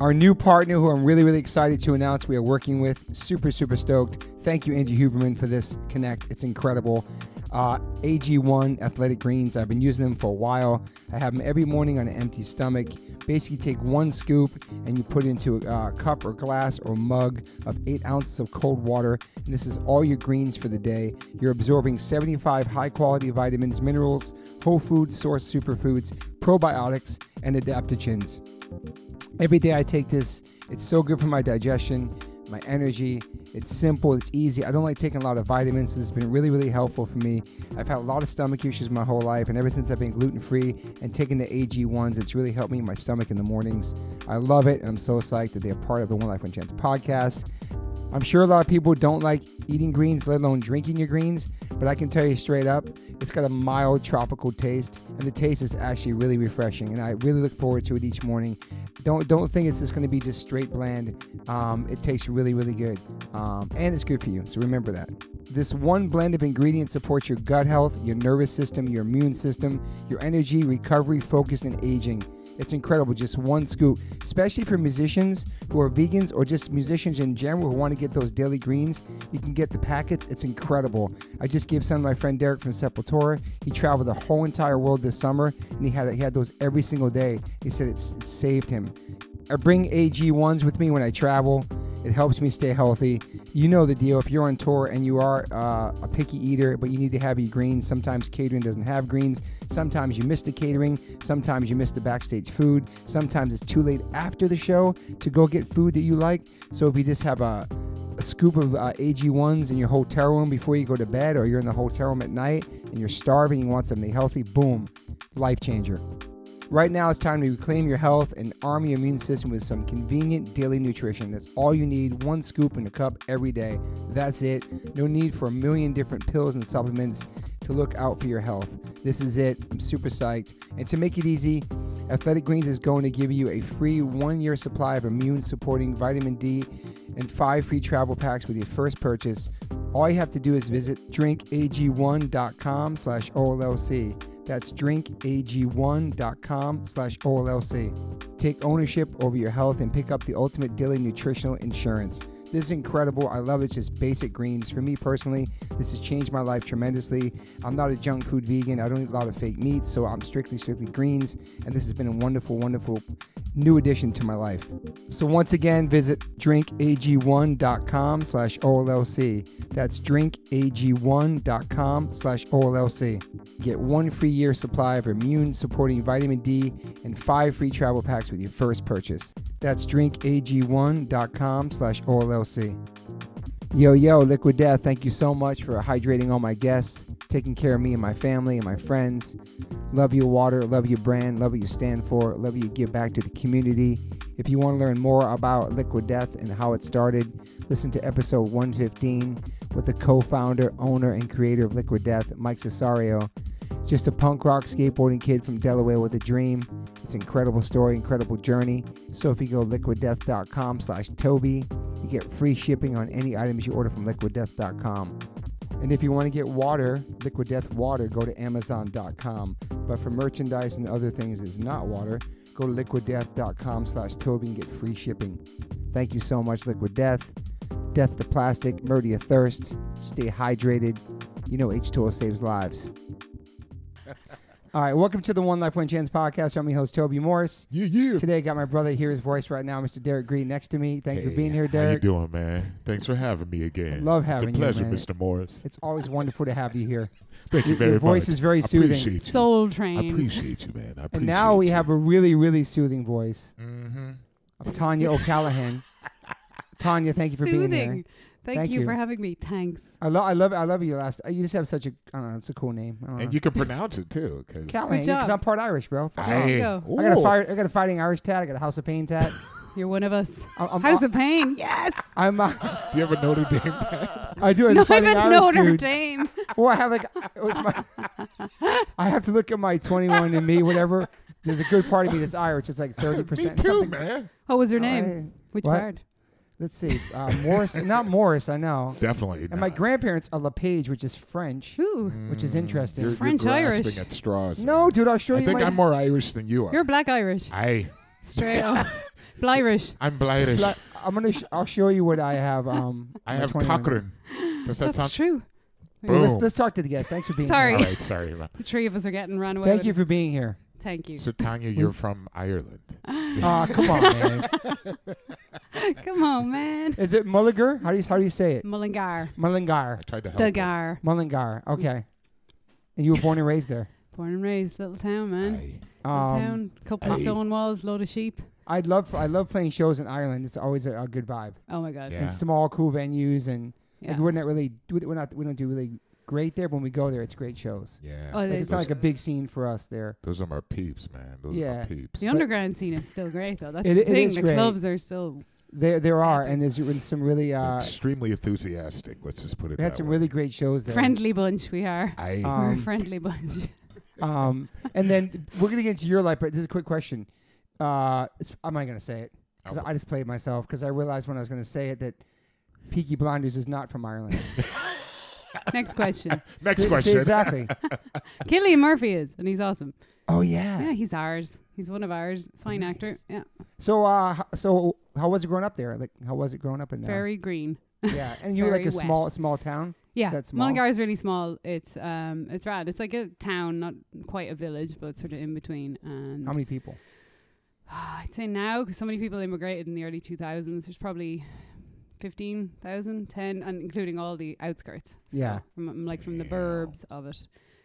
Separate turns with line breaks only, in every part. our new partner, who I'm really, really excited to announce we are working with. Super, super stoked. Thank you, Angie Huberman, for this connect. It's incredible. Uh, AG1 Athletic Greens, I've been using them for a while. I have them every morning on an empty stomach. Basically, take one scoop and you put it into a uh, cup or glass or mug of eight ounces of cold water. And this is all your greens for the day. You're absorbing 75 high quality vitamins, minerals, whole food source superfoods, probiotics, and adaptogens. Every day I take this, it's so good for my digestion, my energy. It's simple, it's easy. I don't like taking a lot of vitamins. So this has been really, really helpful for me. I've had a lot of stomach issues my whole life, and ever since I've been gluten free and taking the AG1s, it's really helped me in my stomach in the mornings. I love it, and I'm so psyched that they're part of the One Life One Chance podcast. I'm sure a lot of people don't like eating greens, let alone drinking your greens, but I can tell you straight up, it's got a mild tropical taste, and the taste is actually really refreshing. And I really look forward to it each morning. Don't don't think it's just going to be just straight bland. Um, it tastes really really good, um, and it's good for you. So remember that. This one blend of ingredients supports your gut health, your nervous system, your immune system, your energy, recovery, focus, and aging. It's incredible, just one scoop, especially for musicians who are vegans or just musicians in general who want to get those daily greens. You can get the packets, it's incredible. I just gave some to my friend Derek from Sepultura. He traveled the whole entire world this summer and he had, he had those every single day. He said it's, it saved him. I bring AG1s with me when I travel. It helps me stay healthy. You know the deal. If you're on tour and you are uh, a picky eater, but you need to have your greens, sometimes catering doesn't have greens. Sometimes you miss the catering. Sometimes you miss the backstage food. Sometimes it's too late after the show to go get food that you like. So if you just have a, a scoop of uh, AG1s in your hotel room before you go to bed, or you're in the hotel room at night and you're starving, you want something healthy, boom, life changer. Right now, it's time to reclaim your health and arm your immune system with some convenient daily nutrition. That's all you need one scoop in a cup every day. That's it. No need for a million different pills and supplements to look out for your health. This is it. I'm super psyched. And to make it easy, Athletic Greens is going to give you a free one year supply of immune supporting vitamin D and five free travel packs with your first purchase. All you have to do is visit drinkag1.com slash OLLC. That's drinkag1.com slash OLLC. Take ownership over your health and pick up the ultimate daily nutritional insurance. This is incredible. I love it. It's just basic greens. For me personally, this has changed my life tremendously. I'm not a junk food vegan. I don't eat a lot of fake meats, so I'm strictly, strictly greens. And this has been a wonderful, wonderful new addition to my life. So once again, visit drinkag1.com slash OLLC. That's drinkag1.com slash OLLC. Get one free year supply of immune supporting vitamin D and five free travel packs with your first purchase. That's drinkag1.com slash OLLC. Yo, yo, Liquid Death, thank you so much for hydrating all my guests, taking care of me and my family and my friends. Love your water, love your brand, love what you stand for, love what you give back to the community. If you want to learn more about Liquid Death and how it started, listen to episode 115 with the co founder, owner, and creator of Liquid Death, Mike Cesario. Just a punk rock skateboarding kid from Delaware with a dream. It's an incredible story, incredible journey. So if you go liquiddeath.com slash Toby, you get free shipping on any items you order from liquiddeath.com. And if you want to get water, Liquid Death water, go to amazon.com. But for merchandise and other things that's not water, go to liquiddeath.com slash Toby and get free shipping. Thank you so much, Liquid Death. Death to plastic, murder your thirst, stay hydrated. You know H2O saves lives. All right, welcome to the One Life One Chance podcast. I'm your host Toby Morris.
Yeah, yeah.
Today, I got my brother here, his voice right now, Mr. Derek Green, next to me. Thank you for
Hey,
being here,
How you
Derek.
doing, man? Thanks for having me again.
Love having
it's
you,
a pleasure,
man.
Mr. Morris.
It's always wonderful to have you here.
Thank
your-
you very
your
much.
voice is very
I
soothing.
Appreciate you.
Soul
I
Train.
appreciate you, man. I appreciate
And now we have Uh, a really, really soothing voice
Mm-hmm.
of Tanya O'Callahan. Tanya, thank you for
Soothing.
being here.
Thank,
Thank
you,
you.
for having me. Thanks.
I love, I love, I love your last. You just have such a, I don't know, it's a cool name. I don't know.
And you can pronounce it too, because
Callahan,
Good job.
because I'm part Irish, bro. Fuck off.
I,
There you
I got a
Ooh.
fire, I got a fighting Irish tat. I got a House of Pain tat.
You're one of us.
I'm, I'm,
House of Pain. Yes.
I'm, uh,
You ever Notre Dame?
I do a
No,
fighting
even
Irish
Notre
dude.
Dame.
Well, I have like it was my. I have to look at my 21 and me, whatever. There's a good part of me that's Irish. It's like 30
me
percent.
too, man.
What was her name? Which
What?
part?
Let's see. Uh, Morris, not Morris. I know.
Definitely.
And my grandparents are LePage, which is French,
Ooh,
which is interesting.
Mm, You're,
French
you're
Irish.
grasping at straws.
no, dude, I'll show
I
you.
think
my,
I'm more Irish than you are.
you're Black Irish.
I
Straight up. Blyrish.
I'm blighted.
Like, I'm gonna. Sh- I'll show you what I have. Um,
I
my
have Oh.
21.
Cochrane. Does that
That's
sound?
true.
Well,
Boom.
Let's, let's talk to the guests. Thanks for being
Sorry.
All
here.
right, sorry. man.
The three of us are getting run away.
Thank
with
you
it.
for being here.
Thank you.
So Tanya, you're from Ireland.
Ah, come on, man.
Come on, man.
Is it Mulligar? How do you how do you say it?
Mullingar.
Mullingar.
I tried to help. her.
Dugar.
Mullingar. Okay. And you were born and raised there.
Born and raised, little town, man.
Aye.
Little
Um,
town, couple of
Aye.
stone walls, load of sheep.
I'd love I love playing shows in Ireland. It's always a, a good vibe.
Oh my god.
Yeah.
And small, cool venues, and
Yeah.
like, we're not really we- we're not we don't do really great there. but When we go there, it's great shows.
Yeah.
Oh,
Like,
they-
it's not
those,
like a big scene for us there.
those are my peeps, man. Those are
Yeah.
my peeps.
The underground scene is still great though. That's
It-
the
it
thing.
is
the
great.
clubs are still
There there are, and there's been some really uh,
Extremely enthusiastic. Let's just put it.
we had
that
some
way.
really great shows there.
friendly bunch. We are.
Uh,
I
We're a
Um,
friendly bunch.
Um, and then we're gonna get into your life, but this is a quick question. Uh, it's, I'm not gonna say it because
Oh.
I just played myself because I realized when I was gonna say it that Peaky Blinders is not from Ireland.
Next question.
Mm. next
See- see,
question.
exactly.
Killian Murphy is, and he's awesome.
Oh yeah.
Yeah, he's ours. He's one of ours. Fine actor.
Nice.
Yeah.
So uh, h- so how was it growing up there? Like how was it growing up in there?
Very green.
yeah. And you were like
very
a small
wet.
small town.
Yeah,
Is that small?
Mullingar is really small. It's um, it's rad. It's like a town, not quite a village, but sort of in between. And
How many people?
I'd say now, 'cause so many people immigrated in the early two thousands. There's probably 15,000, 10, and including all the outskirts. So
Yeah.
from, um, like from the
Damn.
burbs of it.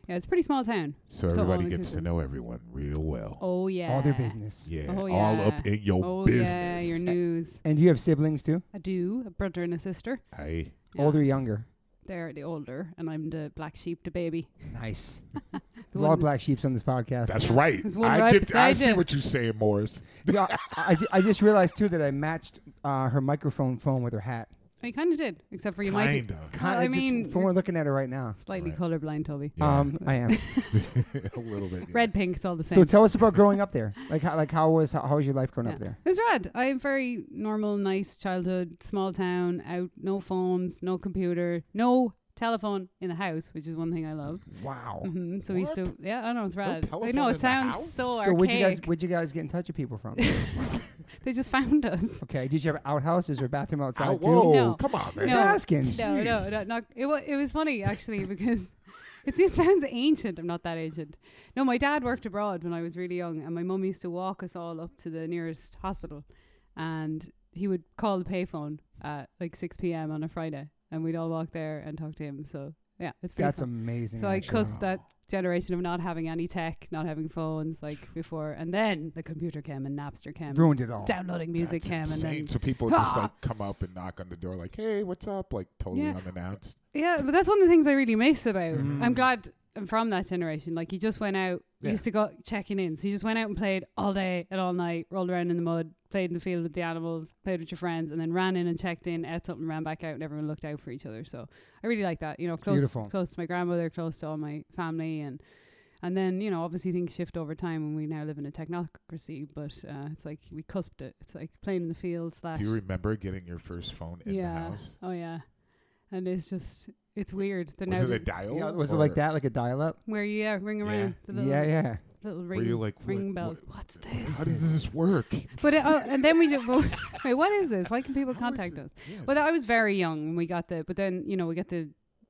Yeah, it's a pretty small town.
So
So
everybody
all
gets to
inclusive.
know everyone real well.
Oh yeah,
All their business.
Yeah,
Oh,
all
yeah.
up in your
Oh
business.
yeah, your news.
And do you have siblings too?
I do a brother and a sister.
I
Yeah.
Older, younger.
They're the older, and I'm the black sheep, the baby.
Nice.
The
There's a lot
one-
of black sheeps on this podcast.
that's right.
There's one
I
right
get. I
beside
see
you.
what you're saying, Morris.
yeah, I, I ju- I just realized too that I matched uh, her microphone phone with her hat.
I kind of Oh, did, except for you might
Kind
be
of.
Well,
Kinda
I
just
mean,
from
you're-
we're looking at her right now.
slightly
Right.
colorblind, Toby.
Yeah,
Um, I am.
a little bit. yeah.
Red, pink, it's all the same.
so tell us about growing up there. Like how like how was how, how was your life growing up
Yeah.
there?
It was rad. I had very normal, nice childhood, small town, out, no phones, no computer, no telephone in the house, which is one thing I love.
Wow.
hmm So we used to, yeah, I know it's rad. I
telephone
know
in the
it sounds
house?
so,
so where'd you guys
archaic.
where'd you guys get in touch with people from?
They just found us.
okay. Did you have outhouses or bathroom outside
Ow,
too?
whoa,
No.
come on, man.
Just
No.
asking.
No, no, no, not, it, wa- it was funny actually because it seems- sounds ancient. I'm not that ancient. No, my dad worked abroad when I was really young, and my mum used to walk us all up to the nearest hospital, and he would call the payphone at like 6 p.m. on a Friday, and we'd all walk there and talk to him. So yeah, it's pretty.
That's
fun.
amazing.
so I
actually.
cusped that generation of not having any tech, not having phones like before, and then the computer came and Napster came, and
ruined it all.
downloading music
That's
came, and
insane.
then
so people just like come up and knock on the door, like, "Hey, what's up?" Like totally
Yeah.
unannounced.
Yeah, but that's one of the things I really miss about.
Mhm.
I'm glad I'm from that generation. Like you just went out, you
Mm. Yeah.
used to go checking in, so you just went out and played all day and all night, rolled around in the mud, played in the field with the animals, played with your friends, and then ran in and checked in, ate something, ran back out, and everyone looked out for each other. So I really like that. You know, close,
beautiful.
close to my grandmother, close to all my family, and and then you know obviously things shift over time, and we now live in a technocracy. But uh, it's like we cusped it. It's like playing in the field slash
Do you remember getting your first phone in
Oh yeah.
the house?
Oh yeah, and it's just it's weird. The
Was
now
it a
that-
dial?
Yeah, was it
or
like that, like a dial up?
where you yeah, ring
Yeah.
around the little,
Yeah, yeah.
little
Were
ring,
you like, what-
ring bell.
what-
What's this?
How does this work?
But it, oh, and then we just wait. What is this? Why can people
How is
contact
it?
us?
Yes.
Well, I was very young when we got the. But then you know we got the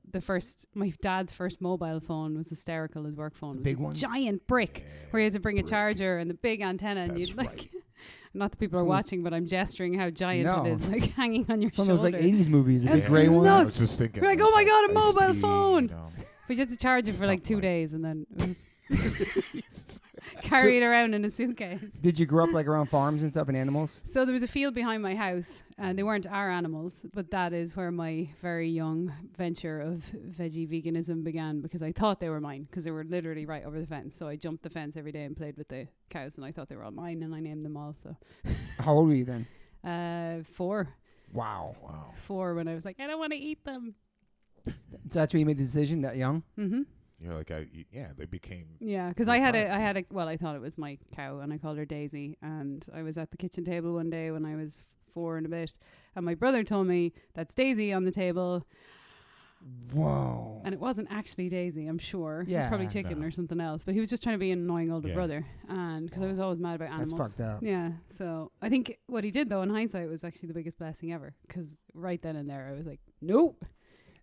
the first. My dad's first mobile phone was hysterical. His work phone, was
big
a
ones?
giant brick. Where you had to bring a
brick.
charger and the big antenna, and
That's
you'd like,
right.
not that people are
From those-
watching, but I'm gesturing how giant
No.
it is, like hanging on your
From
shoulder.
those like '80s movies, like the
That's
gray
Yeah,
ones.
No,
I
it's-
was just thinking.
you're like, oh my
that
God, a
iced
mobile
tea,
phone.
You know?
But you had to charge it for like
Something
two
like-
days and then it was carry it around in a suitcase.
Did you grow up like around farms and stuff and animals?
So there was a field behind my house, and they weren't our animals, but that is where my very young venture of veggie veganism began because I thought they were mine because they were literally right over the fence. So I jumped the fence every day and played with the cows, and I thought they were all mine, and I named them all. So
How old were you then?
uh, four,
Wow.
Wow.
four when I was like, I don't want to eat them.
So that's where you made the decision that young.
Mm-hmm.
You're like, I, yeah, they became.
Yeah, because
Your
I had a, I
parents.
had a, well, I thought it was my cow, and I called her Daisy. And I was at the kitchen table one day when I was four and a bit, and my brother told me that's Daisy on the table.
Whoa.
And it wasn't actually Daisy, I'm sure. It was probably
Yeah.
chicken
No.
or something else. But he was just trying to be an annoying older
Yeah.
brother. And because I was always mad about
That's
animals.
fucked up.
Yeah. So I think what he did, though, in hindsight, was actually the biggest blessing ever. Because right then and there, I was like, nope.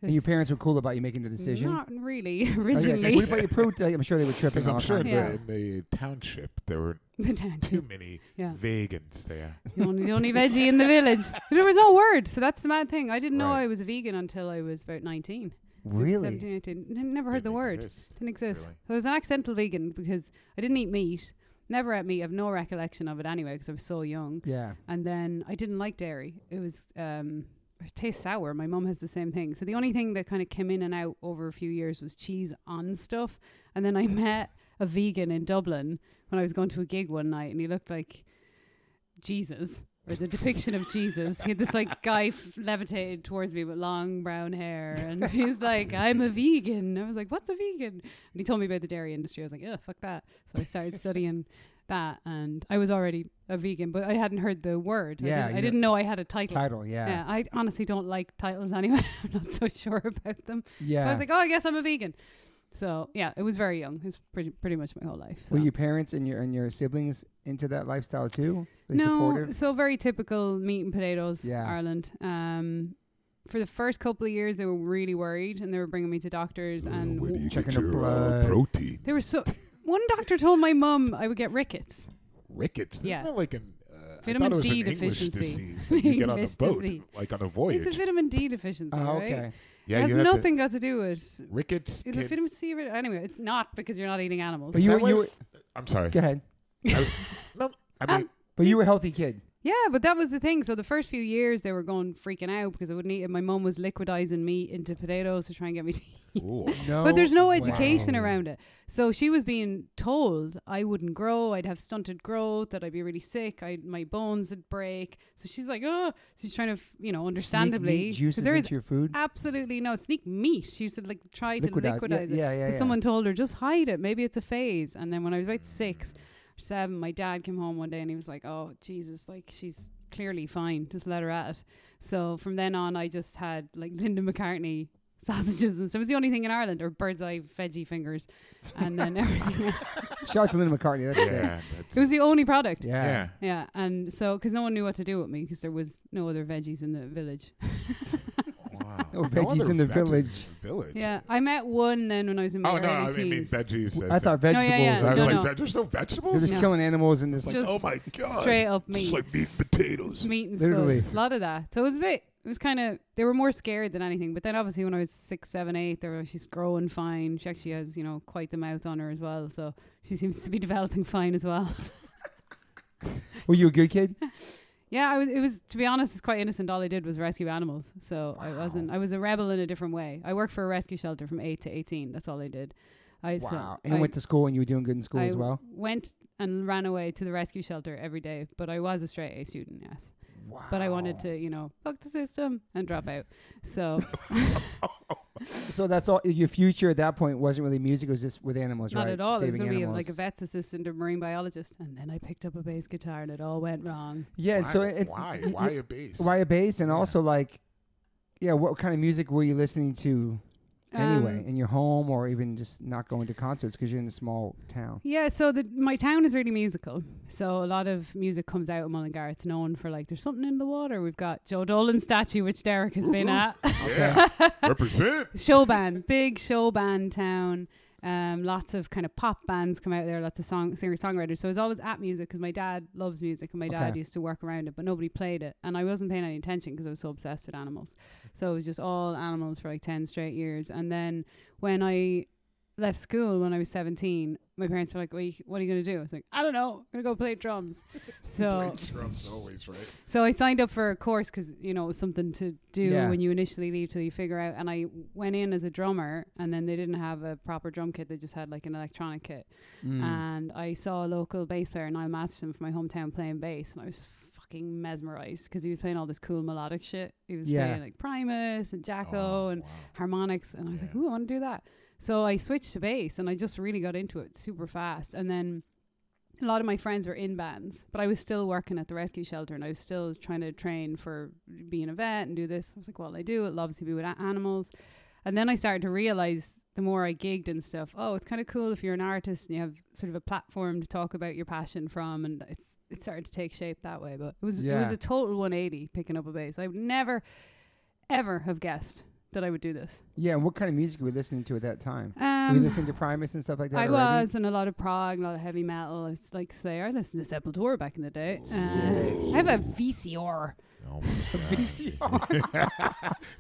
And your
This-
parents were cool about you making the decision.
Not really,
Oh, yeah,
originally.
what about your pro? I'm sure they were tripping.
Because
all
I'm sure in
kinds
the,
of-
Yeah.
in the township there were
the
too
tangent.
many
Yeah.
vegans there.
The only, the only veggie in the village. There was no word. So that's the mad thing. I didn't know
Right.
I was a vegan until I was about 19.
Really?
17, 18. N- Never heard the
Didn't
word.
exist.
Didn't exist.
Really?
I was an accidental vegan because I didn't eat meat. Never ate meat. I have no recollection of it anyway because I was so young.
Yeah.
And then I didn't like dairy. It was um, it tastes sour. My mum has the same thing. So the only thing that kind of came in and out over a few years was cheese on stuff. And then I met a vegan in Dublin when I was going to a gig one night, and he looked like Jesus. Or the depiction of Jesus. He had this like guy f- levitated towards me with long brown hair, and he's like, "I'm a vegan." I was like, "What's a vegan?" And he told me about the dairy industry. I was like, "Yeah, fuck that." So I started studying that, and I was already a vegan, but I hadn't heard the word. I
Yeah,
didn't, I
you-
didn't know I had a title.
Title. Yeah.
Yeah, I honestly don't like titles anyway. I'm not so sure about them.
Yeah.
I was like, oh, I guess I'm a vegan. So yeah, it was very young. It was pretty pretty much my whole life.
were
so.
your parents and your and your siblings into that lifestyle too? Were they
no,
supportive?
so very typical meat and potatoes
Yeah.
Ireland. Um, for the first couple of years, they were really worried, and they were bringing me to doctors. and
Where do you
Checking
get
the
your
blood.
uh, protein?
they were so. One doctor told my mum I would get rickets.
Rickets. Isn't
Yeah.
that like an uh, I
Vitamin
thought it was
D
an English
deficiency.
disease that you get on
English
the boat,
disease.
like on a
It's
voyage.
a vitamin D deficiency,
oh,
right?
okay.
yeah,
it has
you have to-
nothing got to do with.
rickets.
Is
can-
it vitamin C? or- Anyway, it's not because you're not eating animals.
But
Is
you,
that
were- you
what-
were,
I'm sorry.
go ahead.
I, no, I mean,
But you were a healthy kid.
Yeah, but that was the thing. So the first few years they were going freaking out because I wouldn't eat it. My mum was liquidizing meat into potatoes to try and get me to eat.
ooh,
No.
But there's no
way.
education around it. So she was being told I wouldn't grow, I'd have stunted growth, that I'd be really sick, I my bones would break. So she's like, oh, she's trying to, f- you know, understandably,
Sneak meat juices
there is
into your food.
absolutely no sneak meat. She used to like try to
Liquidize.
liquidize,
Yeah,
it.
yeah, yeah,
'Cause
yeah.
Someone told her just hide it. Maybe it's a phase. And then when I was about six or seven, my dad came home one day and he was like, "Oh Jesus, like she's clearly fine. Just let her at it." So from then on, I just had like Linda McCartney sausages and so it was the only thing in Ireland or bird's eye veggie fingers, and then everything. else.
Shout out to Linda McCartney. That's it.
yeah,
It was
that's,
the only product.
Yeah.
yeah.
Yeah, and so because no one knew what to do with me because there was no other veggies in the village.
Wow.
No veggies
other
in the
veggies
village.
in the village.
Yeah, I met one then when I was in my
Oh no,
early
I mean, I
teens.
mean veggies.
I
as
thought
yeah,
vegetables.
yeah.
in-
are-
I was
No,
like,
no.
"Veg- there's no
They're
vegetables.
just
No.
killing animals and
It's
just
like,
Just
oh my god,
straight up
It's
meat.
like meat and potatoes.
meat and
Literally.
stuff. A lot of that. So it was a bit. It was kind of. They were more scared than anything. But then obviously when I was six, seven, eight, they were like, she's growing fine. She actually has you know quite the mouth on her as well. So she seems to be developing fine as well.
were you a good kid?
yeah, I was. It was to be honest, it's quite innocent. All I did was rescue animals. So I wasn't. I was a rebel in a different way. I worked for a rescue shelter from eight to eighteen. That's all I did. I so
Wow. And
I-
went to school and you were doing good in school
I
as well.
Went and ran away to the rescue shelter every day. But I was a straight A student. Yes.
Wow.
But I wanted to, you know, fuck the system and drop out. So
So that's all. Your future at that point wasn't really music. It was just with animals,
Not
right?
at all. It was
Saving
going to be
animals.
like a vet's assistant or marine biologist. And then I picked up a bass guitar and it all went wrong.
Yeah. and
why,
so it's,
why?
y-
Why a bass?
why a bass and
Yeah.
also like yeah what kind of music were you listening to anyway
Um,
in your home or even just not going to concerts because you're in a small town
Yeah, so the, my town is really musical. So a lot of music comes out of Mullingar. It's known for like, there's something in the water. We've got Joe Dolan statue, which Derek has been at.
Yeah. Represent.
show band, big show band town. Um, lots of kind of pop bands come out there, lots of song singer songwriters. So I was always at music because my dad loves music and my dad
Okay.
used to work around it, but nobody played it, and I wasn't paying any attention because I was so obsessed with animals. So it was just all animals for like ten straight years, and then when I left school when I was seventeen, my parents were like, "What are you, what are you going to do?" I was like, "I don't know. I'm going to go play drums." So
Trump's always right.
so I signed up for a course because you know it was something to do
Yeah.
when you initially leave till you figure out. And I went in as a drummer, and then they didn't have a proper drum kit; they just had like an electronic kit.
Mm. Hmm.
And I saw a local bass player, Niall Masterson, from my hometown, playing bass, and I was fucking mesmerized because he was playing all this cool melodic shit. He was
Yeah.
playing like Primus and Jacko
Oh,
and
wow.
harmonics and I was like,
Yeah.
ooh, I want to do that. So I switched to bass and I just really got into it super fast. And then a lot of my friends were in bands, but I was still working at the rescue shelter and I was still trying to train for being a vet and do this. I was like, well, I do. It'll obviously be with a- animals. And then I started to realize the more I gigged and stuff, oh, it's kind of cool if you're an artist and you have sort of a platform to talk about your passion from, and it's it started to take shape that way. But it was it was
Yeah.
a total 180 picking up a bass. I would never, ever have guessed that I would do this.
Yeah, and what kind of music were you listening to at that time? were you
Um,
listening to Primus and stuff like that?
I
already?
was, and a lot of prog, a lot of heavy metal. It's like Slayer. I listened to Sepultura back in the day. Uh, I have a VCR.
Oh my god.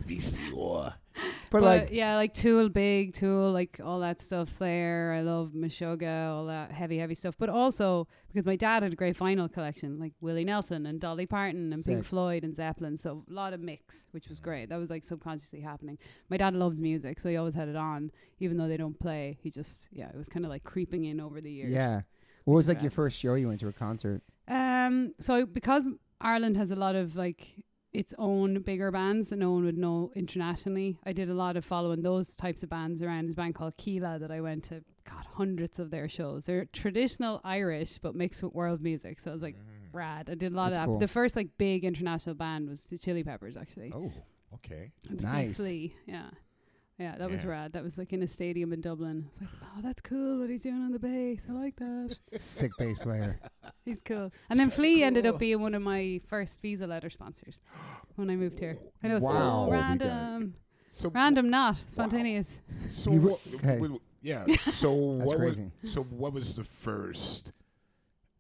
VCR.
but,
But,
like,
yeah, like Tool, Big Tool, like all that stuff. Slayer, I love Meshuggah, all that heavy, heavy stuff. But also because my dad had a great vinyl collection, like Willie Nelson and Dolly Parton and Pink
Sick.
Floyd and Zeppelin. So a lot of mix, which was great. That was like subconsciously happening. My dad loves music, so he always had it on, even though they don't play. He just yeah, it was kind of like creeping in over the years.
yeah. What was
is
like your
rad.
first show you went to a concert?
Um, so because Ireland has a lot of like its own bigger bands that no one would know internationally, I did a lot of following those types of bands around. There's a band called Keela that I went to. God, hundreds of their shows. They're traditional Irish, but mixed with world music. So I was like,
Mm-hmm.
rad. I did a lot
Mm. That's
of that.
cool.
The first like big international band was the Chili Peppers, actually.
Oh, okay.
And to see
Nice.
Flea, Yeah. Yeah, that was
Yeah.
rad. That was like in a stadium in Dublin. I was like, oh, that's cool what he's doing on the bass. I like that.
Sick bass player.
He's cool. And then Flea ended up being one of my first Visa letter sponsors when I moved here. I know,
Wow.
so
Well, we got it.
random.
So
Random, not spontaneous.
So
You were-
what,
okay.
w- w- yeah. So
That's
what
crazy.
was so what was the first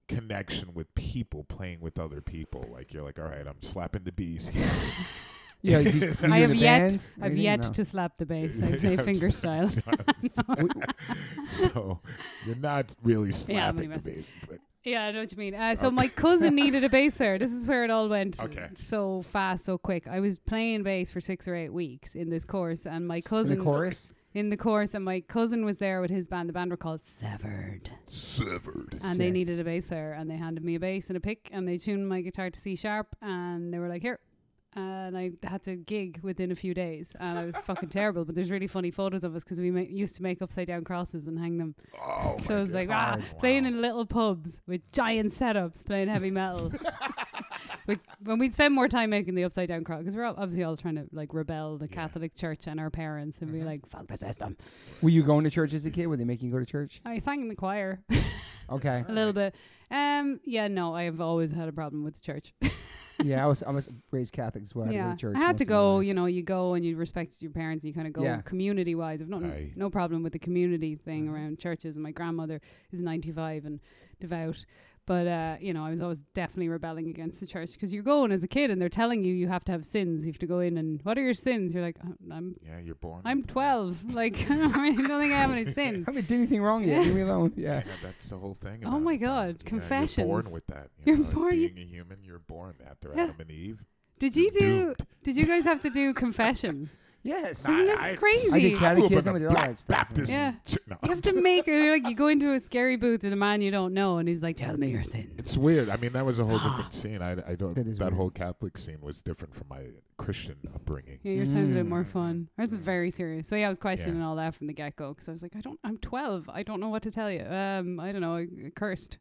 connection with people playing with other people? Like you're like, all right, I'm slapping the bees.
Yeah, you, you
I
was
have
in a
yet,
band or
I've
anything?
yet
No.
to slap the bass. I play finger style.
so you're not really
Yeah, I'm
slapping
only
the bees. But
Yeah, I know what you mean. Uh, so my cousin needed a bass player. This is where it all went
Okay.
so fast, so quick. I was playing bass for six or eight weeks in this course, and my cousin
in the chorus.
in the course, and my cousin was there with his band. The band were called Severed.
severed.
and they
Sick.
needed a bass player and they handed me a bass and a pick and they tuned my guitar to C sharp and they were like here and I had to gig within a few days and I was fucking terrible but there's really funny photos of us because we ma- used to make upside down crosses and hang them
Oh,
so it was like ah,
hard.
playing in little pubs with giant setups playing heavy metal Like, when we'd spend more time making the upside down cross because we're all, obviously all trying to like rebel the
Yeah. Mm-hmm.
Catholic Church and our parents and we're like fuck the system
Were you going to church as a kid? Were they making you go to church?
I sang in the choir
Okay.
a little bit um yeah no I have always had a problem with the church
yeah, I was I was raised Catholic as well. I had to go to church.
I had
most
to
of my
go.
life.
You know, you go and you respect your parents. And you kind of go
Yeah.
community wise. I've not
Aye.
no problem with the community thing around churches. And my grandmother is ninety five and devout, but uh, you know, I was always definitely rebelling against the church because you're going as a kid and they're telling you you have to have sins. You have to go in and what are your sins? You're like, "I'm- I'm
Yeah, you're born.
I'm
with them.
twelve. Like I don't really- don't think I have any sins.
I haven't did anything wrong yet. Leave me alone.
Yeah,
Yeah.
that's the whole thing.
Oh
about
my
it, man.
God,
Yeah, You're born
confessions.
with that. You
You're
know, like
born-
Being a human, you're born after
Yeah.
Adam and Eve.
Did you
You're
do?
duped.
Did you guys have to do confessions?
Yes.
Isn't this
I- I-
crazy?
I did
I grew up in
catechism.
a
I did all
Black
that stuff.
Baptist.
Yeah.
ch- no.
You have to make you're like you go into a scary booth with a man you don't know, and he's like, "Tell me your sins."
It's weird. I mean, that was a whole different scene. I, I don't.
Ah. That
That,
is weird.
whole Catholic scene was different from my Christian upbringing.
Yeah, yours sounds a bit more
Mm.
fun. Ours is very serious. So yeah, I was questioning
Yeah.
all that from the get go because I was like, I don't, I'm 12. I don't know what to tell you. Um, I don't know. I cursed.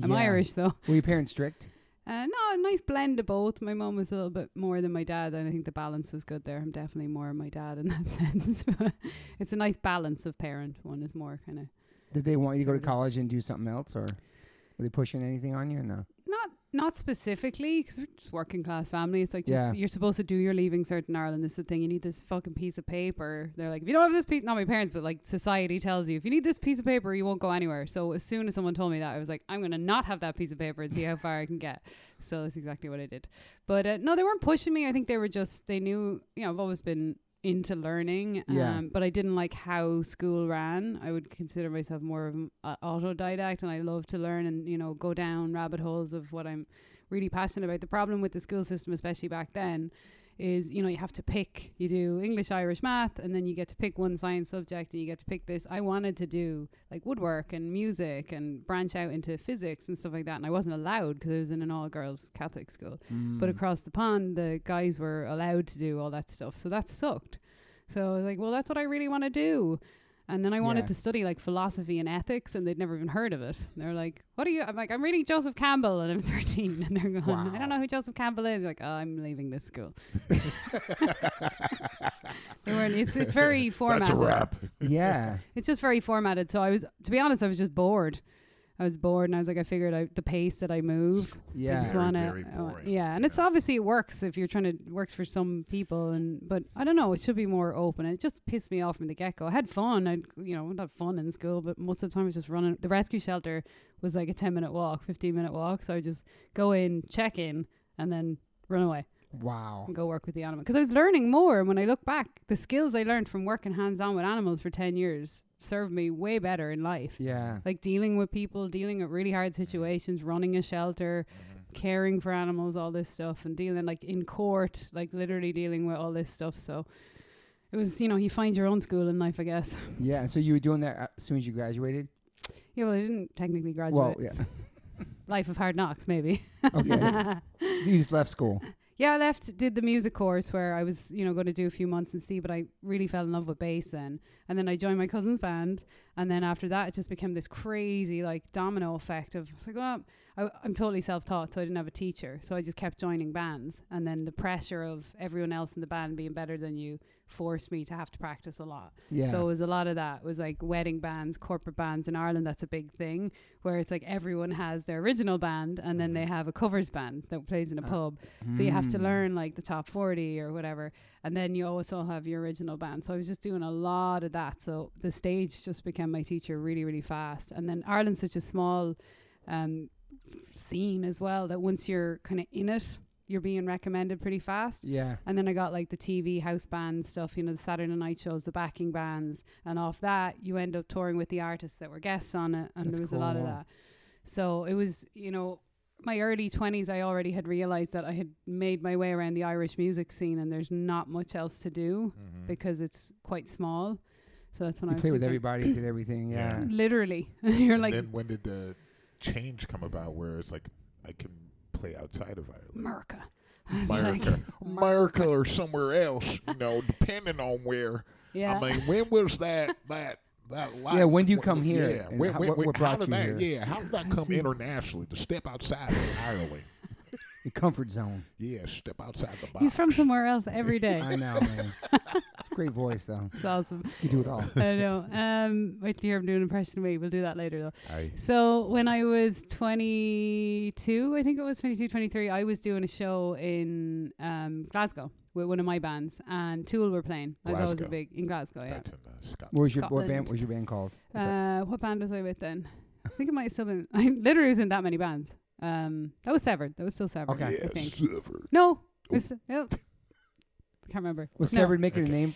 I'm
Yeah.
Irish though.
Were your parents strict?
Uh, no, a nice blend of both. My mum was a little bit more than my dad, and I think the balance was good there. I'm definitely more my dad in that sense. But it's a nice balance of parent. One is more kind of
Did they want you to go to college and do something else, or were they pushing anything on you? Or no.
not not specifically because we're just working class family. It's like just
Yeah.
you're supposed to do your leaving cert in Ireland. This is the thing. You need this fucking piece of paper. They're like, if you don't have this piece, not my parents, but like society tells you, if you need this piece of paper, you won't go anywhere. So as soon as someone told me that, I was like, I'm gonna not have that piece of paper and see how far I can get. So that's exactly what I did. But uh, no, they weren't pushing me. I think they were just they knew. You know, I've always been into learning um,
Yeah.
but i didn't like how school ran i would consider myself more of an uh, autodidact and i love to learn and you know go down rabbit holes of what i'm really passionate about the problem with the school system especially back then is you know you have to pick you do english irish math and then you get to pick one science subject and you get to pick this i wanted to do like woodwork and music and branch out into physics and stuff like that and i wasn't allowed because i was in an all girls catholic school but
Mm.
across the pond the guys were allowed to do all that stuff so that sucked so I was like well that's what i really want to do and then i wanted
Yeah.
to study like philosophy and ethics and they'd never even heard of it they were like what are you i'm like i'm reading joseph campbell and i'm 13 and they're going i don't know who joseph campbell is like oh, i'm leaving this school They weren't. It's it's very formatted.
That's a wrap.
Yeah.
It's just very formatted. So I was, to be honest, I was just bored. I was bored, and I was like, I figured out the pace that I move. I
Yeah.
just
Very,
wanna,
very
I wa-
boring.
yeah, and it's obviously it works if you're trying to works for some people, and but I don't know, it should be more open. It just pissed me off from the get go. I had fun, I you know, not fun in school, but most of the time I was just running. The rescue shelter was like a ten minute walk, fifteen minute walk, so I just go in, check in, and then run away
Wow.
and go work with the animal because I was learning more. And when I look back, the skills I learned from working hands on with animals for ten years served me way better in life
Yeah.
like dealing with people, dealing with really hard situations, running a shelter, caring for animals, all this stuff, and dealing like in court, like literally dealing with all this stuff. So it was, you know, you find your own school in life, I guess.
Yeah. And so you were doing that uh, as soon as you graduated?
Yeah, well, I didn't technically graduate.
Well, yeah.
life of hard knocks, maybe.
Okay. you just left school.
Yeah, I left, did the music course where I was, you know, going to do a few months and see, but I really fell in love with bass then. And then I joined my cousin's band. And then after that, it just became this crazy, like, domino effect of, it's like, well, I, I'm totally self taught, so I didn't have a teacher. So I just kept joining bands. And then the pressure of everyone else in the band being better than you forced me to have to practice a lot.
Yeah.
So it was a lot of that. It was like wedding bands, corporate bands in Ireland. That's a big thing where it's like everyone has their original band and then they have a covers band that plays in a
Mm-hmm. Uh,
pub. So you have to
Mm.
learn like the top 40 or whatever. And then you also have your original band. So I was just doing a lot of that. So the stage just became my teacher really, really fast. And then Ireland's such a small um, scene as well that once you're kind of in it, you're being recommended pretty fast.
Yeah.
And then I got like the TV house band stuff, you know, the Saturday night shows, the backing bands. And off that, you end up touring with the artists that were guests on it. And
That's
there was a lot of
cool.
that. So it was, you know, my early 20s, I already had realized that I had made my way around the Irish music scene and there's not much else to do because it's quite small. So that's
Mm-hmm.
when
You
I was
played with
thinking-
everybody, did everything. Yeah.
Yeah.
Literally. You're
And
like,
then when did the change come about where it's like I can play outside of Ireland?
America. I was like,
America. America or somewhere else, you know, depending on where.
yeah.
I mean, when was that that that life?
Yeah, when do you come here
Yeah,
and
when,
how-
when-
what-
when-
what
how
brought
did
you
that,
here?
Yeah, how did that come internationally to step outside of Ireland?
Your comfort zone.
Yeah, step outside the box.
He's from somewhere else every day.
I know, man. Great voice, though.
it's awesome.
You do it all.
I know. Um, wait till you hear him do an impression of me. We'll do that later, though.
I,
So when I was 22, I think it was 22, 23, I was doing a show in um, Glasgow with one of my bands, and Tool were playing. I was always a
Glasgow.
big in Glasgow, yeah.
that's in uh, Scotland.
What was your what band?
Scotland.
What was your band called?
Uh, what band was I with then? I think it might have still been. I literally was in that many bands. Um, that was Severed. That was still Severed.
Okay.
I
yeah,
think.
Severed.
No, it was, no. I can't remember.
Was
No.
Severed making a name?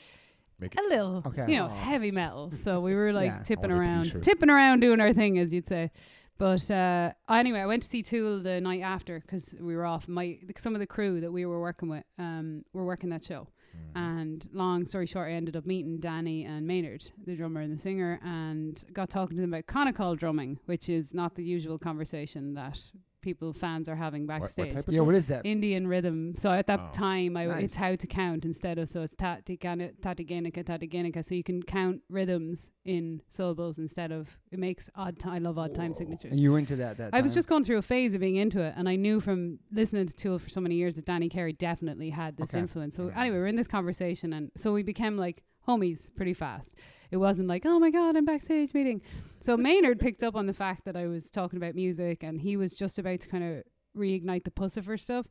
Make
a little,
Okay.
you know,
Aw.
heavy metal. So we were like
Yeah.
tipping
On a
around,
t-shirt.
tipping around, doing our thing, as you'd say. But uh, anyway, I went to see Tool the night after because we were off. My some of the crew that we were working with um, were working that show.
Mm.
And long story short, I ended up meeting Danny and Maynard, the drummer and the singer, and got talking to them about conical drumming, which is not the usual conversation that people fans are having
what
backstage.
type of-
Yeah. What is that?
Indian rhythm. So at that
Oh.
time, I,
Nice.
it's how to count instead of so it's tatiganika, tatiganika, tatiganika. So you can count rhythms in syllables instead of it makes odd. T- I love odd time
And
Whoa.
signatures.
you were into that? That
I was
time?
just going through a phase of being into it, and I knew from listening to Tool for so many years that Danny Carey definitely had this
Okay.
influence. So anyway, we're in this conversation, and so we became like homies pretty fast. It wasn't like oh my god, I'm backstage meeting. So Maynard picked up on the fact that I was talking about music, and he was just about to kind of reignite the Pussifer stuff.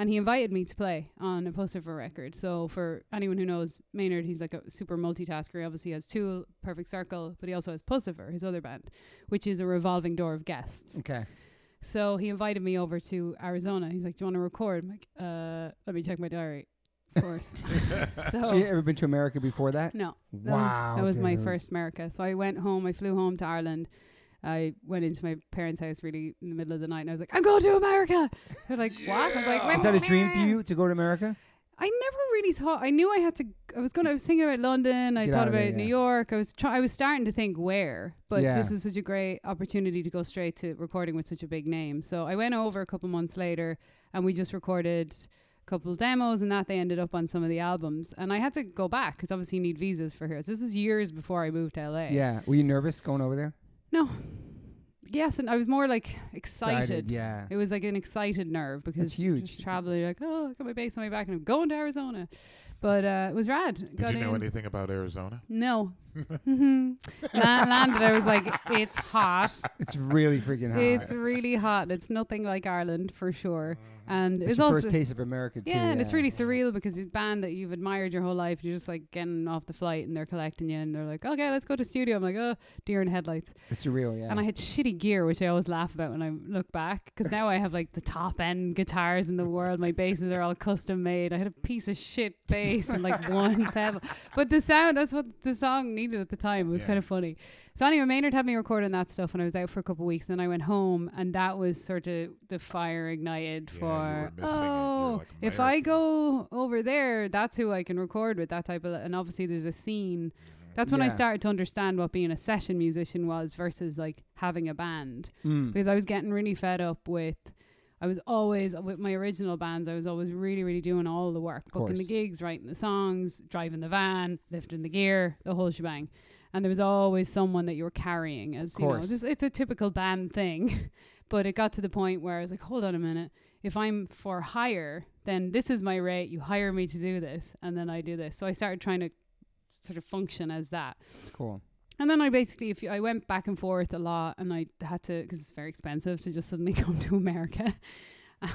And he invited me to play on a Pussifer record. So for anyone who knows Maynard, he's like a super multitasker. He obviously has Tool, Perfect Circle, but he also has Pussifer, his other band, which is a revolving door of guests.
okay.
So he invited me over to Arizona. He's like, "Do you want to record?" I'm like, "Uh, let me check my diary." Of course. so
So you ever been to America before that?
Oh. no, that
wow.
was, that was my
dude.
first America. So I went home. I flew home to Ireland. I went into my parents' house really in the middle of the night, and I was like, "I'm going to America." They're like, "What?" I was like,
Is that
"When
a dream for
America?"
you to go to America?
I never really thought. I knew I had to. I was gonna. I was thinking about London. I
Get out
thought
of
about
there,
New
yeah.
York. I was. Try, I was starting to think where, but
Yeah.
this is such a great opportunity to go straight to recording with such a big name. So I went over a couple months later, and we just recorded a couple demos, and that they ended up on some of the albums. And I had to go back because obviously you need visas for here. So this is years before I moved to LA.
Yeah. Were you nervous going over there?
No. yes, and I was more like excited.
yeah.
It was like an excited nerve because
huge.
just traveling like, oh, I got my base on my back and I'm going to Arizona. But uh, it was rad.
Did
got
you know
in.
anything about Arizona?
No. Mhm. La- landed, I was like, it's hot.
It's really freaking hot.
It's really hot. and It's nothing like Ireland for sure. And
Mm-hmm. It's
it's
your
also
first taste of America too.
yeah, and it's really surreal because the band that you've admired your whole life, you're just like getting off the flight and they're collecting you and they're like, okay, let's go to studio. I'm like, oh, deer in headlights.
it's surreal. Yeah,
And I had shitty gear, which I always laugh about when I look back because now I have like the top end guitars in the world. My basses are all custom made. I had a piece of shit bass and like one pedal. But the sound, that's what the song needed at the time. It was
Yeah.
kind of funny. So anyway, Maynard had me recording that stuff when I was out for a couple of weeks. And then I went home and that was sort of the fire ignited
Yeah, you were
for,
missing it. You were
oh,
like,
if I
American."
go over there, that's who I can record with that type of. And obviously there's a scene that's when I
Yeah.
started to understand what being a session musician was versus like having a band
Mm.
because I was getting really fed up with. I was always with my original bands. I was always really, really doing all the work, booking the
course.
gigs, writing the songs, driving the van, lifting the gear, the whole shebang. And there was always someone that you were carrying, as you know,
course.
just, it's a typical band thing. but it got to the point where I was like, hold on a minute. If I'm for hire, then this is my rate. You hire me to do this, and then I do this. So I started trying to sort of function as that.
it's cool.
And then I basically, if you, I went back and forth a lot, and I had to because it's very expensive to just suddenly come to America.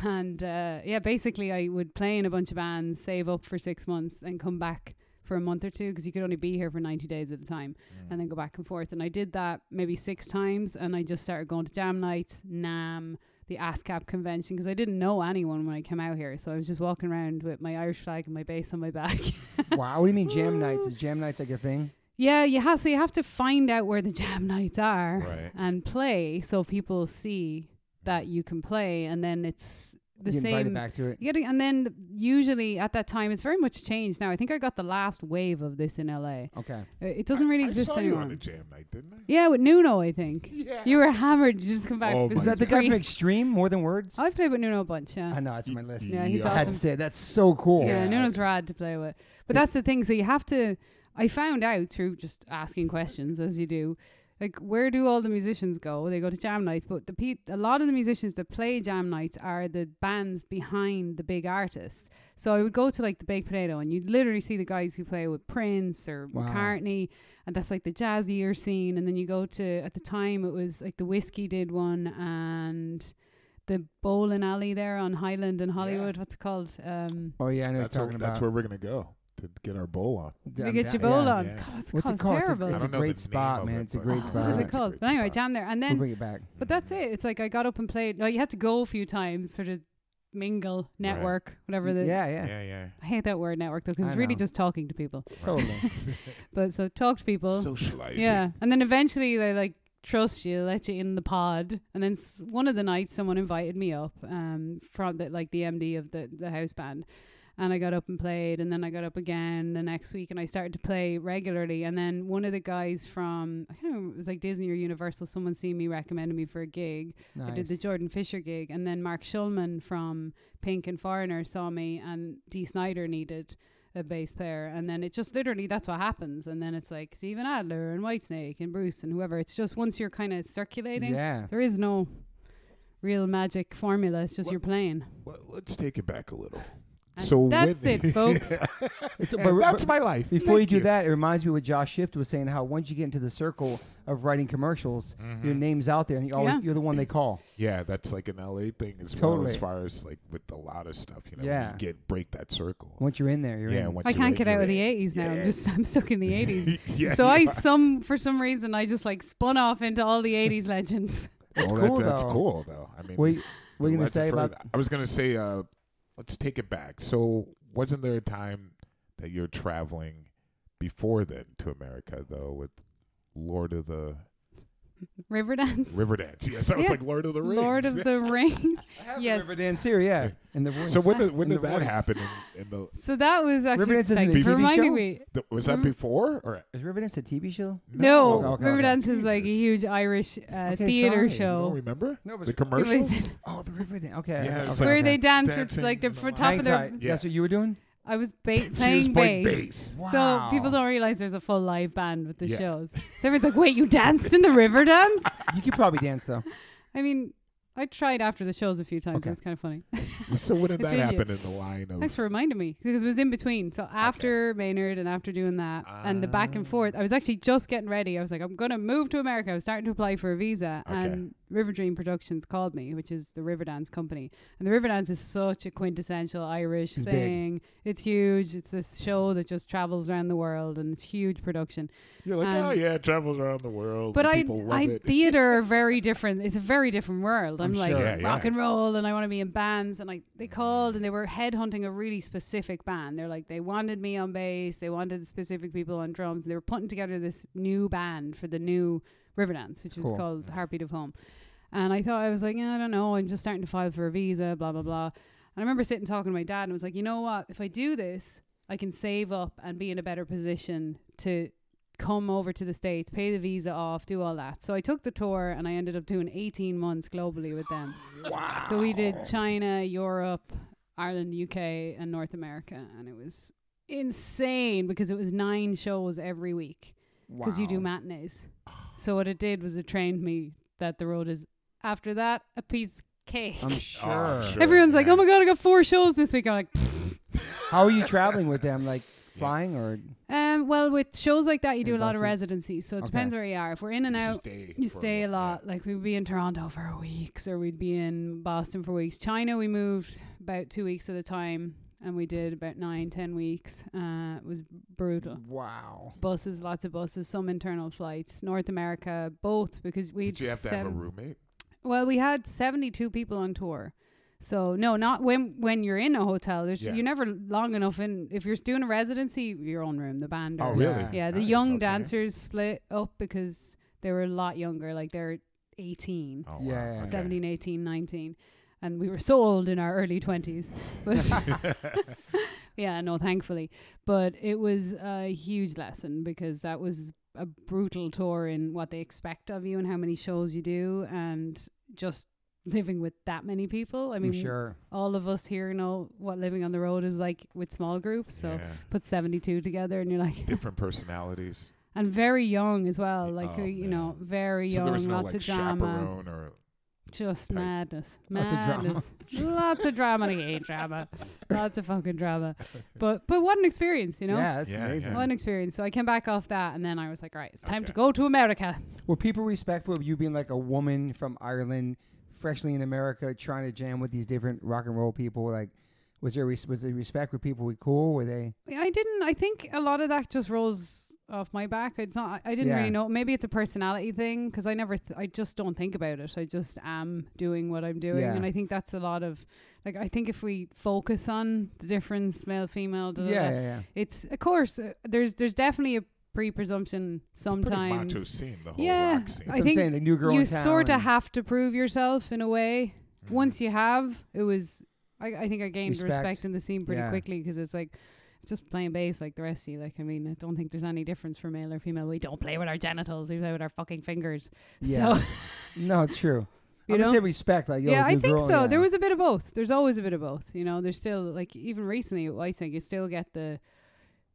And uh, yeah, basically, I would play in a bunch of bands, save up for six months, and come back for a month or two because you could only be here for ninety days at a time, and then go back and forth. And I did that maybe six times, and I just started going to jam nights, Nam, the ASCAP convention because I didn't know anyone when I came out here, so I was just walking around with my Irish flag and my bass on my back.
wow, what do you mean jam nights? Is jam nights like a thing?
Yeah, you have so you have to find out where the jam nights are
Right.
and play so people see that you can play and then it's the
you invited
same
back to it.
you gotta- and then usually at that time it's very much changed now. I think I got the last wave of this in LA.
Okay,
Uh, It doesn't really
I,
exist
I saw you
anymore.
on a jam night, didn't I?
yeah, with Nuno, I think.
Yeah.
You were hammered. You just come back.
Oh
This
my
is that the guy
pre-
from Extreme? More than words?
I've played with Nuno a bunch. Oh, Yeah.
I know it's on my list.
Yeah, he's
I
awesome.
had to say that's so cool.
Yeah,
Yeah.
Nuno's rad to play with. But that's the thing. So you have to. I found out through just asking questions, as you do, like where do all the musicians go? They go to jam nights, but the pe- a lot of the musicians that play jam nights are the bands behind the big artists. So I would go to like the Baked Potato, and you'd literally see the guys who play with Prince or
Wow.
McCartney, and that's like the jazzier scene. And then you go to at the time it was like the Whiskey did one and. The bowling alley there on Highland and Hollywood, what's it called? Um,
Oh yeah, I know
That's
what
where,
you're talking
that's
about.
where we're gonna go to get our bowl on.
Yeah,
We get
yeah.
Jabol on.
Yeah.
God, what's it
What's
called?
it called? It's a-
terrible.
it's
I
a
don't know
great
the name
spot,
of
man.
it,
It's a
but-
great
Oh,
spot.
what is
It's
it
a
called?
great
But anyway, I
spot.
jammed there. And
We'll
then,
bring it back.
but that's it. It's like I got up and played. No, you had to go a few times, sort of mingle,
Right.
network, whatever the.
yeah, yeah,
Yeah, yeah.
I hate that word network though, because
I
it's really
know.
just talking to people.
totally.
But so talk to people.
Socializing.
yeah. And then eventually they like trust you, let you in the pod. And then s- one of the nights someone invited me up um, from the, like the MD of the, the house band. And I got up and played, and then I got up again the next week, and I started to play regularly. And then one of the guys from I can't remember, it was like Disney or Universal. Someone seen me, recommended me for a gig.
nice.
I did the Jordan Fisher gig, and then Mark Schulman from Pink and Foreigner saw me, and Dee Snyder needed a bass player, and then it just literally that's what happens, and then it's like Steven Adler and Whitesnake and Bruce and whoever. It's just once you're kind of circulating,
Yeah,
there is no real magic formula. It's just
Well-
you're playing.
Well, let's take it back a little.
And
so
that's
with-
it, folks.
It's-
And
but-
that's
but-
my life.
Before you
Thank
do that, it reminds me what Josh Shift was saying. How once you get into the circle of writing commercials,
Mm-hmm.
your name's out there, and you always
Yeah.
you're the one they call.
Yeah, that's like an LA thing as well
Totally.
as far as like with a lot of stuff, you know,
Yeah.
when you get break that circle.
Once you're in there, you're
yeah,
in.
once
I
you're
can't
in,
get
you're
out
in.
of the eighties now.
Yeah.
I'm just I'm stuck in the eighties.
yeah,
so
you
I
are.
some for some reason I just like spun off into all the eighties legends.
That's
Well,
cool,
Oh, that, that's
though.
cool though. I mean,
Wait,
this-
what are you
the
gonna say
legend
about?
for- I was gonna say, uh, let's take it back. So, wasn't there a time that you're traveling before then to America though with Lord of the
Riverdance.
Riverdance? Yes, I was
Yeah.
like Lord of the Rings.
Lord of the Rings.
I have
Yes.
Riverdance here, yeah. And the voice.
So when did, when
In
did
the
that
voice.
happen? In, in the,
So that was actually
Riverdance isn't
thanks
a
for
TV
reminding
show?
me.
the- was that
Mhm.
before or
is Riverdance a TV show?
No,
Oh, okay,
Riverdance is like a
Jesus.
huge Irish uh,
Okay,
theater
sorry.
You don't
show.
remember?
No, but it
the
was-
It
commercial?
was-
Oh, the Riverdance. Okay.
Yeah,
okay,
it's
okay.
like
where they dance. It's
Dancing
like the
in the
fr-
Light.
top
Hang
of their.
tight.
Yeah.
That's what you were doing.
I was ba-
she was
playing
playing
bass.
bass.
Wow.
So people don't realize there's a full live band with the
Yeah.
shows. Everyone's like, "Wait, you danced in the river dance?"
You could probably dance though.
I mean, I tried after the shows a few times.
Okay.
It was kind of funny.
So when did
It's
that
in you.
happen in the line of?
Thanks for reminding me because it was in between. So after Maynard and after doing that and the back and forth, I was actually just getting ready. I was like, I'm gonna move to America. I was starting to apply for a visa,
Okay.
and River Dream Productions called me, which is the Riverdance company. And the Riverdance is such a quintessential Irish
It's big.
thing. It's huge. It's this show that just travels around the world, and it's huge production.
You're like,
Um,
oh yeah, it travels around the world.
But
and
I,
people love
I
it.
theater are very different. It's a very different world. I'm,
I'm
like
sure.
Yeah, yeah.
rock and roll, and I want to be in bands. And like they called, and they were headhunting a really specific band. They're like they wanted me on bass, they wanted specific people on drums, and they were putting together this new band for the new Riverdance, which was
Cool.
called Heartbeat of Home. And I thought I was like, yeah, I don't know. I'm just starting to file for a visa, blah blah blah. And I remember sitting talking to my dad, and I was like, you know what? If I do this, I can save up and be in a better position to come over to the States, pay the visa off, do all that. So I took the tour and I ended up doing 18 months globally with them.
wow.
So we did China, Europe, Ireland, UK, and North America. And it was insane because it was nine shows every week because you do
Wow.
matinees. So what it did was it trained me that the road is, after that, a piece of cake.
I'm sure.
sure.
Everyone's like,
yeah.
oh my God, I got four shows this week. I'm like,
How are you traveling with them? Like flying or
um, well, with shows like that, you do
In
a lot of
buses.
residencies. So it
Okay.
depends where you are. If we're in and out,
stay.
You
for
stay a
little- yeah.
lot. Like we'd be in Toronto for weeks, or we'd be in Boston for weeks. China, we moved about two weeks at a time, and we did about nine, ten weeks. Uh, it was brutal.
wow.
Buses, lots of buses, some internal flights. North America, both because we.
Did you have to have a roommate?
Well, we had seventy-two people on tour. So no, not when when you're in a hotel. There's
Yeah.
you're never long enough in. If you're doing a residency, your own room, the band.
Oh
or-
really?
Yeah.
yeah, the
Nice,
young
okay.
dancers split up because they were a lot younger, like they're 18,
Oh,
Yeah,
wow.
yeah.
okay.
17, 18, 19. And we were so old in our early 20s. But yeah, no, thankfully. But it was a huge lesson because that was a brutal tour in what they expect of you and how many shows you do and just living with that many people. I
I
mean,
am sure.
all of us here know what living on the road is like with small groups. So
Yeah.
put 72 together and you're like,
different personalities.
and very young as well. Like
Oh,
uh, you
man.
know, very
so
young,
there was no
lots
like
of drama,
chaperone or
just
type.
madness,
Lots of drama.
madness, lots of drama. I hate drama, lots of fucking drama. But but what an experience, you know.
Yeah, that's
Yeah,
amazing.
yeah.
What an experience. So I came back off that, and then I was like, right, it's time to
Okay.
go to America.
Were people respectful of you being like a woman from Ireland, freshly in America, trying to jam with these different rock and roll people? Like, was there res- was there respect? Were people we cool? Were they?
I didn't. I think a lot of that just rolls off my back. It's not. I didn't
Yeah.
really know. Maybe it's a personality thing because I never. Th- I just don't think about it. I just am doing what I'm doing,
Yeah.
and I think that's a lot of. Like I think if we focus on the difference, male, female, da, da,
Yeah,
da,
yeah, yeah.
it's of course uh, there's there's definitely a pre-presumption
it's a pretty macho
sometimes.
scene, the whole
Yeah,
rock scene.
That's
I
what I'm
think
saying. The new girl
You
in town.
sort of
and
have to prove yourself in a way.
Mhm.
Once you have, it was. I, I think I gained
Respect.
respect, in the scene pretty
Yeah.
quickly 'cause it's like just playing bass like the rest of you. Like I mean, I don't think there's any difference for male or female. We don't play with our genitals. We play with our fucking fingers.
Yeah.
So
No, it's true.
you
I'm
know.
gonna say respect. Like, yo,
yeah,
new
I think
girl,
so.
yeah.
There was a bit of both. There's always a bit of both. You know, there's still like even recently at White Snake, you still get the,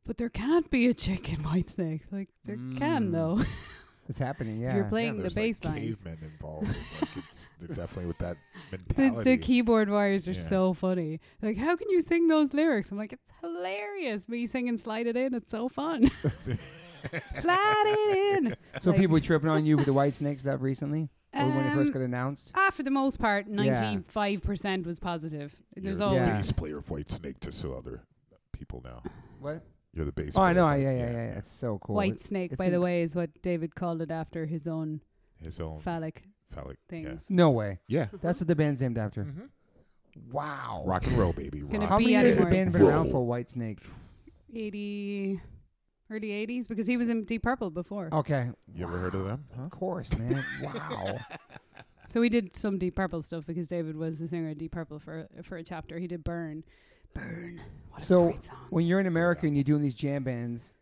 but there can't be a chick in White Snake. Like there
Mm.
can though.
It's happening. Yeah.
if you're playing
yeah, there's,
the bass
like,
lines,
Cavemen involved. like, it's, they're definitely with that
the,
mentality.
the keyboard wires are
Yeah.
so funny. Like how can you sing those lyrics? I'm like it's hilarious. Me singing slide it in. It's so fun. slide it in.
so
like-
people were tripping on you with the White Snake stuff recently, or when it first
Um,
got announced.
Ah, for the most part,
Yeah.
ninety five percent was positive. There's
You're
always
the
Yeah.
bass player of White Snake to so other people now.
What?
You're the bass.
Oh,
player
I know.
of-
Yeah, yeah, yeah. yeah. It's so cool.
White
It's-
Snake,
it's
by the
inc-
way, is what David called it after his own
His own
phallic
phallic yeah.
things.
No way.
Yeah.
That's what the band's named after.
Mhm.
Mm-hmm. Wow.
Rock and roll, baby.
Gonna
Rock
How
be
many years has the
anymore.
band been around for? White Snake.
80 early 80s because he was in Deep Purple before.
Okay.
You ever heard of them? Huh?
Of course, man. wow.
So we did some Deep Purple stuff because David was the singer of Deep Purple for for a chapter. He did Burn. Burn. What a
So-
great song.
When you're in America and you're doing these jam bands,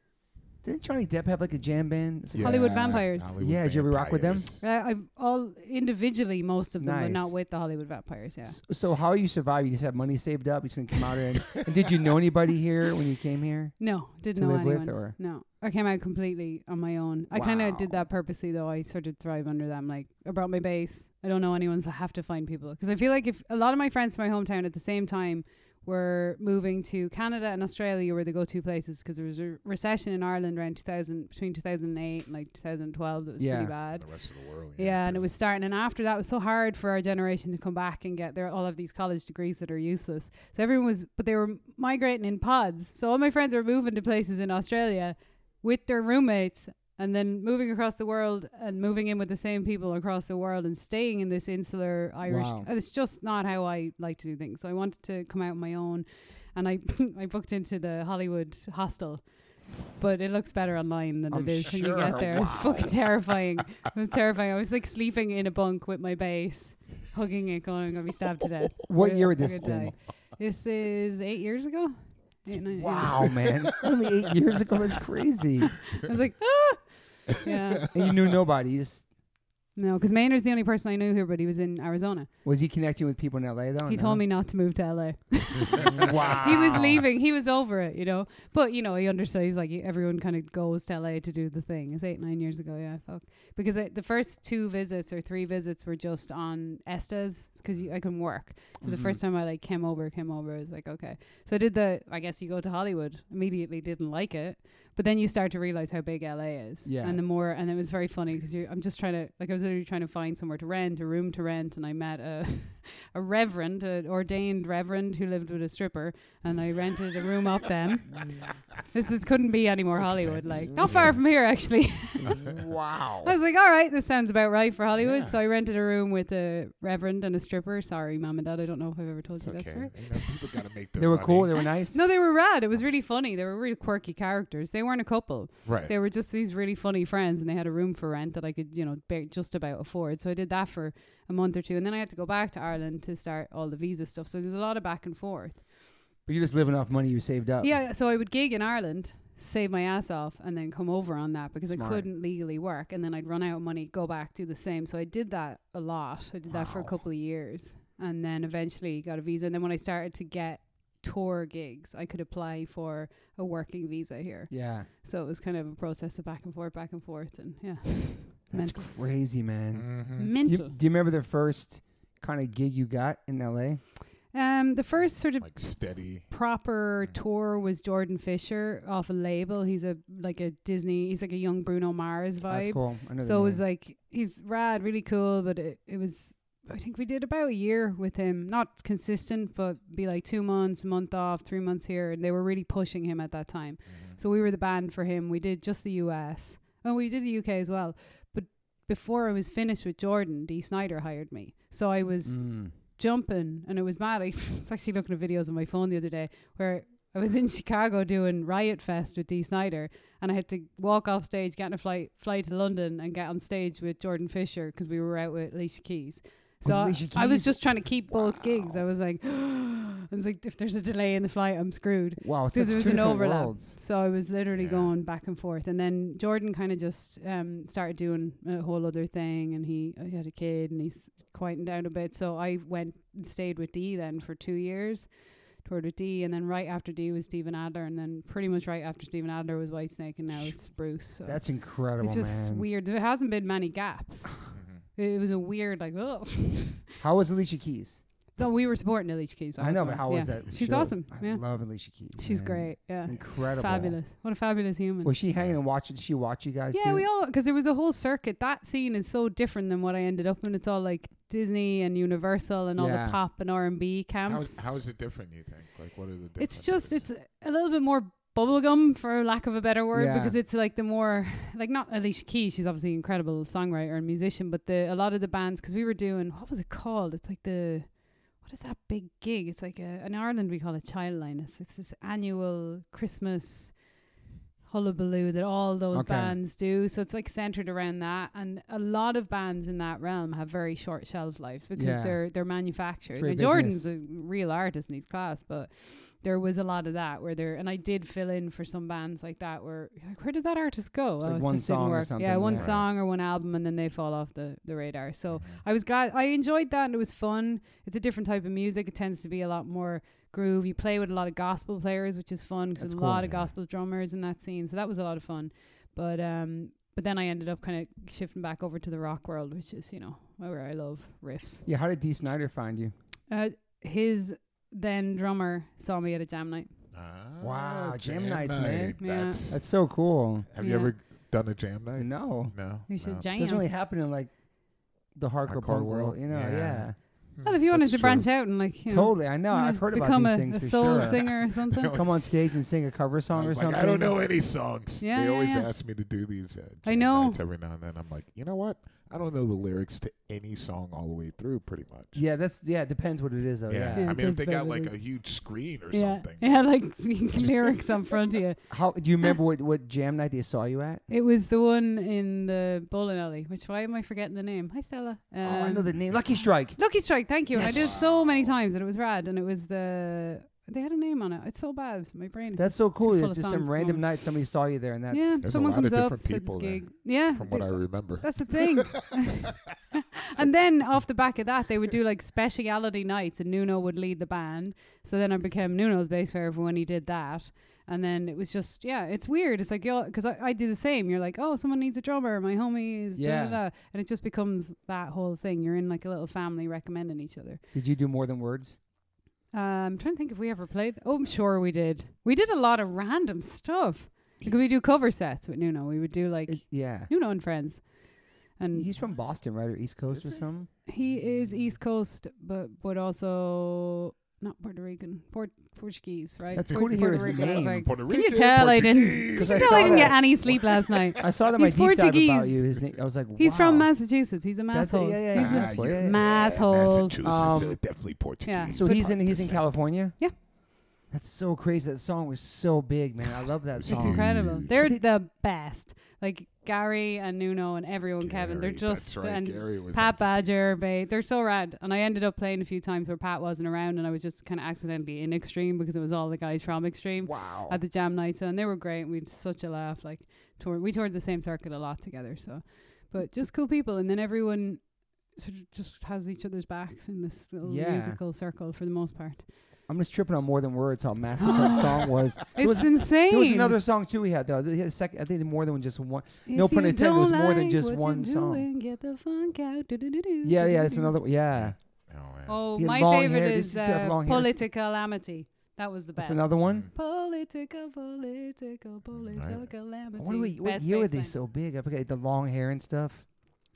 Didn't Johnny Depp have like a jam band? It's like-
Yeah,
Hollywood Vampires.
Hollywood
Yeah, did you ever rock with them?
Vampires.
Uh, I've all individually most of them, but
Nice.
not with the Hollywood vampires. Yeah.
S- So how you survive? You just have money saved up. You just gonna come out and, and did you know anybody here when you came here?
No, didn't
To
know
live with,
anyone.
or-
No, I came out completely on my own. I kind
Wow.
of did that purposely, though. I sort of thrive under them. Like I brought my base. I don't know anyone, so I have to find people because I feel like if a lot of my friends from my hometown at the same time were moving to Canada and Australia were the go-to places because there was a recession in Ireland around 2000 between 2008 and like 2012 that was
Yeah.
pretty bad.
The rest of the world.
Yeah, and it was starting. And after that, it was so hard for our generation to come back and get their all of these college degrees that are useless. So everyone was, but they were migrating in pods. So all my friends were moving to places in Australia with their roommates and then moving across the world and moving in with the same people across the world and staying in this insular Irish.
Wow.
It's just not how I like to do things. So I wanted to come out on my own. And I, I booked into the Hollywood hostel. But it looks better online than
I'm
it is when you
sure.
get there. It's
Wow.
fucking terrifying. It was terrifying. I was like sleeping in a bunk with my base, hugging it, going, I'm going to be stabbed to death.
What
Yeah,
year would
I'm
this have
gonna
been?
die. This is eight years ago. Eight, nine-
Wow, man! Only eight years ago. That's crazy.
yeah. I was like, ah! Yeah.
And you knew nobody. You just
No, because Maynard's the only person I knew here, but he was in Arizona.
was he connecting with people in L.A. though?
he
No?
told me not to move to LA.
wow.
He was leaving. He was over it, you know. But, you know, he understood. He's like, everyone kind of goes to LA to do the thing. It's eight, nine years ago. Yeah, fuck. Because I, the first two visits or three visits were just on Estas because I couldn't work. So the
Mhm.
first time I like came over, came over, I was like, okay. So I did the, I guess you go to Hollywood, immediately didn't like it. But then you start to realize how big LA is.
Yeah.
And the more, and it was very funny because I'm just trying to, like, I was literally trying to find somewhere to rent, a room to rent. And I met a, a reverend, an ordained reverend who lived with a stripper. And I rented a room off them. This is, couldn't be any more Hollywood. Like, not far from here, actually.
Wow.
I was like, all right, this sounds about right for Hollywood.
Yeah.
So I rented a room with a reverend and a stripper. Sorry, mom and dad. I don't know if I've ever told
It's
you
okay.
that story.
You know, people gotta make their
They were
money.
cool. They were nice.
No, they were rad. It was really funny. They were really quirky characters. They weren't a couple.
Right.
They were just these really funny friends, and they had a room for rent that I could, you know, ba- just about afford. So I did that for a month or two, and then I had to go back to Ireland to start all the visa stuff. So there's a lot of back and forth.
But you're just living off money you saved up.
Yeah, so I would gig in Ireland, save my ass off, and then come over on that because
Smart.
I couldn't legally work, and then I'd run out of money, go back, do the same. So I did that a lot. I did that for a
Wow.
couple of years, and then eventually got a visa. And then when I started to get tour gigs, I could apply for a working visa here.
Yeah.
So it was kind of a process of back and forth, back and forth, and yeah,
That's
Mental.
crazy, man.
Mhm.
Do you,
mental.
do you remember the first kind of gig you got in L.A.?
Um, the first sort of
Like steady.
proper tour was Jordan Fisher off a label. He's a like a Disney. He's like a young Bruno Mars
That's
vibe.
cool. I know the
So it was
name.
like he's rad, really cool, but it, it was I think we did about a year with him, not consistent, but be like two months, a month off, three months here, and they were really pushing him at that time.
Mhm.
So we were the band for him. We did just the US. Oh, we did the UK as well. But before I was finished with Jordan, Dee Snyder hired me. So I was
Mm.
jumping and it was mad. I was actually looking at videos on my phone the other day where I was in Chicago doing Riot Fest with Dee Snyder and I had to walk off stage, get on a flight, fly to London and get on stage with Jordan Fisher because we were out with Alicia Keys.
With
So I-
Alicia
I was
Keys?
just trying to keep both gigs. I was like, I was like, if there's a delay in the flight, I'm screwed.
Wow. Such
Because
two
there was an
different
overlap.
worlds.
So I was literally
Yeah.
going back and forth, and then Jordan kind of just um, started doing a whole other thing, and he, uh, he had a kid, and he's quieting down a bit. So I went and stayed with Dee then for two years, toured with Dee, and then right after Dee was Steven Adler, and then pretty much right after Steven Adler was Whitesnake, and now it's Bruce. So
That's incredible,
it's just
man.
weird. There hasn't been many gaps.
Mhm.
It was a weird like oh.
How was Alicia Keys?
so we were supporting Elise Keys.
I know, but how
yeah.
was that?
She's
shows?
awesome,
I
yeah.
love Alicia Keys.
She's
man.
great. Yeah,
Incredible.
fabulous. What a fabulous human.
Was she hanging and watching? Did she watch you guys?
Yeah,
too?
we all because there was a whole circuit. That scene is so different than what I ended up in. It's all like Disney and Universal and all
Yeah.
the pop and R and B
How
camps.
is, how is it different? You think? Like, what are the?
Um, it's just
differences?
it's a little bit more bubblegum for lack of a better word
Yeah.
because it's like the more like not Alicia Keys. She's obviously an incredible songwriter and musician, but the a lot of the bands because we were doing what was it called? It's like the what is that big gig? It's like a, in Ireland we call it Childliness. It's this annual Christmas hullabaloo that all those
Okay.
bands do. So it's like centered around that, and a lot of bands in that realm have very short shelf lives because
Yeah.
they're they're manufactured.
Through
Now,
business.
Jordan's a real artist in his class, but there was a lot of that where there, and I did fill in for some bands like that where you're like, where did that artist go?
It's
Oh,
like
it
one
just didn't
song or
work. Yeah,
something,
one
yeah.
song or one album, and then they fall off the the radar. So
Mm-hmm.
I was glad I enjoyed that, and it was fun. It's a different type of music. It tends to be a lot more groove. You play with a lot of gospel players, which is fun because
That's
there's a
cool,
lot of
yeah.
gospel drummers in that scene. So that was a lot of fun. But um, but then I ended up kind of shifting back over to the rock world, which is you know where I love riffs.
Yeah, how did Dee Snyder find you?
Uh, his then drummer saw me at a jam night.
Ah,
Wow, jam nights, man.
Yeah.
That's,
That's so cool.
have you
Yeah.
ever done a jam night?
No,
No.
We should
no.
it
jam.
doesn't really happen in like the hardcore,
Hardcore
punk world,
world?
you know? Yeah,
Yeah.
well, if you
That's
wanted to
true.
branch out and like you know,
totally. I know.
you
I've
know,
heard about
become
these
a,
things
a
for
soul
sure.
singer or something.
Come on stage and sing a cover
I
song or
was like,
something.
I don't know any songs.
Yeah,
they
yeah,
always
yeah.
ask me to do these. Uh,
I
jam
know.
nights Every now and then, I'm like, you know what? I don't know the lyrics to any song all the way through, pretty much.
Yeah, that's yeah. It depends what it is though. Yeah.
Yeah.
Yeah,
I
it
mean, if
does
they got
better
like
than-
a huge screen or
yeah,
something.
yeah, like lyrics up front of you.
How do you remember what what jam night they saw you at?
It was the one in the bowling alley. Which why am I forgetting the name? Hi Stella. Um,
oh, I know the name. Lucky Strike.
Lucky Strike. Thank you. And I did it
Yes.
so many times, and it was rad. And it was the they had a name on it. It's so bad. My brain. Is
That's so cool.
full
It's
of
just
songs
some
at the
random
moment.
night somebody saw you there, and that's
yeah.
There's a
someone
lot of
comes up,
different
says
people
it's
then,
gig. Yeah.
From what
th-
I remember.
That's the thing. and then off the back of that, they would do like speciality nights, and Nuno would lead the band. So then I became Nuno's bass player for when he did that. And then it was just, yeah, it's weird. It's like, you because I, I do the same. You're like, oh, someone needs a drummer. My homie is,
Yeah.
da, da, da. And it just becomes that whole thing. You're in like a little family recommending each other.
Did you do more than words?
Um, I'm trying to think if we ever played. Oh, I'm sure we did. We did a lot of random stuff. Like we do cover sets with Nuno. We would do like
It's, yeah.
Nuno and friends. And
He's from Boston, right, or East Coast or something?
He is East Coast, but but also not Puerto Rican, Port, Portuguese, right?
That's
Port-
cool to hear his
Rican. I
name.
was like,
Puerto
can you
Rican,
tell I didn't? Can you
Portuguese.
I
tell
saw
I didn't get
that.
any sleep last night?
I saw that my
He's
deep dive about
Portuguese.
you. His name. I was like,
He's
wow.
from Massachusetts. He's a
That's it,
masshole.
yeah, yeah,
He's
yeah.
a
That's what- yeah, yeah.
masshole.
Massachusetts,
Um,
uh, definitely Portuguese.
So he's in he's in California.
Yeah.
That's so crazy. That song was so big, man. I love that
It's
song.
It's incredible.
Dude.
They're the best. Like Gary and Nuno and everyone, Kevin. They're
Gary,
just
that's right.
and
Gary was
Pat
on
Badger, babe. They're so rad. And I ended up playing a few times where Pat wasn't around, and I was just kind of accidentally in Extreme because it was all the guys from Extreme.
Wow.
at the jam nights and they were great and we had such a laugh like tour we toured the same circuit a lot together so but just cool people and then everyone sort of just has each other's backs in this little
Yeah.
musical circle for the most part
I'm just tripping on more than words. How massive that song was.
it's
There was,
insane
there was another song too. We had though. He had a second. I think more than just one. no
If
pun
you
intended, it was
don't
more than
like
just
what
one
you're
song.
doing, get the funk out do-do-do-do,
Yeah, yeah. It's
do-do-do-do.
another. one. Yeah.
Oh, man.
oh
He had
my
long
favorite
hair. This
is
is- he had
uh,
long hair.
political amity that was the
That's
best
another
Mm-hmm.
one.
political political political
I
amity
wonder what, what
Best
year were they
bassline.
so big? I forget the long hair and stuff.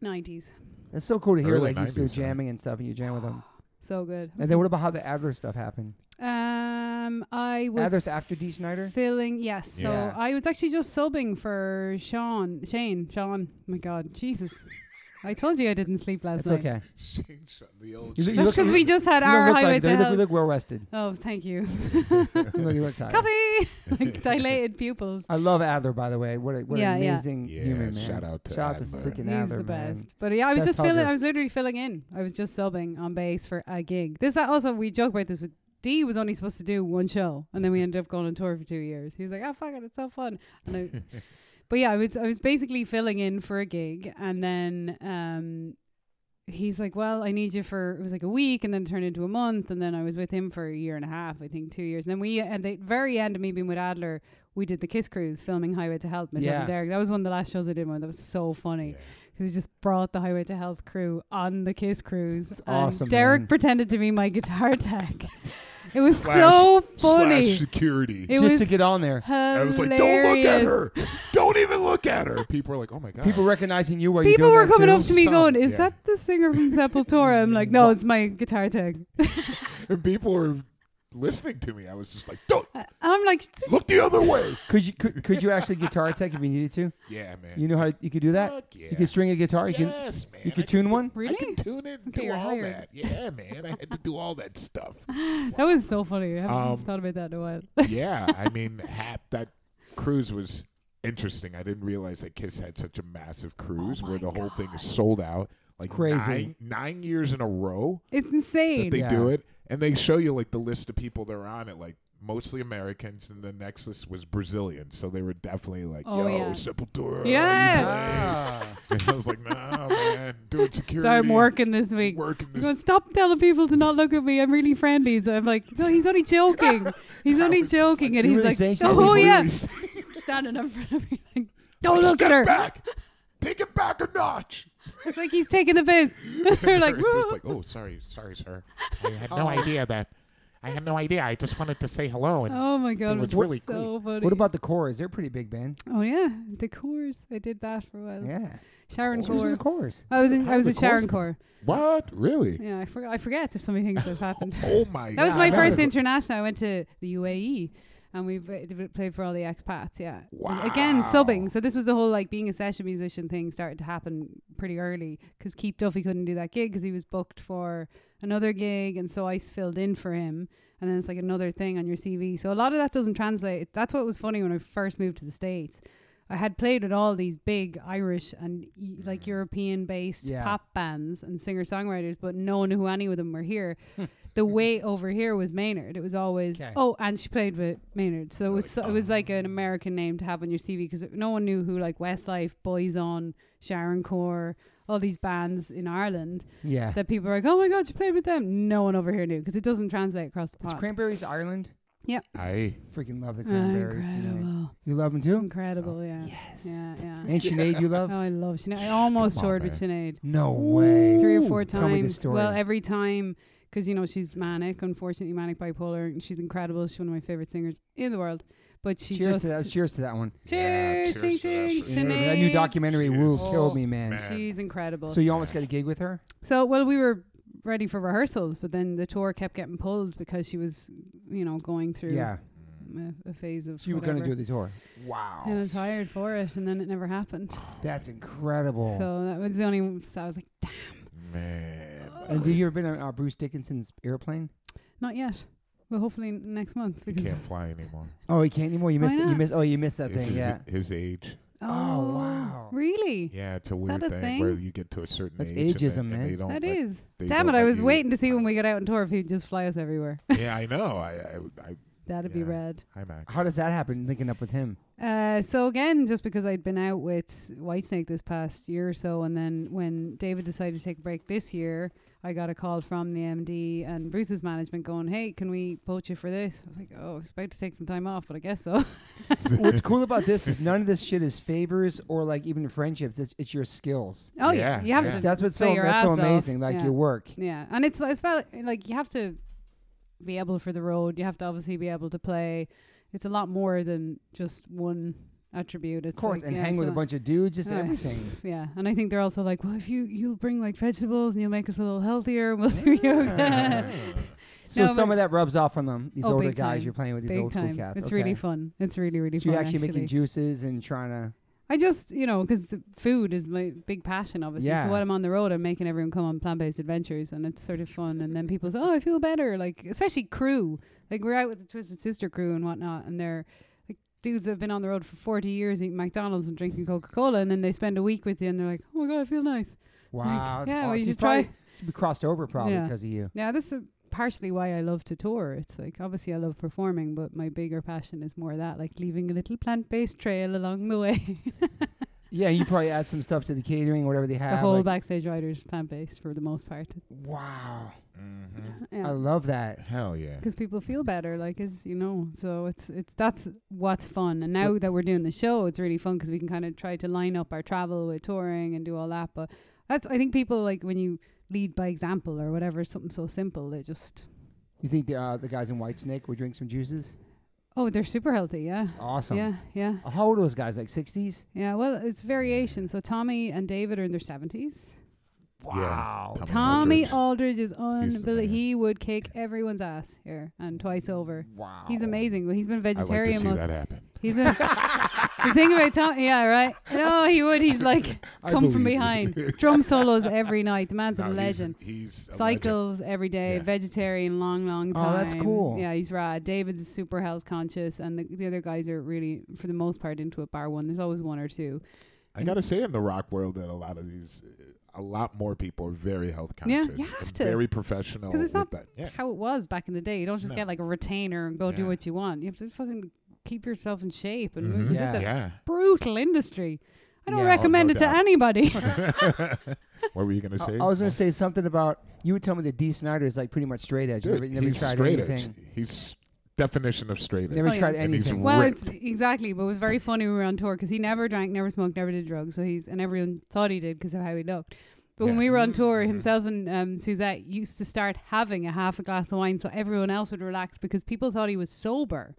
90s
That's so cool to hear.
Early
like he's still
90s, right?
jamming and stuff, and you jam with him.
so good
And then what about how the Adler stuff happened?
Um, I was
Adler's after D. Schneider.
filling. Yes, so
Yeah.
I was actually just subbing for Sean, Shane, Sean. my God, Jesus! I told you I didn't sleep last
That's
night.
okay.
Shane Shut- the old
You look- you
Shane
That's
look-
because
Shut-
we just had
you don't
our
look
highway
like,
to
you look,
hell.
you look well rested.
oh, thank you.
You look, you look tired.
Coffee, like dilated pupils.
I love Adler, by the way. What a, what
Yeah,
an
yeah.
amazing
Yeah,
human man.
shout out to
shout out to
Adler.
freaking
He's
Adler,
the
man.
best. But yeah, I was
Best
just filling.
hugger.
I was literally filling in. I was just subbing on bass for a gig. This I also we joke about this with D was only supposed to do one show, and then we ended up going on tour for two years. He was like, "Oh fuck it, it's so fun." And I, but yeah, I was I was basically filling in for a gig, and then um, he's like, "Well, I need you for it was like a week, and then turned into a month, and then I was with him for a year and a half, I think two years, and then we at the very end of me being with Adler." We did the Kiss Cruise filming Highway to Health. myself
Yeah.
and Derek. That was one of the last shows I did. One that was so funny
Yeah.
who just brought the Highway to Health crew on the Kiss cruise. It's
awesome,
Derek
man.
pretended to be my guitar tech. It was
Slash-
so
Slash
funny.
security.
It
Just
was
to get on there.
I was
hilarious.
like, don't look at her. Don't even look at her. People are like, oh my God.
People recognizing you while
People
you're
were
doing that
coming
too.
up to me
Some,
going, "Is
yeah.
that the singer from Sepultura?" I'm like, "No, it's my guitar tech."
and people were listening to me. I was just like, don't
I'm like,
look the other way.
Could you could, could you actually guitar tech if you needed to?
Yeah, man.
You know how you could do that.
Fuck yeah.
You could string a guitar. You can
yes, man.
you
I
could tune one.
I
"Really?"
could tune it and
Okay,
do
you're
all
hired.
that. Yeah, man. I had to do all that stuff.
That was so funny. I haven't
Um,
thought about that in a while.
yeah, I mean, hap, that cruise was interesting. I didn't realize that Kiss had such a massive
Oh
cruise where the whole thing is sold out. Like
Crazy.
Nine, nine years in a row
it's
that
insane.
they
Yeah.
do it. And they show you like the list of people they're on at like mostly Americans, and the next list was Brazilians. So they were definitely like,
Oh,
"Yo,
yeah.
Sepultura."
Yeah.
Ah.
and I was like, "Nah, man, doing security."
So I'm working this week.
Working
You're
this.
Going, Stop telling people to not look at me. I'm really friendly. So I'm like, no, he's only joking. He's
I
only
was just like,
joking. and
"You
he's
really saying
like,
she's
oh,
really
yeah.
Please,
Standing up front of me. Like, don't
like,
look
step
at her.
Back. Take it back a notch.
It's like he's taking the piss. They're like, Oh.
It's
"Woo."
like, "Oh, sorry, sorry, sir."
I had no idea that. I had no idea. I just wanted to say hello. And
oh my God. It
was
was
really
so funny.
What about the Cores? They're a pretty big band.
Oh, yeah. The Coors. I did that for a while.
Yeah.
Sharon
Who's in the
Core.
Cores?
I was in, I was
The
in Sharon
Coors?
Core.
What? Really?
Yeah, I forgot. I forget if so many things have happened.
Oh my!
That was
God.
my
Yeah.
first international. I went to the UAE, and we v- d- played for all the expats. Yeah, And again
Wow.
subbing. So this was the whole like being a session musician thing started to happen pretty early because Keith Duffy couldn't do that gig because he was booked for another gig, and so I s- filled in for him. And then it's like another thing on your CV. So a lot of that doesn't translate. That's what was funny when I first moved to the states. I had played with all these big Irish and e-
Mm.
like European based
Yeah.
pop bands and singer songwriters, but no one knew who any of them were here the
Mm-hmm.
way over here was Maynard. It was always
'Kay.
oh, and she played with Maynard, so it was so, it was like an American name to have on your CV because no one knew who like Westlife, Boys On, Sharon Core, all these bands in Ireland
Yeah.
that people are like, oh my god, you played with them. No one over here knew because it doesn't translate across the
Is
pond.
Cranberries Ireland?
I
Freaking love the Cranberries. you know.
Oh, incredible,
You love them too?
incredible, yeah,
Yes.
yeah, yeah.
And Sinead, you love?
oh, I love Sinead. I almost
Come on,
toured
man.
with Sinead.
No way.
three or four
Tell me the
times. Well,
story.
every time, because you know she's manic, unfortunately manic bipolar, and she's incredible. She's one of my favorite singers in the world. But she
Cheers
just
to that. Cheers to that one.
cheers,
Yeah,
ching,
cheers to that
ching,
shit.
Yeah,
Sinead.
That new documentary, Woo,
Cheers.
killed
Oh,
me, man.
man.
She's incredible.
So you almost got a gig with her?
So, well, we were ready for rehearsals, but then the tour kept getting pulled because she was, you know, going through
Yeah.
a, a phase of.
So you were going to do
whatever.
the tour.
I
Wow.
was hired for it, and then it never happened.
That's incredible.
So that was the only. So I was like,
man.
and did you ever been on uh, Bruce Dickinson's airplane?
not yet. But hopefully next month
He
because
can't fly anymore.
Oh, you can't anymore. You
Why
missed it. You
not?
missed. Oh, you missed that
It's
thing.
his,
Yeah.
his age.
Oh, wow.
Really?
Yeah, it's a
that
weird
a
thing,
thing?
where you get to a certain
That's
age.
ageism,
and they,
man.
And they don't
That
let-
is.
they
Damn it!
don't
I
let
was
you-
waiting to see when we got out on tour if he'd just fly us everywhere.
yeah, I know. I, I, I
That'd be
Yeah.
rad.
hi Max.
How does that happen? Linking up with him.
Uh, so again, just because I'd been out with Whitesnake this past year or so, and then when David decided to take a break this year, I got a call from the MD and Bruce's management going, "Hey, can we poach you for this?" I was like, "Oh, I was about to take some time off, but I guess so."
What's cool about this is none of this shit is favors or like even friendships. It's it's your skills.
oh yeah,
Yeah,
you have
yeah.
to.
That's what's
play
so
your
that's so
ass off.
amazing. Like
Yeah.
your work.
Yeah, and it's it's about like you have to be able for the road. You have to obviously be able to play. It's a lot more than just one attribute. It's
Of course,
like,
and
yeah,
hang
it's
with a
lot-
bunch of dudes, just
Oh, yeah.
everything.
Yeah, and I think they're also like, well, if you you'll bring like vegetables and you'll make us a little healthier, we'll do yoga.
So
No,
some
but-
of that rubs off on them. These
Oh,
older
big
guys
time.
you're playing with these
Big
old school
time.
cats.
It's
okay.
really fun. It's really really
So you're
fun.
actually,
Actually,
making juices and trying to.
I just you know because food is my big passion, obviously.
Yeah.
So when I'm on the road, I'm making everyone come on plant based adventures, and it's sort of fun. And then people say, oh, I feel better. Like especially crew, like we're out with the Twisted Sister crew and whatnot, and they're like dudes that have been on the road for 40 years eating McDonald's and drinking Coca Cola, and then they spend a week with you, and they're like, oh my god, I feel nice.
Wow. that's
yeah,
awesome.
well, you
He's
should try.
probably- he's crossed over probably
Yeah.
because of you.
Yeah, this is partially why I love to tour. It's like obviously I love performing, but my bigger passion is more that, like leaving a little plant-based trail along the way.
Yeah, you probably add some stuff to the catering, whatever they have.
the whole
like-
backstage rider's plant-based for the most part.
wow.
Mhm.
I
Yeah.
love that.
Hell yeah.
Because people feel better, like as you know, so it's it's that's what's fun. And now that we're doing the show, it's really fun because we can kind of try to line up our travel with touring and do all that. But that's I think people like when you lead by example or whatever, something so simple, they just
You think the, uh, the guys in Whitesnake would drink some juices?
oh they're super healthy, yeah,
Awesome.
yeah, yeah.
Uh, How old are those guys? Like 60s?
Yeah, well, it's variation. So Tommy and David are in their seventies.
Wow.
Thomas
Tommy oh,
Aldridge.
Aldridge is unbelievable.
man.
He would kick everyone's ass here and twice over.
Wow.
He's amazing. Well, He's been
I'd like to
vegetarian.
see
most-
that happen.
He's been. the thing about Tommy, yeah, right. No, he would. He'd like
I
come from
believe you.
behind. Drum solos every night. The man's
No,
a
he's-
legend.
He's a legend.
Cycles every day,
Yeah.
vegetarian, long, long time.
Oh, that's cool.
Yeah, he's rad. David's super health conscious, and the, the other guys are really, for the most part, into it. Bar one, there's always one or two.
I gotta say, in the rock world, that a lot of these uh, a lot more people are very health
Yeah, you
conscious.
have
and
to.
Very professional
'Cause it's
with
not
that. Yeah.
how it was back in the day. You don't just
No.
get like a retainer and go do
Yeah.
what you want. You have to fucking keep yourself in shape and move.
Mhm.
'cause
Yeah.
It's a
Yeah.
brutal industry. I don't
Yeah. Oh, no
recommend it to
doubt.
anybody.
what were you going to say?
I, I was gonna say something about you would tell me that D. Snyder is like pretty much straight edge.
Dude,
never never
he's
tried
straight
anything.
edge. He's definition of straight edge.
Never
Oh, yeah.
tried
And he's
anything.
w-
well,
ripped.
it's exactly, but it was very funny when we were on tour because he never drank, never smoked, never did drugs. So he's and everyone thought he did because of how he looked. But when
Yeah.
we were on tour, himself and um, Suzette used to start having a half a glass of wine so everyone else would relax because people thought he was sober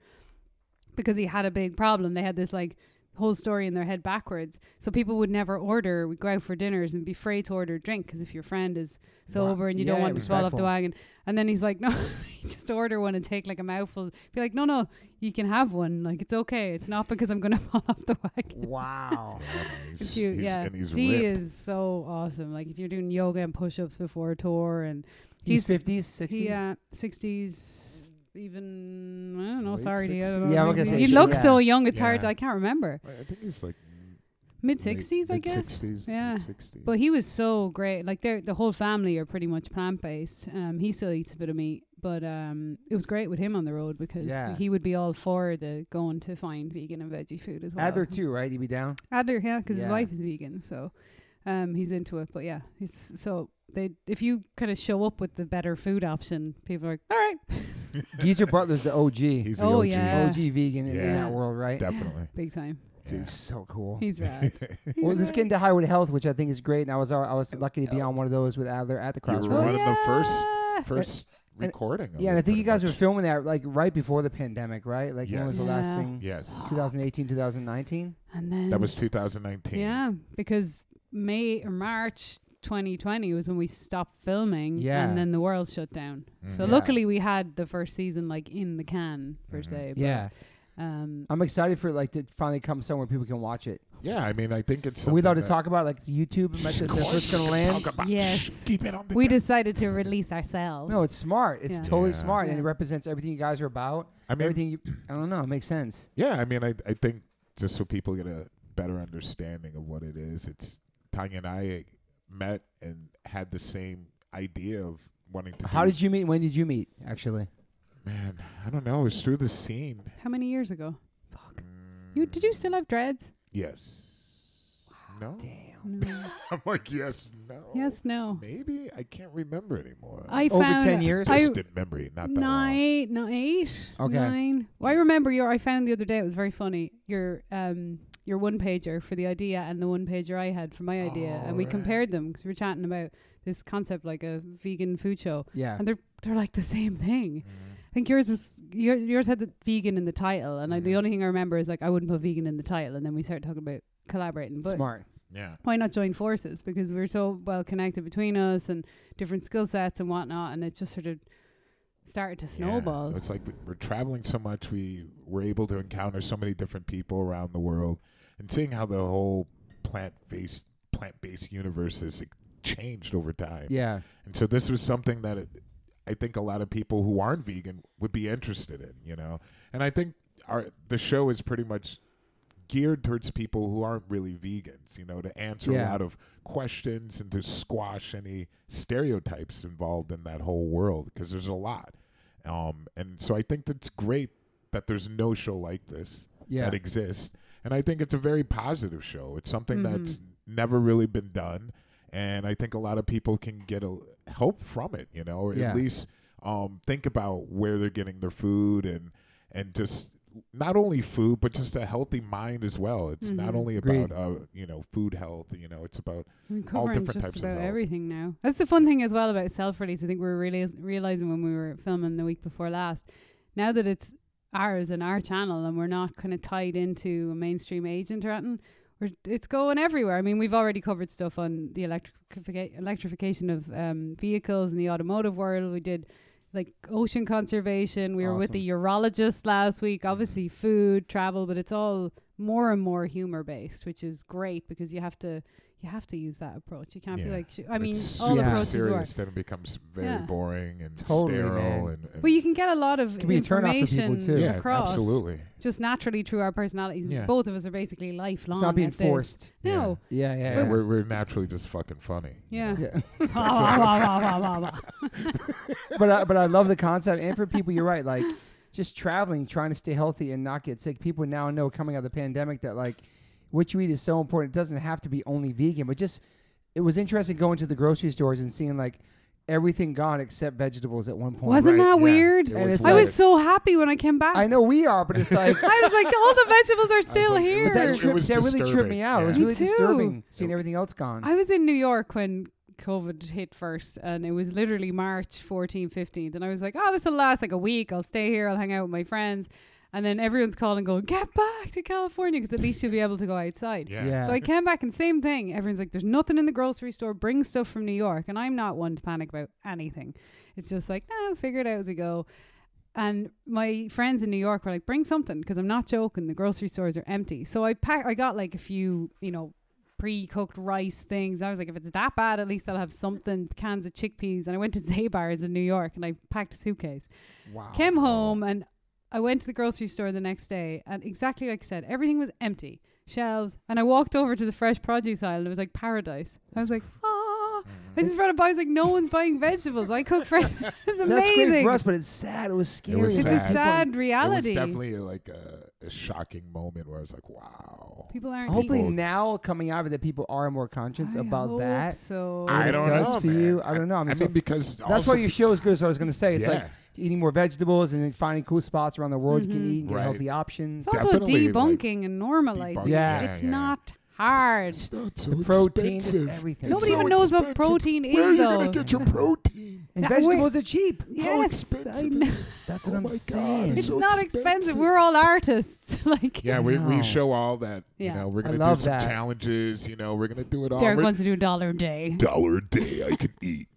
because he had a big problem. They had this like whole story in their head backwards. So people would never order. We'd go out for dinners and be afraid to order a drink because if your friend is sober and you don't
Yeah,
want to fall off the
respectful.
wagon. And then he's like, no, just order one and take like a mouthful. Be like, no, no, you can have one. Like, it's okay. It's not because I'm going to fall off the wagon.
Wow.
Yeah, man, he's,
It's you,
he's-
yeah.
And he's
D
ripped.
is so awesome. Like, you're doing yoga and push ups before a tour and
He's
He's-
fifties, sixties.
he, uh, 60s, even, I don't know.
Late
sorry, D, I don't
60s?
know.
Yeah, I was
You
gonna say,
you look so
yeah.
young, it's hard.
Yeah.
To, I can't remember.
I I think he's like
Mid 60s, I guess.
60s,
Yeah.
Mid-60s.
But he was so great. Like they the whole family are pretty much plant based. Um, he still eats a bit of meat, but um, it was great with him on the road because
Yeah.
he would be all for the going to find vegan and veggie food as well.
Adler too, right? He'd be down.
Adler, yeah, because
Yeah.
his wife is vegan, so um, he's into it. But yeah, it's so they if you kind of show up with the better food option, people are like, all right,
Geezer Butler's the OG.
he's the
Oh,
OG.
yeah.
OG vegan in- in
Yeah.
that world, right?
Definitely.
big time.
Dude, he's so cool.
He's rad. He's
Well, let's
rad.
get into Highwood Health, which I think is great, and I was al- I was lucky to be on one of those with Adler at the
You were
Crossroads.
one of the first
Oh, Yeah.
first
and-
recording. of
Yeah, and I
it,
think you
pretty
guys were
much.
filming that like right before the pandemic, right? Like when was the
Yes.
last
Yeah.
thing?
Yes,
2018, 2019.
And then
that was 2019.
Yeah, because May or March 2020 was when we stopped filming,
Yeah.
and then the world shut down. So
Mhm. Yeah.
luckily, we had the first season like in the can per
Mhm.
se. but,
Mm-hmm. Yeah, Uh,
um,
I'm excited for like to finally come somewhere people can watch it.
yeah. I mean, I think it's.
Are we allowed to
something
talk about like YouTube? and, Like,
that-
that's where it's gonna land.
Talk about-
Yes.
Shh, Keep it on the.
we
down-
decided to release ourselves.
No, it's smart. It's
Yeah.
totally
Yeah.
smart, and it
Yeah.
represents everything you guys are about.
I mean,
everything you, I don't know, it makes sense.
yeah. I mean, I I think just so people get a better understanding of what it is. It's Tanya and I met and had the same idea of wanting to.
How
do,
did you meet? When did you meet? Actually,
Man, I don't know. It was through the scene.
how many years ago? Fuck. You
Mm.
did you still have dreads?
Yes. No.
damn.
No.
I'm like yes, no.
yes, no.
Maybe I can't remember anymore.
I
Over
found
10 years?
I,
distant memory, not that long.
Nine, no, eight,
Okay.
nine. Well, I remember your. I found the other day. It was very funny. Your um your one pager for the idea and the one pager I had for my idea, and we
Alright.
compared them because we were chatting about this concept like a vegan food show,
Yeah.
and they're they're like the same thing.
Mm-hmm.
I think yours was your, yours had the vegan in the title, and like, the
Mhm.
only thing I remember is like I wouldn't put vegan in the title, and then we started talking about collaborating. But
Smart.
Yeah.
why not join forces? Because we're so well connected between us and different skill sets and whatnot, and it just sort of started to snowball.
Yeah. It's like we- we're traveling so much, we were able to encounter so many different people around the world, and seeing how the whole plant-based plant-based universe has like, changed over time.
Yeah.
And so this was something that it, I think a lot of people who aren't vegan would be interested in, you know. And I think our the show is pretty much geared towards people who aren't really vegans, you know, to answer
Yeah.
a lot of questions and to squash any stereotypes involved in that whole world because there's a lot. Um, and so I think that's great that there's no show like this
Yeah.
that exists. And I think it's a very positive show. It's something
Mhm.
that's
Mm-hmm.
never really been done, and I think a lot of people can get a help from it, you know, or
Yeah.
at least um, think about where they're getting their food and and just not only food but just a healthy mind as well. It's not
Mhm.
only
Mm-hmm. Agreed.
about uh, you know food health, you know, it's about
We're covering
different
just
types of
about
help.
everything now. That's the fun thing as well about self-release. I think we were realiz- realizing when we were filming the week before last, now that it's ours and our channel, and we're not kind of tied into a mainstream agent or anything. We're, it's going everywhere. I mean, we've already covered stuff on the electrifica- electrification of um, vehicles in the automotive world. We did like ocean conservation. We were with
Awesome.
the urologist last week. Obviously, food, travel, but it's all more and more humor based, which is great because you have to you have to use that approach. You can't be
Yeah.
like, sh- I mean,
it's
all
super
approaches work.
serious, then it becomes very
Yeah.
boring and
Totally,
sterile.
man.
And, and
Well, you can get a lot of
Can be a turn-off for people
information
too.
yeah,
across
absolutely.
just naturally through our personalities.
Yeah.
Both of us are basically lifelong.
It's not being
at this.
forced.
Yeah.
No.
Yeah,
Yeah,
yeah.
we're we're naturally just fucking funny.
Yeah.
yeah.
Wah, wah, wah, wah, wah, wah, wah.
but I, but I love the concept. And for people, you're right. Like just traveling, trying to stay healthy and not get sick. People now know coming out of the pandemic that like what you eat is so important. It doesn't have to be only vegan, but just it was interesting going to the grocery stores and seeing like everything gone except vegetables at one point.
Wasn't
Right,
that
yeah.
weird?
It
And it's
I
like-
was so happy when I came back.
I know we are, but it's like
I was like, all the vegetables are still
like, it
here.
was
but that,
It
trip,
was
that really tripped
disturbing,
me out. It was
yeah.
really
Me too.
disturbing seeing everything else gone.
I was in New York when COVID hit first, and it was literally March 14, 15th. And I was like, oh, this will last like a week. I'll stay here. I'll hang out with my friends. And then everyone's calling, going, get back to California because at least you'll be able to go outside.
Yeah.
Yeah.
So I came back and same thing. Everyone's like, there's nothing in the grocery store. Bring stuff from New York. And I'm not one to panic about anything. It's just like, nah, figure it out as we go. And my friends in New York were like, bring something because I'm not joking. The grocery stores are empty. So I pack, I got like a few, you know, pre-cooked rice things. I was like, if it's that bad, at least I'll have something, cans of chickpeas. And I went to Zabar's in New York and I packed a suitcase.
wow.
Came
Oh.
home and I went to the grocery store the next day, and exactly like I said, everything was empty shelves. And I walked over to the fresh produce aisle, and it was like paradise. I was like,
Mm-hmm.
ah! I just ran up. I was like, no one's buying vegetables. I cook fresh. it's amazing.
That's great for us, but it's sad. It was scary.
was
it's
sad.
a sad reality.
It was definitely like a, a shocking moment where I was like, wow.
People aren't.
Hopefully
eating.
now coming out of it that people are more conscious
I
about
hope
that.
So
what
I
it
don't
does
know,
for
man.
you. I don't know. I
I
mean,
mean,
so
because
that's
also
why your show is good. Is what I was going to say. It's like
Yeah.
eating more vegetables and then finding cool spots around the world you can
Mm-hmm.
eat and get
Right.
healthy options.
it's also
definitely,
debunking
like,
and normalizing.
debunking.
it.
Yeah.
it's
Yeah, yeah.
not hard.
it's not so
The protein is
expensive.
everything.
It's
Nobody
so
even knows what
expensive.
protein
Where are
is,
you gonna
though.
get your protein?
And
That-
vegetables are cheap.
How
Yes,
I
expensive
know.
is it?
That's what
Oh
I'm
my God,
saying.
it's
so
not
expensive.
expensive. We're all artists. like
Yeah, we,
No.
we show all that.
Yeah.
You know, we're
I
gonna
love
do some
that.
challenges. You know, we're gonna do it all.
Derek
We're-
wants to do a dollar a day.
dollar a day I can eat.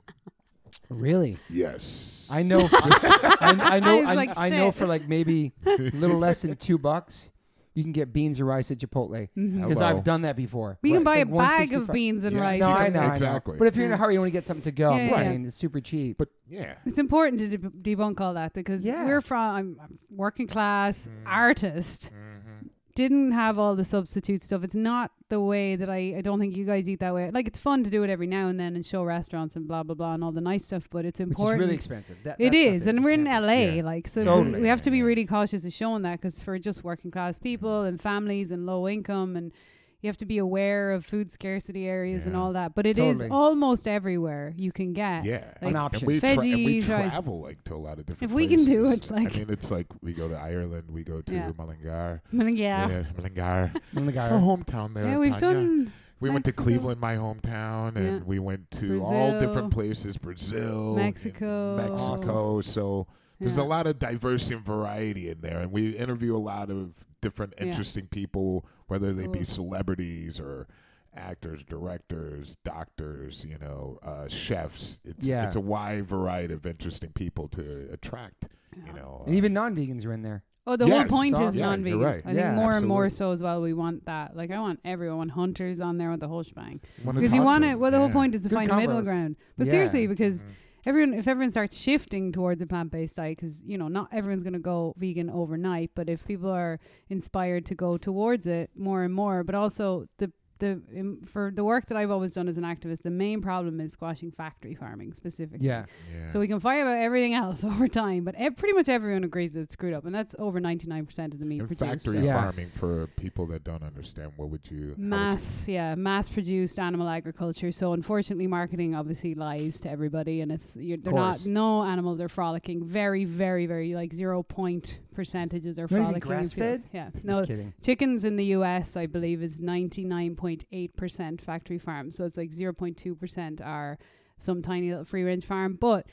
Really?
Yes.
I know. I, I know.
I was
I,
like,
I know
shit.
for like maybe a little less than two bucks, you can get beans and rice at Chipotle because
Hello.
I've done that before.
Mm-hmm. We
Right.
can buy
It's
a
like
bag of
$1.65.
beans and
Yeah.
rice.
No,
from
I
Yeah,
know. I know.
exactly.
But if you're in a hurry, you want to get something to go. I'm
Yeah, yeah.
saying it's super cheap.
but yeah.
It's important to deb debunk all that because
Yeah. Mm-hmm.
we're from I'm a working class artist. Didn't have all the substitute stuff. It's not the way that I. I don't think you guys eat that way. Like it's fun to do it every now and then and show restaurants and blah blah blah and all the nice stuff, but it's
which is
important.
really expensive. That,
It
that stuff
is, and we're in LA,
Yeah.
like so.
Totally.
We have to be really cautious of showing that because for just working class people and families and low income, and you have to be aware of food scarcity areas and
Yeah.
all that. But it is
Totally.
almost everywhere you can get.
Yeah,
Like,
An option.
And we, tra- and we
Veggies, right.
travel like to a lot of different.
If we can do
places.
it, like-
I mean, it's like we go to Ireland, we go to
Yeah.
Mullingar,
yeah.
yeah, Mullingar,
And the guy-
our hometown there.
Yeah, we've
Tanya.
done.
We went to
Mexico.
Cleveland, my hometown, and
Yeah.
we went to all
Brazil.
different places, Brazil, and
Mexico.
Mexico. So there's
Yeah.
a lot of diversity and variety in there, and we interview a lot of different
Yeah.
interesting people, whether they be
cool.
celebrities or actors, directors, doctors, you know, uh, chefs. It's
Yeah.
it's a wide variety of interesting people to attract. You know, uh,
And even non-vegans are in there.
Oh, the
Yes.
whole point is
Yeah,
you're
non-vegans.
right.
I think
Yeah,
more and more
absolutely.
so as well. We want that. Like I want everyone, I want hunters on there with the whole shebang.
Wanna
because you
talk
want
to
to.
'em,
Well, the whole
yeah. Mm-hmm.
point is to
Good
find a middle
combos.
ground. But
Yeah.
seriously, because everyone, if everyone starts shifting towards a plant-based diet, because you know not everyone's going to go vegan overnight, but if people are inspired to go towards it more and more, but also the the um, for the work that I've always done as an activist, the main problem is squashing factory farming specifically.
Yeah.
Yeah.
So we can fight about everything else over time, but ev- pretty much everyone agrees that it's screwed up, and that's over ninety nine percent of the meat
in
produced.
factory
Yeah.
farming for people that don't understand, what would you how would you-
mass yeah mass produced animal agriculture so unfortunately marketing obviously lies to everybody and it's you're, they're not
course.
no animals are frolicking very very very like zero point percentages are
Not even
frolicking in
grass-fed?
fields. yeah
No.
no
Just kidding.
chickens in the us i believe is 99.8% factory farm so it's like 0.2% are some tiny little free range farm but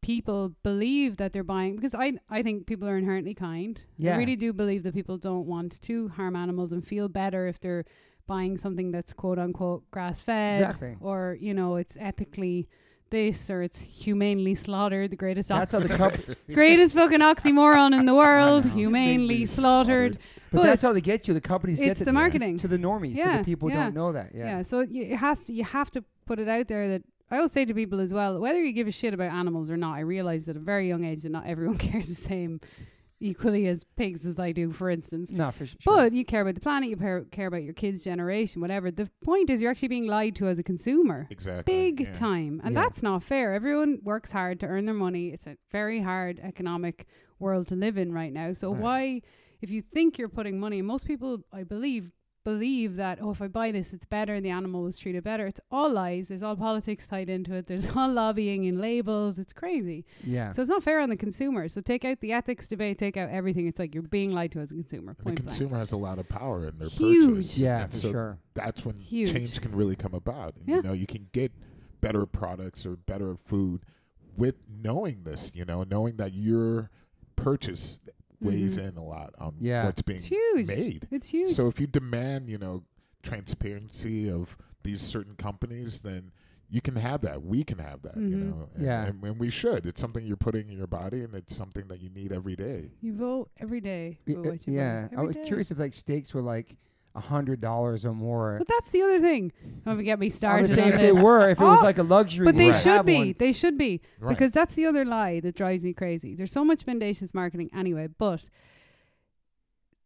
people believe that they're buying because i i think people are inherently kind
Yeah.
i really do believe that people don't want to harm animals and feel better if they're buying something that's quote unquote grass fed
Exactly.
or you know it's ethically this or it's humanely slaughtered, the greatest
That's how
ox-
the cup.
greatest fucking oxymoron in the world,
know.
humanely
Humanely
slaughtered.
slaughtered.
But that's how they get you. The companies get
it's
to
the marketing.
to the normies, so
Yeah,
the people
yeah,
don't know that.
yeah.
Yeah,
so it, it has to you have to put it out there that I always say to people as well, whether you give a shit about animals or not, I realized at a very young age that not everyone cares the same equally as pigs as I do, for instance.
no, for sure.
But you care about the planet, you par- care about your kids' generation, whatever. The point is, you're actually being lied to as a consumer.
Exactly.
Big
yeah.
time. And
Yeah.
that's not fair. Everyone works hard to earn their money. It's a very hard economic world to live in right now. So,
Right.
why, if you think you're putting money, most people, I believe, believe that, oh, if I buy this, it's better and the animal was treated better. It's all lies. There's all politics tied into it. There's all lobbying and labels. It's crazy.
yeah,
So, it's not fair on the consumer. So, take out the ethics debate, take out everything. It's like you're being lied to as a consumer.
And
Point
the
blank.
consumer has a lot of power in their
Huge.
purchase.
yeah,
And
for
so
Oh,
sure.
That's when
Huge.
change can really come about. And,
Yeah.
You know, you can get better products or better food with knowing this. You know, knowing that your purchase weighs in a lot on
Yeah.
what's being
Mm-hmm. It's huge.
made.
It's huge.
So if you demand, you know, transparency of these certain companies, then you can have that. We can have that, you
Mhm.
know. And,
Yeah.
and, and we should. It's something you're putting in your body and it's something that you need every day.
you vote every day.
Y-
for
uh,
what you vote,
yeah, I
every
was
day.
curious if like steaks were like a hundred dollars or more.
But that's the other thing. Don't even get me
I would
started
say
on
if they
this.
were, if it was
Oh,
like a luxury,
But
you
they
could
Right.
should
have
be.
one.
They should be.
Right.
Because that's the other lie that drives me crazy. There's so much mendacious marketing anyway, but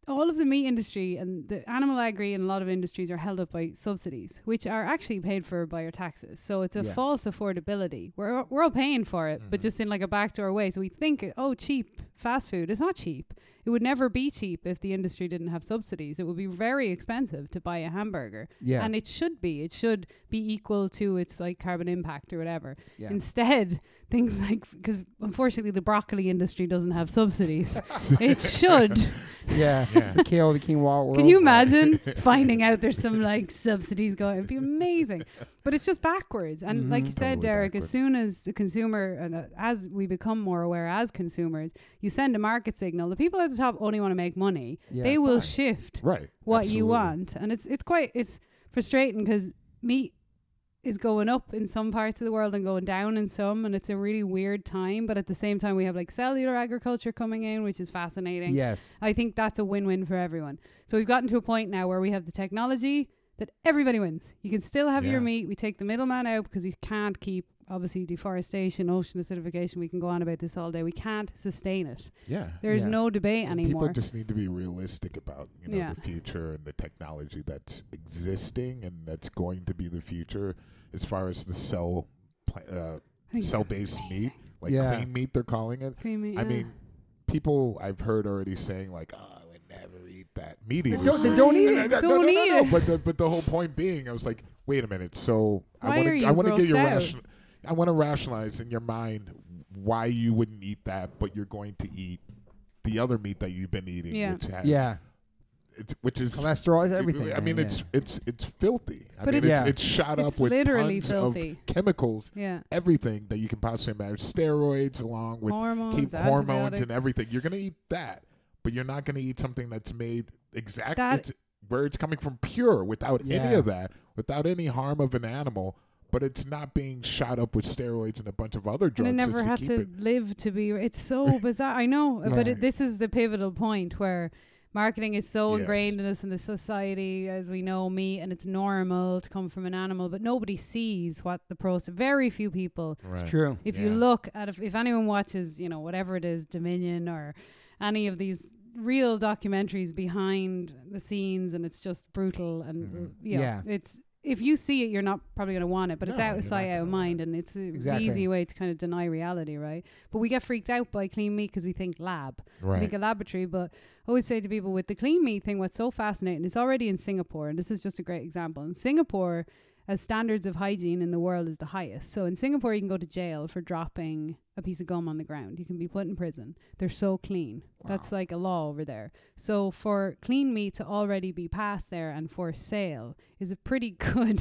all of the meat industry and the animal agri and a lot of industries are held up by subsidies, which are actually paid for by our taxes. So it's a
Yeah.
false affordability. We're, we're all paying for it,
Mm-hmm.
but just in like a backdoor way. So we think, oh, cheap fast food. It's not cheap. It would never be cheap if the industry didn't have subsidies. It would be very expensive to buy a hamburger.
Yeah.
And it should be. It should be equal to its like carbon impact or whatever.
Yeah.
Instead, things like because unfortunately the broccoli industry doesn't have subsidies. it should.
yeah,
Yeah.
kale the quinoa world.
Can you imagine finding out there's some like subsidies going? It'd be amazing. But it's just backwards.
Mm-hmm.
And like you
Mhm.
said,
Totally
Derek, as
backward.
soon as the consumer, and uh, as we become more aware as consumers, you send a market signal. The people at the top only want to make money.
Yeah.
they will shift
Right.
what you
Absolutely.
want and it's it's quite it's frustrating because meat is going up in some parts of the world and going down in some and it's a really weird time but at the same time we have like cellular agriculture coming in which is fascinating
Yes.
i think that's a win-win for everyone so we've gotten to a point now where we have the technology that everybody wins you can still have
Yeah.
your meat we take the middleman out because we can't keep obviously deforestation ocean acidification we can go on about this all day we can't sustain it
Yeah.
there's
Yeah.
no debate
And
anymore
People just need to be realistic about you know
Yeah.
the future and the technology that's existing and that's going to be the future as far as the cell pla-
I
uh,
think
cell based meat, like
Yeah.
clean meat they're calling it.
creamy,
I
yeah.
mean, people I've heard already saying like, "Oh, I would never eat that meat." eaters."
don't- they don't eat it.
No, no, no,
Don't
no,
eat
no.
it.
But the, but the whole point being, I was like, "Wait a minute." So I
Why
want
are
to
you
I want to get
grossed
your
out?
ration. I want to rationalize in your mind why you wouldn't eat that, but you're going to eat the other meat that you've been eating,
Yeah.
which has
Yeah.
it's, which is
Cholesterol is everything.
I mean,
man,
it's it's it's filthy. I
But
mean,
it's-
it's, it's shot
it's
up with
literally
tons
filthy.
of chemicals,
yeah
everything that you can possibly imagine, steroids along with
hormones,
keep hormones
antibiotics.
and everything. You're gonna eat that, but you're not gonna eat something that's made exactly
That-
it's, where it's coming from pure, without any
Yeah.
of that, without any harm of an animal. But it's not being shot up with steroids and a bunch of other
And
drugs.
it never
it's
had
keep
to
it-
live to be. It's so bizarre. I know, but
Yeah.
it, this is the pivotal point where marketing is so
Yes.
ingrained in us in the society, as we know, meat, and it's normal to come from an animal, but nobody sees what the process. Very few people.
Right.
true.
If you
Yeah.
look at, if, if anyone watches, you know, whatever it is, Dominion or any of these real documentaries behind the scenes, and it's just brutal. And
Mm-hmm.
you know,
Yeah.
it's if you see it, you're not probably going to want it, but it's
No,
out of
you're not
sight, out
gonna want
of mind, and it's an
Exactly.
easy way to kind of deny reality, right? But we get freaked out by clean meat because we think lab, we
Right.
think a laboratory. But I always say to people with the clean meat thing, what's so fascinating, it's already in Singapore, and this is just a great example. In Singapore, as standards of hygiene in the world is the highest. So in Singapore, you can go to jail for dropping a piece of gum on the ground. You can be put in prison. They're so clean. That's like a law over there. So for clean meat to already be passed there and for sale is a pretty good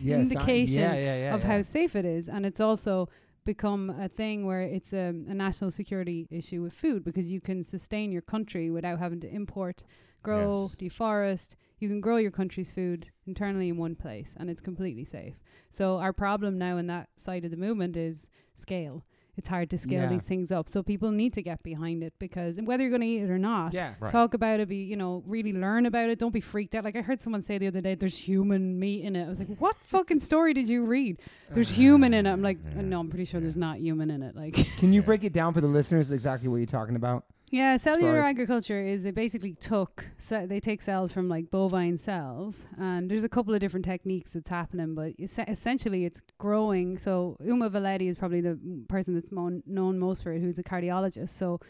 Yes, I-
indication
yeah, yeah, yeah,
of
yeah.
how safe it is. And it's also become a thing where it's a, a national security issue with food because you can sustain your country without having to import, grow, deforest. You can grow your country's food internally in one place and it's completely safe. So our problem now in that side of the movement is scale. It's hard to scale
Yeah.
these things up. So people need to get behind it because and whether you're going to eat it or not,
Yeah.
Right.
talk about it, be you know, really learn about it. Don't be freaked out. Like I heard someone say the other day, "There's human meat in it." I was like, "What fucking story did you read?" There's human in it. I'm like,
Yeah.
"No, I'm pretty sure there's not human in it." Like,
Can you
Yeah.
break it down for the listeners exactly what you're talking about?
yeah, cellular
as-
agriculture is they basically took so they take cells from like bovine cells, and there's a couple of different techniques that's happening, but es- essentially it's growing. So Uma Valetti is probably the person that's mo- known most for it, who's a cardiologist. So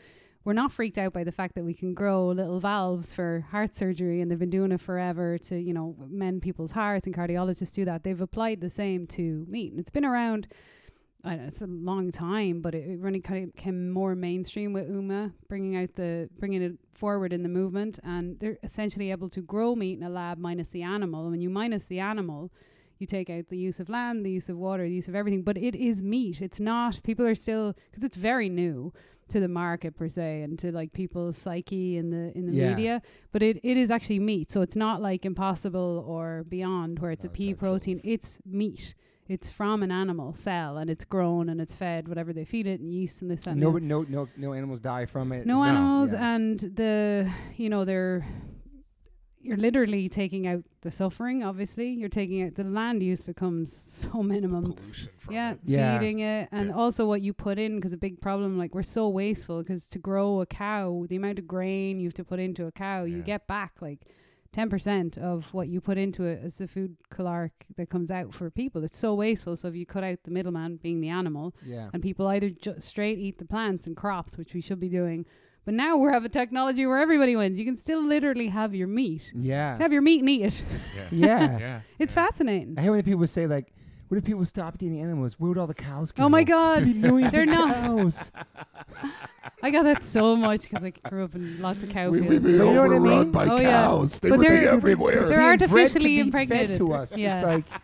we're not freaked out by the fact that we can grow little valves for heart surgery, and they've been doing it forever to you know mend people's hearts, and cardiologists do that. They've applied the same to meat, and it's been around I don't know, it's a long time, but it, it really kind of came more mainstream with Uma, bringing out the bringing it forward in the movement, and they're essentially able to grow meat in a lab minus the animal. And when you minus the animal, you take out the use of land, the use of water, the use of everything. But it is meat. It's not. People are still because it's very new to the market per se and to like people's psyche in the in the
Yeah.
media. But it, it is actually meat, so it's not like impossible or beyond where it's
No,
a
it's
pea
actual-
protein. It's meat it's from an animal cell and it's grown and it's fed whatever they feed it and yeast and this that, and
No,
the other.
no, no, no animals die from it.
no
No,
animals uh,
yeah.
and the you know they're you're literally taking out the suffering obviously you're taking out the land use becomes so minimum
pollution from
yeah,
it.
Yeah.
feeding it, and
Yeah.
also what you put in, because a big problem, like we're so wasteful, because to grow a cow, the amount of grain you have to put into a cow, you
Yeah.
get back like ten percent of what you put into it as the food caloric that comes out for people. It's so wasteful. So if you cut out the middleman, being the animal,
Yeah.
and people either ju- straight eat the plants and crops, which we should be doing, but now we have a technology where everybody wins. You can still literally have your meat, You can
Yeah.
have your meat and eat it.
Yeah.
Yeah.
yeah.
It's
yeah.
fascinating.
I hate when people say like, "What if people stopped eating animals? Where would all the cows go?"
Oh my god,
There'd be millions
They're
of
not-
cows.
I got that so much because I grew up in lots of cow
We
fields.
would be
But you know what I
overrun
mean?
by
Oh, yeah.
cows. They
But
would be
they're-
everywhere.
they're-
Being bred to
artificially
be fed
impregnated.
to us.
Yeah.
It's like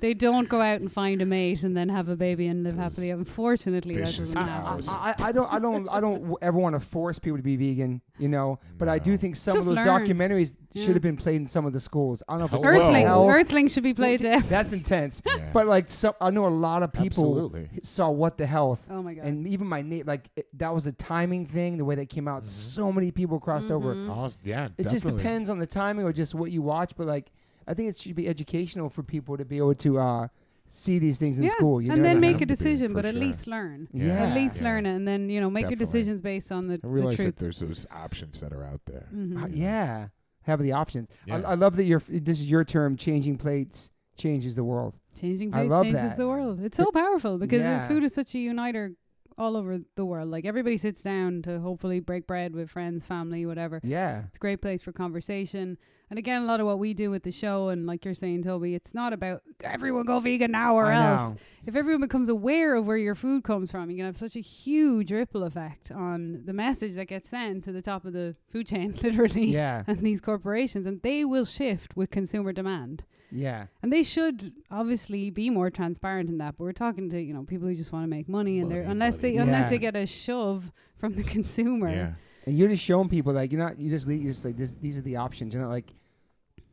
They don't go out and find a mate and then have a baby and live happily. Unfortunately, that
vicious cows.
doesn't happen.
Gross.
I, I, I don't, I don't, I don't w- ever want to force people to be vegan, you know. But I do
No.
think some
Just
of those
learn.
documentaries
Yeah.
should have been played in some of the schools. I don't know if it's
Hello.
mental
Earthlings,
health.
Earthlings should be played to.
That's intense.
Yeah.
But like, some, I know a lot of people
Absolutely.
saw what the health.
Oh my god!
And even my name, like it, that was a timing thing. The way that came out, so many people crossed over.
Mm-hmm.
It
Oh, yeah.
just
definitely.
depends on the timing or just what you watch. But like, I think it should be educational for people to be able to uh, see these things in
yeah,
school. You
and
know?
then
They
make
have to
a
be,
decision,
for
but at
sure.
least learn.
yeah.
At least
Yeah.
learn it, and then you know make
Definitely.
your decisions based on the,
I
the
realize
truth.
that there's those options that are out there.
Uh,
Mhm.
yeah, have the options.
Yeah.
I, I love that you're. This is your term. Changing plates changes the world.
Changing
I
plates
love
changes
that.
the world. It's so powerful because this
Yeah.
food is such a uniter all over the world. Like everybody sits down to hopefully break bread with friends, family, whatever.
Yeah,
It's a great place for conversation. And again, a lot of what we do with the show, and like you're saying, Toby, it's not about everyone go vegan now or
I
else.
know.
If everyone becomes aware of where your food comes from, you can have such a huge ripple effect on the message that gets sent to the top of the food chain, literally,
Yeah,
and these corporations, and they will shift with consumer demand.
yeah,
And they should obviously be more transparent in that. But we're talking to you know people who just want to make money, and they're
Money,
unless
money.
they unless
Yeah.
they get a shove from the consumer.
Yeah.
and you're just showing people like you're not. You just leave. You're just like this. These are the options. You're not like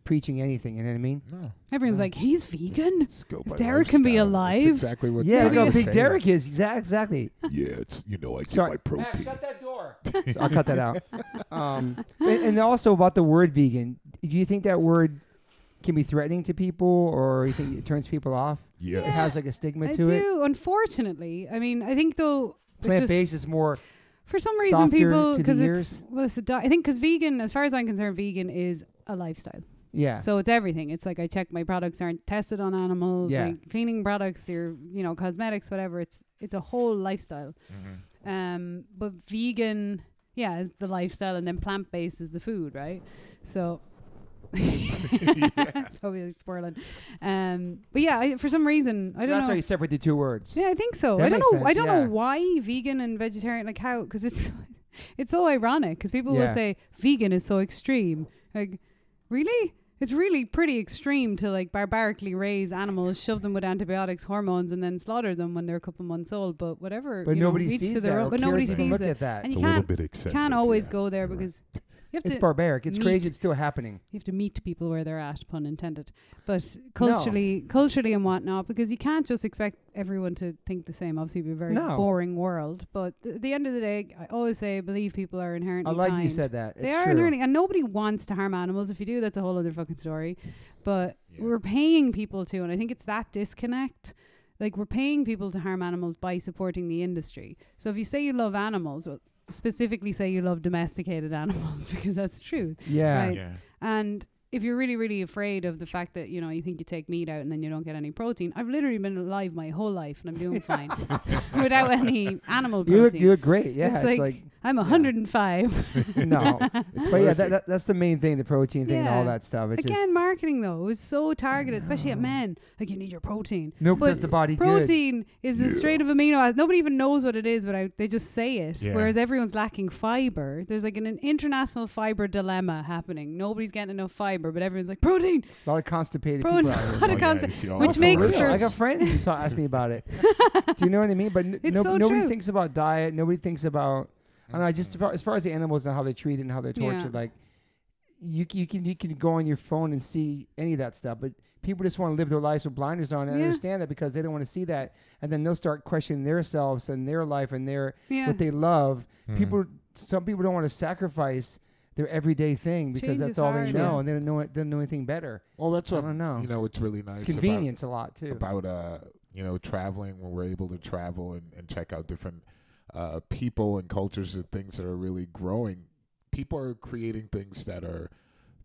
preaching anything. You know what I mean?
No.
Everyone's
Yeah.
like, he's vegan.
Let's go
If
by
Derek can be
lifestyle.
alive-
That's exactly what
yeah,
I
look how
was
big
saying.
Derek is. Exact- Exactly.
Yeah, it's you know I get
Sorry.
my protein.
that door. I'll cut that out. Um, and, and also about the word vegan. Do you think that word can be threatening to people, or you think it turns people off? It
Yes.
has like a stigma
I
to
do,
it.
unfortunately. I mean, I think though it's
Plant based
just-
is more.
for some reason
softer
people
to the
because it's
ears.
well, it's a di- I think because vegan, as far as I'm concerned, vegan is a lifestyle.
Yeah.
So it's everything. It's like I check my products aren't tested on animals.
Yeah.
Like cleaning products, your you know cosmetics, whatever. It's it's a whole lifestyle.
Mhm.
Mm-hmm.
Um, but vegan, yeah, is the lifestyle, and then plant based is the food, right? So. totally swirling. Um, but yeah, I, for some reason, I
So
don't
that's
know.
how you separate the two words.
Yeah, I think so.
That
I don't
makes
know. I
sense,
don't
yeah.
know why vegan and vegetarian like how because it's it's so ironic because people
Yeah.
will say vegan is so extreme. Like, really? It's really pretty extreme to like barbarically raise animals, shove them with antibiotics, hormones, and then slaughter them when they're a couple months old. But whatever,
But
you know,
nobody
each
sees
to their
that
own-
or
But nobody
cares to
sees
look
it.
at that.
And
It's
you
a little
can't,
bit excessive.
can't always
yeah.
go there
You're right.
because you have
It's
to
barbaric. It's
meet.
crazy. It's still happening.
you have to meet people where they're at, pun intended. But culturally, culturally and whatnot, because you can't just expect everyone to think the same. Obviously, it'd be a very
No.
boring world. But th- at the end of the day, I always say, I believe people are
I
inherently.
like
kind.
you said that. It's
they are
true.
inherently, and nobody wants to harm animals. If you do, that's a whole other fucking story. But
Yeah.
we're paying people to, and I think it's that disconnect. Like we're paying people to harm animals by supporting the industry. So if you say you love animals, well, specifically say you love domesticated animals because that's the truth.
yeah.
Right.
Yeah.
And if you're really, really afraid of the fact that, you know, you think you take meat out and then you don't get any protein, I've literally been alive my whole life and I'm doing fine without any animal
You look,
protein.
you look great. Yeah,
It's
it's,
like-
like,
I'm 105.
no, but yeah,
worth
that,
it.
that, that's the main thing—the protein thing and all
Yeah.
that stuff. It's
Again,
just
marketing though, it was so targeted, especially at men. Like, you need your protein.
milk
but
does the body good.
Protein is a straight of amino acids. Nobody even knows what it is, but I, they just say it.
Yeah.
Whereas everyone's lacking fiber. There's like an, an international fiber dilemma happening. Nobody's getting enough fiber, but everyone's like, protein,
A lot of constipated
protein.
people. out here.
What a
Oh, yeah,
concept.
you see all
which
the
makes
Real.
for-
I got friends who talk, ask me about it. Do you know what I mean? But n-
It's
no,
so
nobody
true.
thinks about diet. Nobody thinks about. I don't know. I just as far, as far as the animals and how they're treated and how they're
Yeah.
tortured, like you c- you can you can go on your phone and see any of that stuff, but people just want to live their lives with blinders on. And I
Yeah.
understand that because they don't want to see that, and then they'll start questioning themselves and their life and their
Yeah.
what they love.
Hmm.
People, some people don't want to sacrifice their everyday thing because
Change
that's
is
all they
hard,
know,
yeah.
and they don't know it, they don't know anything better.
Well, that's
I
what
don't know.
You know, it's really nice.
it's
about-
convenience a lot too.
about uh you know traveling when we're able to travel and, and check out different uh people and cultures and things that are really growing people are creating things that are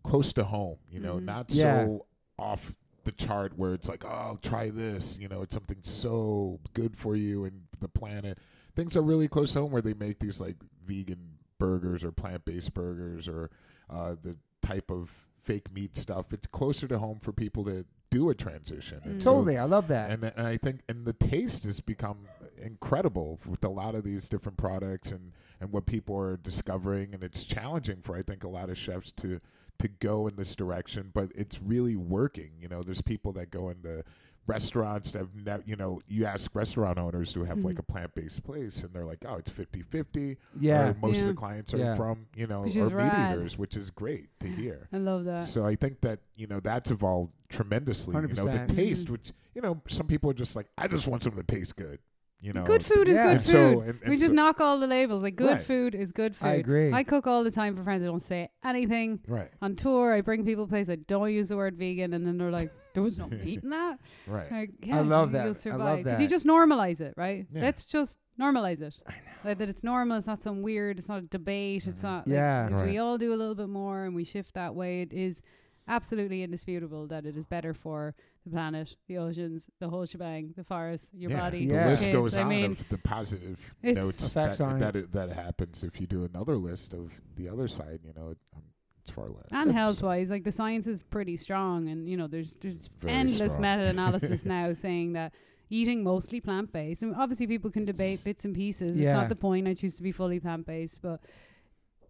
close to home you know
Mhm.
not
Yeah.
so off the chart where it's like oh I'll try this you know it's something so good for you and the planet things are really close to home where they make these like vegan burgers or plant-based burgers or uh, the type of fake meat stuff it's closer to home for people to do a transition And so-
Totally, I love that.
and, and I think and the taste has become incredible with a lot of these different products and and what people are discovering and it's challenging for I think a lot of chefs to to go in this direction but it's really working you know there's people that go into restaurants that have never you know you ask restaurant owners who have like
Mm-hmm.
a plant-based place and they're like oh it's 50-50
Yeah.
or most of
Yeah.
the clients are
Yeah.
from you know
Which
or
is
meat
rad.
eaters which is great to hear
I love that.
so I think that you know that's evolved tremendously. You know the
100%.
taste, which you know some people are just like, I just want something to taste good. You know,
good food is
Yeah.
good
And
food.
so- and-
we
and
just
so-
knock all the labels. Like good
Right.
food is good food.
I agree.
I cook all the time for friends. I don't say anything
Right,
on tour. I bring people places. I don't use the word vegan, and then they're like, "There was no meat in that."
right.
Like, yeah,
love that. I
You'll
love
survive you
that.
just normalize it, right?
Yeah.
Let's just normalize it. I know. Like, that it's normal. It's not some weird. It's not a debate. It's not. like,
Yeah.
If
Mm-hmm. Right.
we all do a little bit more and we shift that way, it is absolutely indisputable that it is better for the planet, the oceans, the whole shebang, the forest, your
yeah,
body.
The
Yeah.
list
kids.
goes
I
on
mean,
of the positive
it's-
notes
Effects
that,
on it.
that it- that happens if you do another list of the other side. You know, it, um, it's far less.
and
So-
health wise like the science is pretty strong and you know there's there's
It's very
endless
strong.
meta analysis now saying that eating mostly plant based and obviously people can debate bits and pieces it's
Yeah.
not the point i choose to be fully plant based but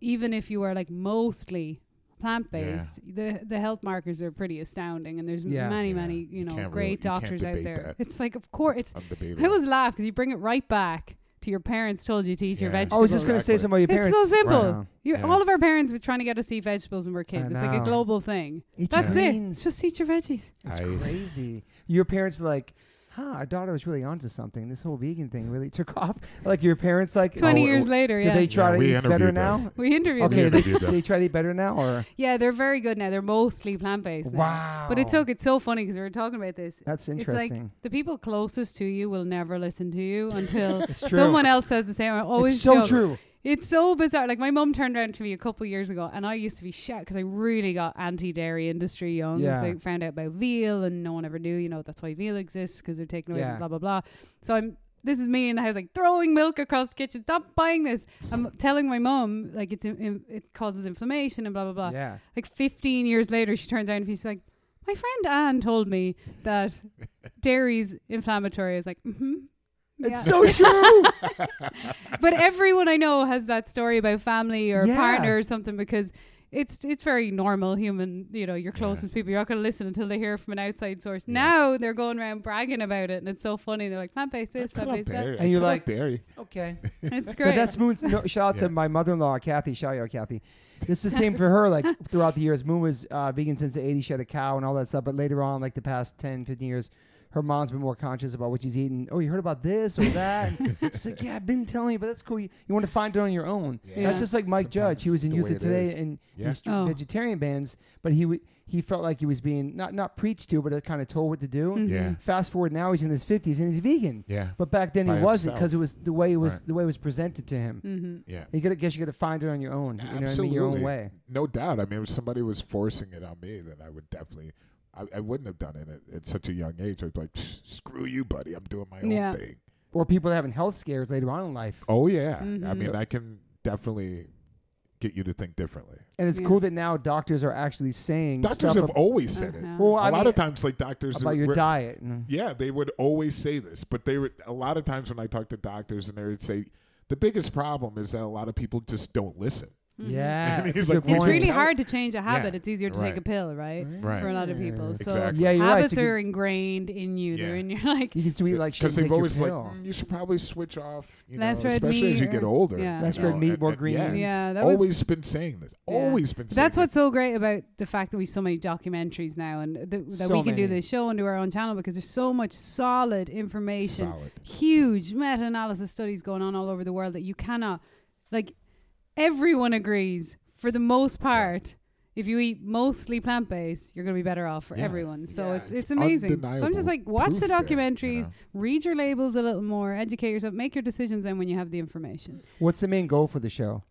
even if you are like mostly plant based the the health markers are pretty astounding and there's
Yeah.
many
Yeah.
many you
You
know
can't
great
really- you can't
doctors out
debate
there
that.
it's like of course it's
undebatable.
i always laugh because you bring it right back to your parents told you to eat your
Yeah.
I
vegetables
was just gonna say
Exactly.
something about your
it's
parents.
so simple.
Right.
You,
Yeah.
All of our parents were trying to get us to eat vegetables when we were kids.
I
It's like a
know.
global thing.
Eat your
That's
greens.
it. Just eat your veggies.
It's
I-
crazy. Your parents are like, huh, our daughter was really onto something. This whole vegan thing really took off. Like your parents like
Twenty
oh,
years
w-
later,
Did
yeah.
they try
Yeah, we
to eat better
interviewed
now?
them.
we interviewed
Okay,
them.
they,
interviewed them.
they try to eat better now or
Yeah, they're very good now. They're mostly plant based.
wow.
But it took, it's so funny because we were talking about this.
That's
It's like
interesting.
the people closest to you will never listen to you until
It's true.
someone else says the same. I always
it's so
joke.
true.
It's so bizarre. Like my mum turned around to me a couple years ago, and I used to be shocked because I really got anti-dairy industry young. 'cause
Yeah.
I found out about veal, and no one ever knew. You know that's why veal exists because they're taking away
Yeah.
from blah blah blah. So I'm. This is me in the house, like throwing milk across the kitchen. Stop buying this. I'm telling my mum like it's in, in- it causes inflammation and blah blah blah.
Yeah.
Like 15 years later, she turns around and she's like, "My friend Anne told me that dairy's inflammatory." I was like, "Mm-hmm."
It's so true.
but everyone I know has that story about family or
Yeah.
partner or something because it's it's very normal human. You know, your closest people. You're not going to listen until they hear from an outside source. Now they're going around bragging about it, and it's so funny. They're like plant based this, plant
Cut out
based that.
dairy.
And you're
Cut out
like-
dairy.
Okay.
It's
But
great.
that's Moon. No, shout out
Yeah.
to my mother-in-law, Kathy. Shout out, Kathy. It's the same for her. Like throughout the years, Moon was uh, vegan since the '80s. She had a cow and all that stuff. But later on, like the past 10, 15 years, her mom's been more conscious about what she's eating. Oh, you heard about this or that? And she's like, yeah, I've been telling you, but that's cool. You, you want to find it on your own.
Yeah.
That's just like Mike Judge. He
Sometimes
was in
the
Youth
way
of
it
Today,
is.
and
Yeah.
he strict
Oh.
vegetarian bans, but he w- he felt like he was being not not preached to, but kind of told what to do.
Mm-hmm.
Yeah.
Fast forward now, he's in his 50s and he's vegan.
Yeah.
But back then
By
he wasn't because it
himself.
was the way it was
Right.
the way it was presented to him.
Mm-hmm.
Yeah.
You gotta guess you gotta find it on your own. You know what I mean? Your own way.
No doubt. I mean, if somebody was forcing it on me, then I would definitely. I, I wouldn't have done it at, at such a young age. I'd be like, "Psh, screw you, buddy. I'm doing my own
Yeah.
thing.
Or people having health scares later on in life.
Oh yeah. I
Mhm.
Mm-hmm.
mean, I can definitely get you to think differently.
And it's
Yeah.
cool that now doctors are actually saying
Doctors
stuff
have
ab-
always said it.
Uh-huh.
well,
A
I
lot
mean,
of times, like doctors
about your
were-
diet. and-
Yeah, they would always say this, but they were a lot of times when I talk to doctors, and they would say the biggest problem is that a lot of people just don't listen.
Yeah.
And
that's a
he's
good
like,
Mm-hmm. It's
point.
really
Tell-
hard to change a habit. It's easier to
Right.
take a pill, right?
Right.
For a lot of people. So
Exactly.
Yeah, you're right.
habits
So you
are ingrained in you. They're
Yeah.
in your like
You can sweet like shit.
because
and take
they've
your
always like
pill.
"Mm, you should probably switch off, you
Less
know,
red
especially as
meat
you get
or-
older.
yeah.
you
Less
know,
red meat,
and-
more
and-
greens.
Yeah, that was-
always been saying this.
Yeah.
Always been. saying
That's
this.
what's so great about the fact that we've so many documentaries now and th- that
So
we can do
many.
this show and do our own channel because there's so much solid information,
Solid.
huge meta analysis studies going on all over the world that you cannot, like, everyone agrees for the most part. If you eat mostly plant based, you're going to be better off for
Yeah.
everyone. So
Yeah,
it's, it's
it's
amazing. So I'm
undeniable
just like, watch
proof
the
there, you
documentaries,
know?
read your labels a little more, educate yourself, make your decisions then when you have the information.
What's the main goal for the show?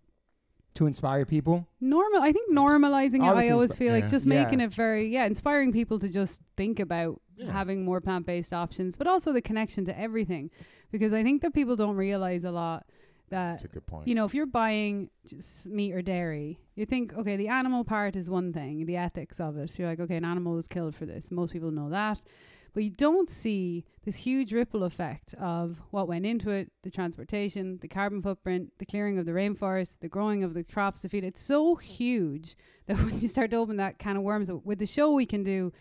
To inspire people?
normal i think normalizing it
Obviously
i always
inspi-
feel
Yeah.
like just
Yeah.
making it very yeah inspiring people to just think about
Yeah.
having more plant-based options but also the connection to everything because i think that people don't realize a lot that
That's a good point.
you know if you're buying just meat or dairy you think okay the animal part is one thing the ethics of it you're like okay an animal was killed for this most people know that but you don't see this huge ripple effect of what went into it the transportation the carbon footprint the clearing of the rainforest the growing of the crops to feed it. it's so huge that when you start to open that can of worms with the show we can do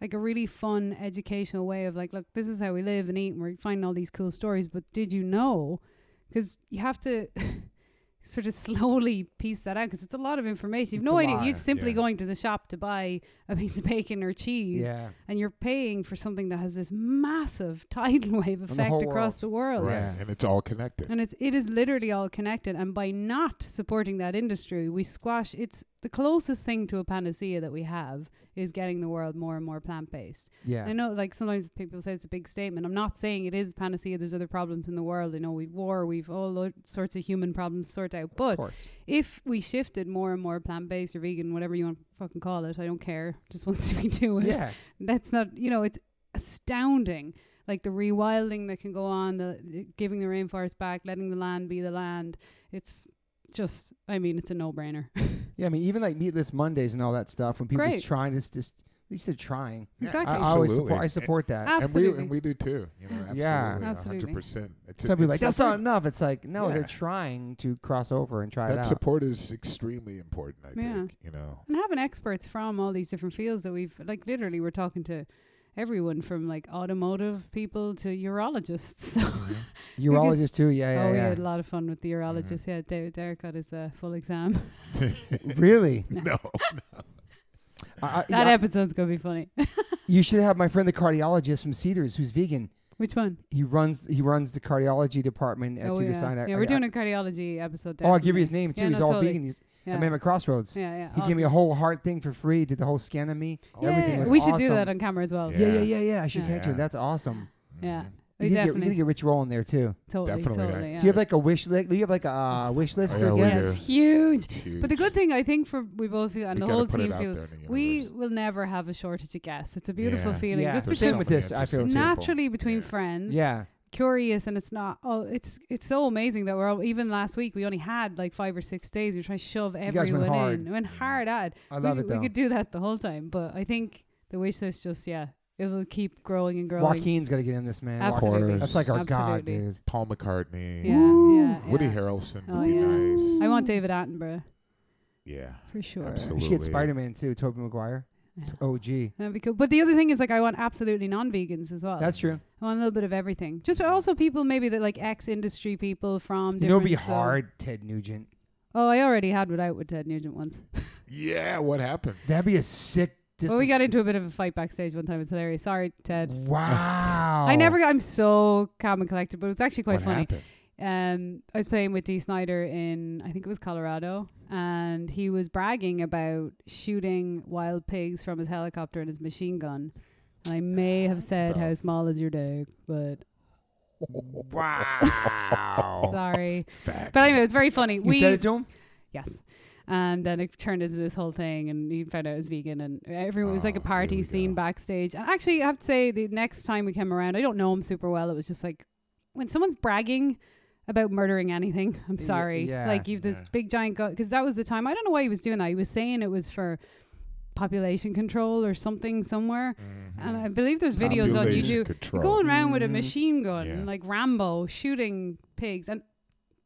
like a really fun educational way of like look this is how we live and eat and we're finding all these cool stories but did you know because you have to sort of slowly piece that out because it's a lot of information you've
It's
no
a
idea
lot,
you're just simply
yeah.
going to the shop to buy a piece of bacon or cheese
Yeah.
and you're paying for something that has this massive tidal wave
the
effect
whole
across
world.
the world
right?
Yeah.
And it's all connected.
and it's it is literally all connected and by not supporting that industry we squash it's the closest thing to a panacea that we have is getting the world more and more plant-based
Yeah.
I know, like sometimes people say it's a big statement. I'm not saying it is panacea. There's other problems in the world. You know, we've war, we've all lo- sorts of human problems to sort out.
Of
But
course.
if we shifted more and more plant based or vegan, whatever you want to fucking call it, I don't care. Just once we do it,
Yeah.
that's not you know it's astounding like the rewilding that can go on the, the giving the rainforest back letting the land be the land it's just i mean it's a no-brainer
Yeah, I mean, even like Meatless Mondays and all that stuff, when people's
great.
trying to just, at least they're trying.
exactly
I, I always
Absolutely.
support, I support that.
and we
absolutely
and we do too. You know, absolutely,
Yeah.
Absolutely.
hundred percent.
Some people are like, that's not enough. It's like, no, they're
Yeah.
trying to cross over and try it
That
out.
support is extremely important. I
Yeah.
think you know.
and having experts from all these different fields that we've like literally we're talking to everyone from like automotive people to urologists so
Urologist too, yeah,
oh we
yeah,
had a lot of fun with the urologist yeah David Derek got his uh, full exam
yeah. really?
No,
I, I-
that
yeah,
episode's gonna be funny
you should have my friend, the cardiologist from Cedars, who's vegan.
which one
He runs he runs the cardiology department at
oh
Cedar
yeah,
Sinai.
yeah
I-
we're
I-
doing a cardiology episode
Oh, I'll give you
definitely.
his name too.
Yeah,
He's
no,
all
totally.
vegan. He's
yeah.
I met him at Crossroads.
yeah, yeah.
He
I'll
gave me a
just-
whole heart thing for free. Did the whole scan of me. Everything
Yeah,
was
we should do
awesome.
that on camera as well.
Yeah.
Yeah,
Yeah, yeah, yeah, yeah. I should
Yeah.
connect you.
Yeah.
That's awesome. You
Mm-hmm.
we
gotta get, you
definitely,
gotta get Rich Roll in there too.
totally,
Definitely,
totally.
yeah.
Yeah.
Do you have like a wish list? Do you have like a uh, wish list
Oh,
for
yeah, we
yeah,
do.
guests?
it's huge.
it's huge.
But the good thing I think for we both feel and
We
the
gotta
whole
put it
team
out
feel
there in the
we
universe.
will never have a shortage of guests. It's a beautiful
Yeah.
feeling
Yeah.
just
There's
because
so many with this, I feel,
interesting
too.
people.
naturally between
Yeah.
friends,
Yeah.
curious, and it's not. Oh, it's it's so amazing that we're all, even last week we only had like five or six days. We try to shove
guys went
everyone in.
hard.
We went hard at. it.
I love
we,
it
we
though.
could do that the whole time, but I think the wish list just yeah, it'll keep growing and growing.
Joaquin's got to get in this man.
Absolutely.
Joaquin. That's like our god,
Absolutely.
dude.
Paul McCartney,
Yeah, yeah,
Woody
yeah.
Harrelson
Oh,
would be
yeah.
nice.
I want David Attenborough.
Yeah.
for sure.
Absolutely.
We should get Spider Man too, Tobey Maguire. It's OG.
That'd be cool. But the other thing is like I want absolutely non-vegans as well.
That's true.
I want a little bit of everything. Just but also people maybe that like ex-industry people from.
You know, it'd be
different, so-
hard, Ted Nugent.
Oh, I already had what I with Ted Nugent once.
Yeah. What happened?
That'd be a sick. Dis-
well, we got into a bit of a fight backstage one time. It's hilarious. Sorry, Ted.
Wow.
I never. Got, I'm so calm and collected, but it was actually quite
what
funny.
happened?
um, I was playing with Dee Snyder in I think it was Colorado, and he was bragging about shooting wild pigs from his helicopter and his machine gun. And I may have said, "How small is your dick?" But
Wow.
sorry.
Facts.
But anyway, it was very funny.
Oh. you
we
said it to him?
yes. And then it turned into this whole thing, and he found out it was vegan, and everyone it was like a
Oh, here
party
we
scene
go.
backstage. And actually, I have to say, the next time we came around, I don't know him super well. It was just like when someone's bragging about murdering anything. I'm
Y-
sorry,
yeah,
like you've this
yeah.
big giant gut because that was the time. I don't know why he was doing that. He was saying it was for population control or something somewhere.
Mm-hmm.
And I believe there's videos on
Population
YouTube
Control.
going around with a
Mm.
machine gun,
Yeah.
like Rambo, shooting pigs. And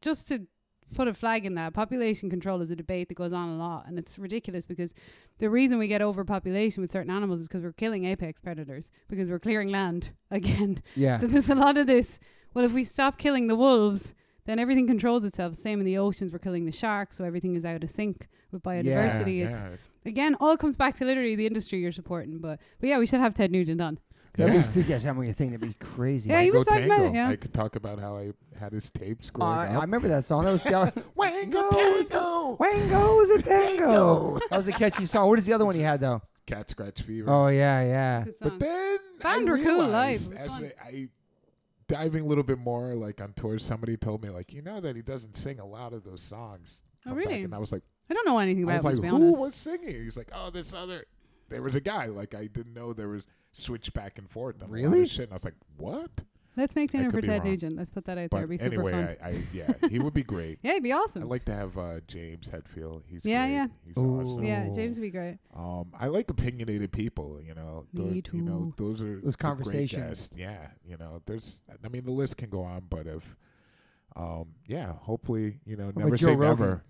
just to put a flag in that, population control is a debate that goes on a lot. And it's ridiculous because the reason we get overpopulation with certain animals is because we're killing apex predators, because we're clearing land again.
Yeah.
So there's a lot of this. Well, if we stop killing the wolves, then everything controls itself. Same in the oceans, we're killing the sharks, so everything is out of sync with biodiversity.
Yeah,
It's
yeah.
again all comes back to literally the industry you're supporting. But but yeah, we should have Ted Nugent on.
That'd
Yeah.
be sick. Yes, I'm your thing. That'd be crazy.
Yeah,
I
he
go
was talking about it,
tango.
yeah.
I could talk about how I had his tapes
Uh,
growing
I
up.
remember that song. That was, that was
Wango
No.
tango.
Wango was a tango. that was a catchy song. What is the other one he had though?
Cat scratch fever.
Oh yeah, yeah.
Good song.
But then
Band
I
were cool live.
realized
It was
as
fun.
I, I- diving a little bit more like on tour, somebody told me like, you know that he doesn't sing a lot of those songs.
Oh,
from back,"
really?
And I was like,
I don't know anything
I was
about it,
like,
to be
who
honest.
was singing? He's like, oh, this other. There was a guy. Like I didn't know there was switch back and forth. on a lot of
Really?
Shit. And I was like, what?
Let's make dinner
could
for
be
Ted
wrong.
Nugent. Let's put that out there.
But
It'd be super fun.
anyway, I, I yeah, he would be great.
yeah, it'd be
I
awesome.
like to have uh, James Hetfield. He's
Yeah,
great.
yeah.
He's
Ooh.
awesome.
yeah,
Oh.
James would be great.
Um, I like opinionated people. You know,
Me
Tho- You know, those
Those
are the great
conversations.
guests. Yeah, you know, there's. I mean, the list can go on, but if, um, yeah, hopefully, you know, never
about Joe
say
Rogan?
never.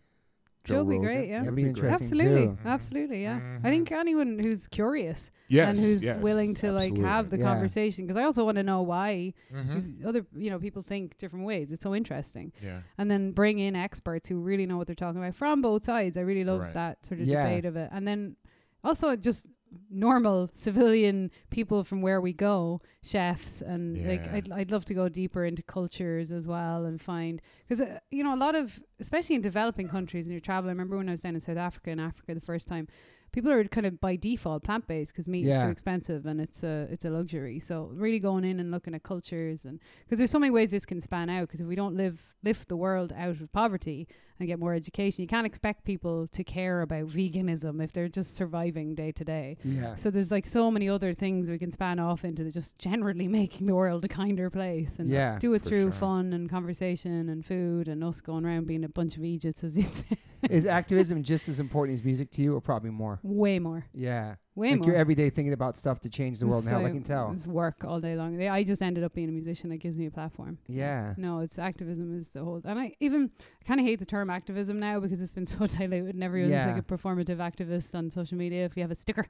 Joe would be
Rogan.
great, yeah.
That'd
He would
be
great.
interesting
Absolutely,
too.
absolutely. Yeah,
Mhm.
I think anyone who's curious
Yes,
and who's
yes,
willing to like have the Mm-hmm.
absolutely. Yeah.
conversation, because I also want to know why
Mm-hmm.
absolutely. Mhm.
other you know people think different ways. It's so interesting,
Yeah,
and then bring in experts who really know what they're talking about from both sides. I really love
Right.
that sort of
Yeah.
debate of it, and then also just normal civilian people from where we go, chefs, and like
Yeah.
I'd I'd love to go deeper into cultures as well and find because uh, you know a lot of especially in developing countries and your travel. I remember when I was down in South Africa in Africa the first time. People are kind of by default plant based because meat is
Yeah.
too expensive and it's a it's a luxury. So really going in and looking at cultures and because there's so many ways this can span out. Because if we don't live lift the world out of poverty and get more education, you can't expect people to care about veganism if they're just surviving day to day.
Yeah.
So there's like so many other things we can span off into the just generally making the world a kinder place and
Yeah,
do it
for
through
sure.
fun and conversation and food and us going around being a bunch of Egypts as it's
Is activism just as important as music to you, or probably more?
way more,
Yeah.
way
like
more.
you're every day thinking about stuff to change the world. now I
So
can tell.
It's work all day long. They- I just ended up being a musician. That gives me a platform.
Yeah.
No, it's activism is the whole. And I even kind of hate the term activism now because it's been so diluted and everyone's
Yeah.
like a performative activist on social media if you have a sticker.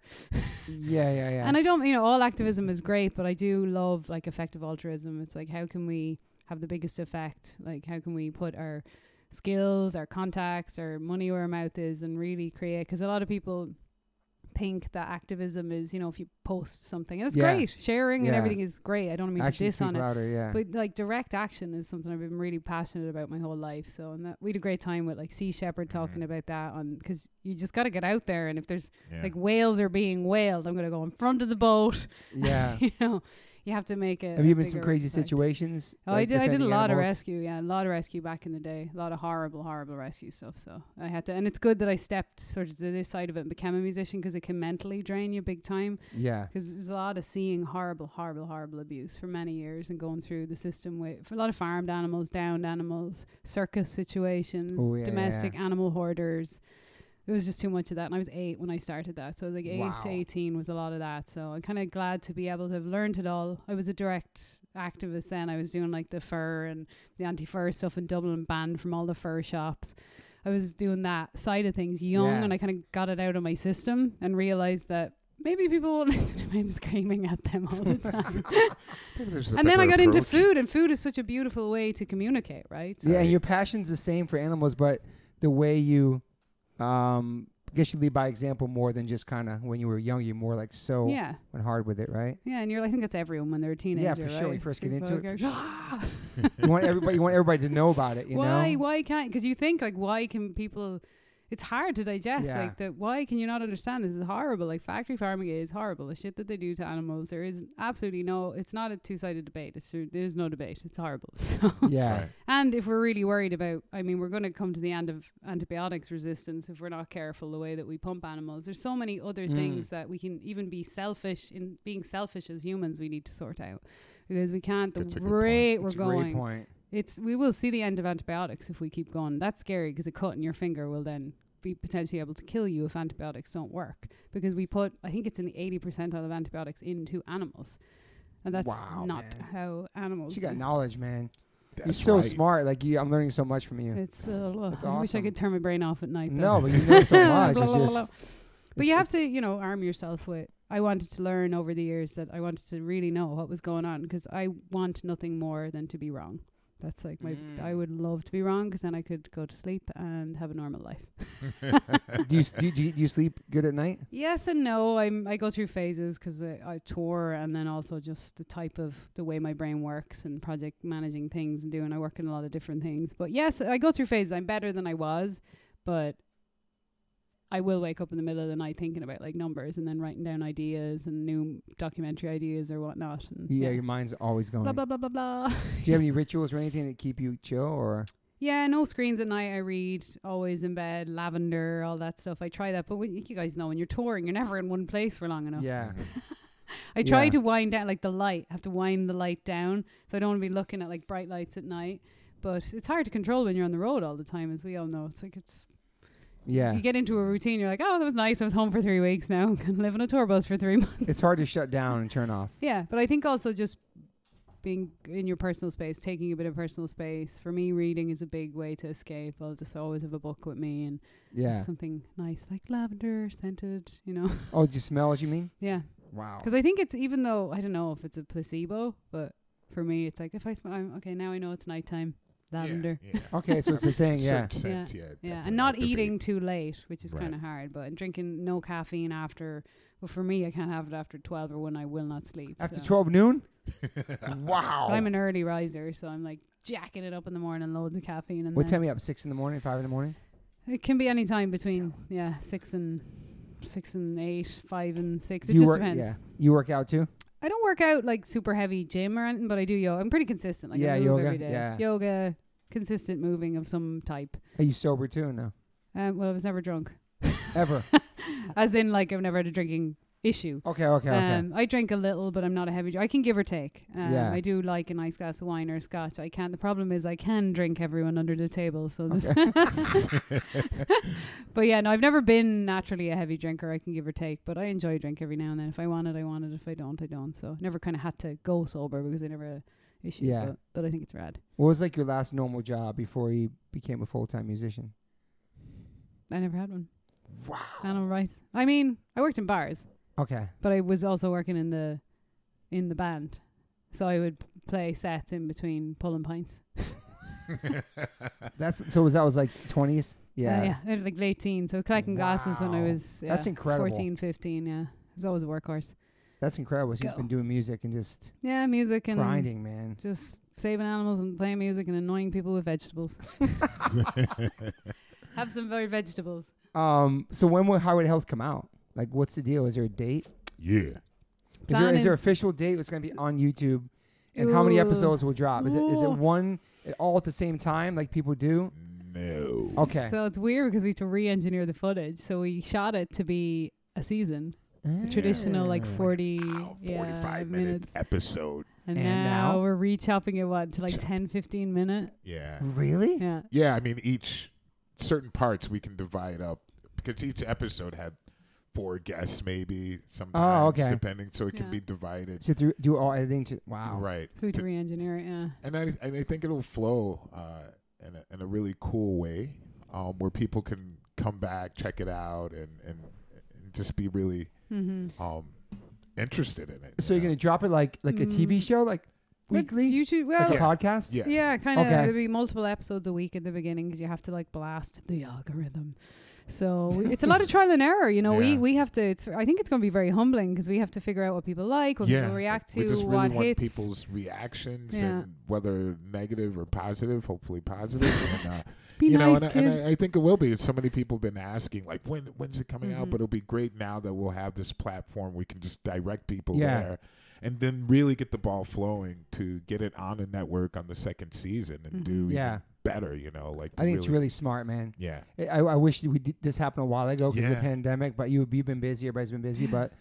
Yeah, yeah, yeah.
And I don't, you know, all activism is great, but I do love like effective altruism. It's like, how can we have the biggest effect? Like, how can we put our skills, our contacts, our money where our mouth is and really create? Because a lot of people think that activism is, you know, if you post something, and that's
Yeah.
great. Sharing and
Yeah.
everything is great. I don't mean
Actions
to diss
speak
on it.
louder. Yeah.
But like direct action is something I've been really passionate about my whole life. So and that we had a great time with like Sea Shepherd
Mm-hmm.
talking about that on because you just got to get out there and if there's
yeah.
like whales are being whaled, I'm gonna go in front of the boat.
yeah.
you know, you have to make it.
Have you been in some crazy situations?
Oh, I
like
did. I did a
defending
lot of
animals?
rescue. Yeah, a lot of rescue back in the day. A lot of horrible, horrible rescue stuff. So I had to, and it's good that I stepped sort of to this side of it and became a musician because it can mentally drain you big time
Yeah.
because there's a lot of seeing horrible, horrible, horrible abuse for many years and going through the system with for a lot of farmed animals, downed animals, circus situations,
Oh, yeah,
domestic
yeah.
animal hoarders. It was just too much of that. And I was eight when I started that. So, like, eight to
Wow.
18 was a lot of that. So, I'm kind of glad to be able to have learned it all. I was a direct activist then. I was doing like the fur and the anti fur stuff in Dublin, banned from all the fur shops. I was doing that side of things young,
Yeah.
and I kind of got it out of my system and realized that maybe people won't listen to him screaming at them all the time.
Maybe there's a
and then I
better
got into
approach.
food, and food is such a beautiful way to communicate, right? So-
Yeah, and your passion's the same for animals, but the way you, um, I guess you lead by example more than just kind of when you were young. You're more like so
yeah,
went hard with it, right?
yeah, and you're. I think that's everyone when they're a teenager.
for sure,
right?
when you
It's
first
people
get into
who
it,
go,
for sure.
"Ah!"
You want everybody, you want everybody to know about it, you
why?
know?
Why can't? Because you think like, why can people? It's hard to digest.
Yeah.
Like that. Why can you not understand? This is horrible. Like factory farming is horrible. The shit that they do to animals. There is absolutely no. It's not a two-sided debate. It's there is no debate. It's horrible. So.
Yeah,
Right.
And if we're really worried about, I mean, we're going to come to the end of antibiotics resistance if we're not careful the way that we pump animals. There's so many other
Mm.
things that we can even be selfish in being selfish as humans. We need to sort out because we can't. The
That's a good point.
rate we're
It's a great
going,
point.
it's we will see the end of antibiotics if we keep going. That's scary because a cut in your finger will then be potentially able to kill you if antibiotics don't work because we put I think it's in the eighty percentile of antibiotics into animals, and that's
Wow,
not
man.
how animals.
She got
are.
knowledge, man. You're
That's
so
right.
smart. Like you, I'm learning so much from you.
It's uh, ugh,
That's
I wish I
awesome.
could turn my brain off at night. though.
No, but you know so much.
Blah,
It's
blah, blah,
just,
blah. but
it's-
you have
it's-
to, you know, arm yourself with. I wanted to learn over the years that I wanted to really know what was going on because I want nothing more than to be wrong. That's like my.
Mm.
I would love to be wrong because then I could go to sleep and have a normal life.
do you do, you- do you, do you sleep good at night?
Yes and no. I'm. I go through phases because I, I tour and then also just the type of the way my brain works and project managing things and doing. I work in a lot of different things, but yes, I go through phases. I'm better than I was, but I will wake up in the middle of the night thinking about like numbers and then writing down ideas and new documentary ideas or whatnot. And
Yeah, your mind's always going.
Blah blah blah blah blah.
Do you have any rituals or anything that keep you chill or?
Yeah, no screens at night. I read always in bed, lavender, all that stuff. I try that, but when, you guys know when you're touring, you're never in one place for long enough.
Yeah.
Mm-hmm.
I try
Yeah.
to wind down like the light. I have to wind the light down, so I don't want to be looking at like bright lights at night. But it's hard to control when you're on the road all the time, as we all know. It's like it's
Yeah.
you get into a routine. You're like, oh, that was nice. I was home for three weeks now. Can live on a tour bus for three months.
It's hard to shut down and turn off.
Yeah, but I think also just being in your personal space, taking a bit of personal space. For me, reading is a big way to escape. I'll just always have a book with me and
Yeah.
something nice like lavender scented. You know,
Oh, do you smell what you mean?
yeah.
Wow.
Because I think it's even though I don't know if it's a placebo, but for me, it's like if I smell, I'm, okay, now I know it's nighttime. Lavender.
Yeah, yeah.
Okay, so it's the thing. Yeah.
Certain sense, yeah.
Yeah,
definitely
and not
activate.
eating too late, which is
Right.
kind of hard, but and drinking no caffeine after. Well, for me, I can't have it after 12 or when I will not sleep.
After
so.
12 noon?
wow.
But I'm an early riser, so I'm like jacking it up in the morning, loads of caffeine. And
What
then
time are you up? Six in the morning? Five in the morning?
It can be any time between, yeah, six and six and eight, five and six. It
you
just
work,
depends.
Yeah. You work out too?
I don't work out like super heavy gym or anything, but I do yoga. I'm pretty consistent. Like
Yeah,
I move
yoga,
every day.
yeah.
Yoga, consistent moving of some type.
Are you sober too? or No.
Um, well, I was never drunk,
Ever.
as in like I've never had a drinking issue.
Okay, okay, okay.
Um, I drink a little, but I'm not a heavy. drinker. I can give or take. Um,
Yeah.
I do like a nice glass of wine or scotch. I can. not The problem is I can drink everyone under the table. So, this but yeah, no, I've never been naturally a heavy drinker. I can give or take, but I enjoy a drink every now and then. If I want it, I want it. If I don't, I don't. So never kind of had to go sober because I never had a issue.
Yeah.
But, but I think it's rad.
what was like your last normal job before you became a full time musician?
I never had one. Wow. Animal rights. I mean, I worked in bars,
Okay.
but I was also working in the in the band, so I would play sets in between pulling pints. Uh,
That's so was that was like
Uh,
20s? Yeah.
Yeah, yeah. I was like late teens. So I was collecting glasses when I
Wow.
was yeah,
That's incredible.
Fourteen, fifteen. yeah. I was always a workhorse.
That's incredible. She's
Go. Mm.
been doing music and just
Yeah, music and
grinding, man.
just saving animals and playing music and annoying people with vegetables. Have some very vegetables.
Um, so when will Howard Health come out? Like, what's the deal? Is there a date?
yeah.
Is there,
Plan
is there
is-
official date that's going to be on YouTube? And how many
Ooh.
episodes will drop? Is it is it
Ooh.
one all at the same time like people do?
No.
Okay.
So it's weird because we had to re-engineer the footage. So we shot it to be a season, a traditional like
Yeah.
40,
Wow,
yeah,
45 minute
minutes.
episode.
And,
And
now,
now-
we're re-chopping it what to like 10, 15 minute.
Yeah.
really?
Yeah.
Yeah, I mean each certain parts we can divide up because each episode had four guests maybe sometimes
Oh, okay.
depending so it can
Yeah.
be divided.
So to do all editing to wow.
Right.
So we had to re-engineer it. Yeah.
And I and I think it'll flow uh in a, in a really cool way. um, where people can come back, check it out, and and, and just be really
mm-hmm.
um, interested in it.
So
you
you're
know?
gonna drop it like like a TV show, like
Mm. Like
weekly,
YouTube. Well,
like a
Yeah.
podcast.
yeah.
Yeah, kind of.
Okay.
There'll be multiple episodes a week at the beginning because you have to like blast the algorithm. So we, it's a lot of trial and error. You know, we
Yeah.
we have to. It's, I think it's going to be very humbling because we have to figure out what people like, what people react to,
we just really
what
want
hits.
people's reactions
Yeah.
and whether negative or positive, hopefully positive. and, uh,
Be
you know,
nice,
and, I-
kids.
and I, I think it will be. So many people have been asking, like, when when's it coming out?
Mm-hmm.
Mhm.
But it'll be great now that we'll have this platform. We can just direct people
Yeah.
there, and then really get the ball flowing to get it on the network on the second season and
Mhm.
do even
Mm-hmm. Yeah.
better. You know, like
I think
really,
it's really smart, man.
yeah.
I, I wish we did, this happened a while ago because of the
Yeah.
pandemic. But you, you've been busy. Everybody's been busy. But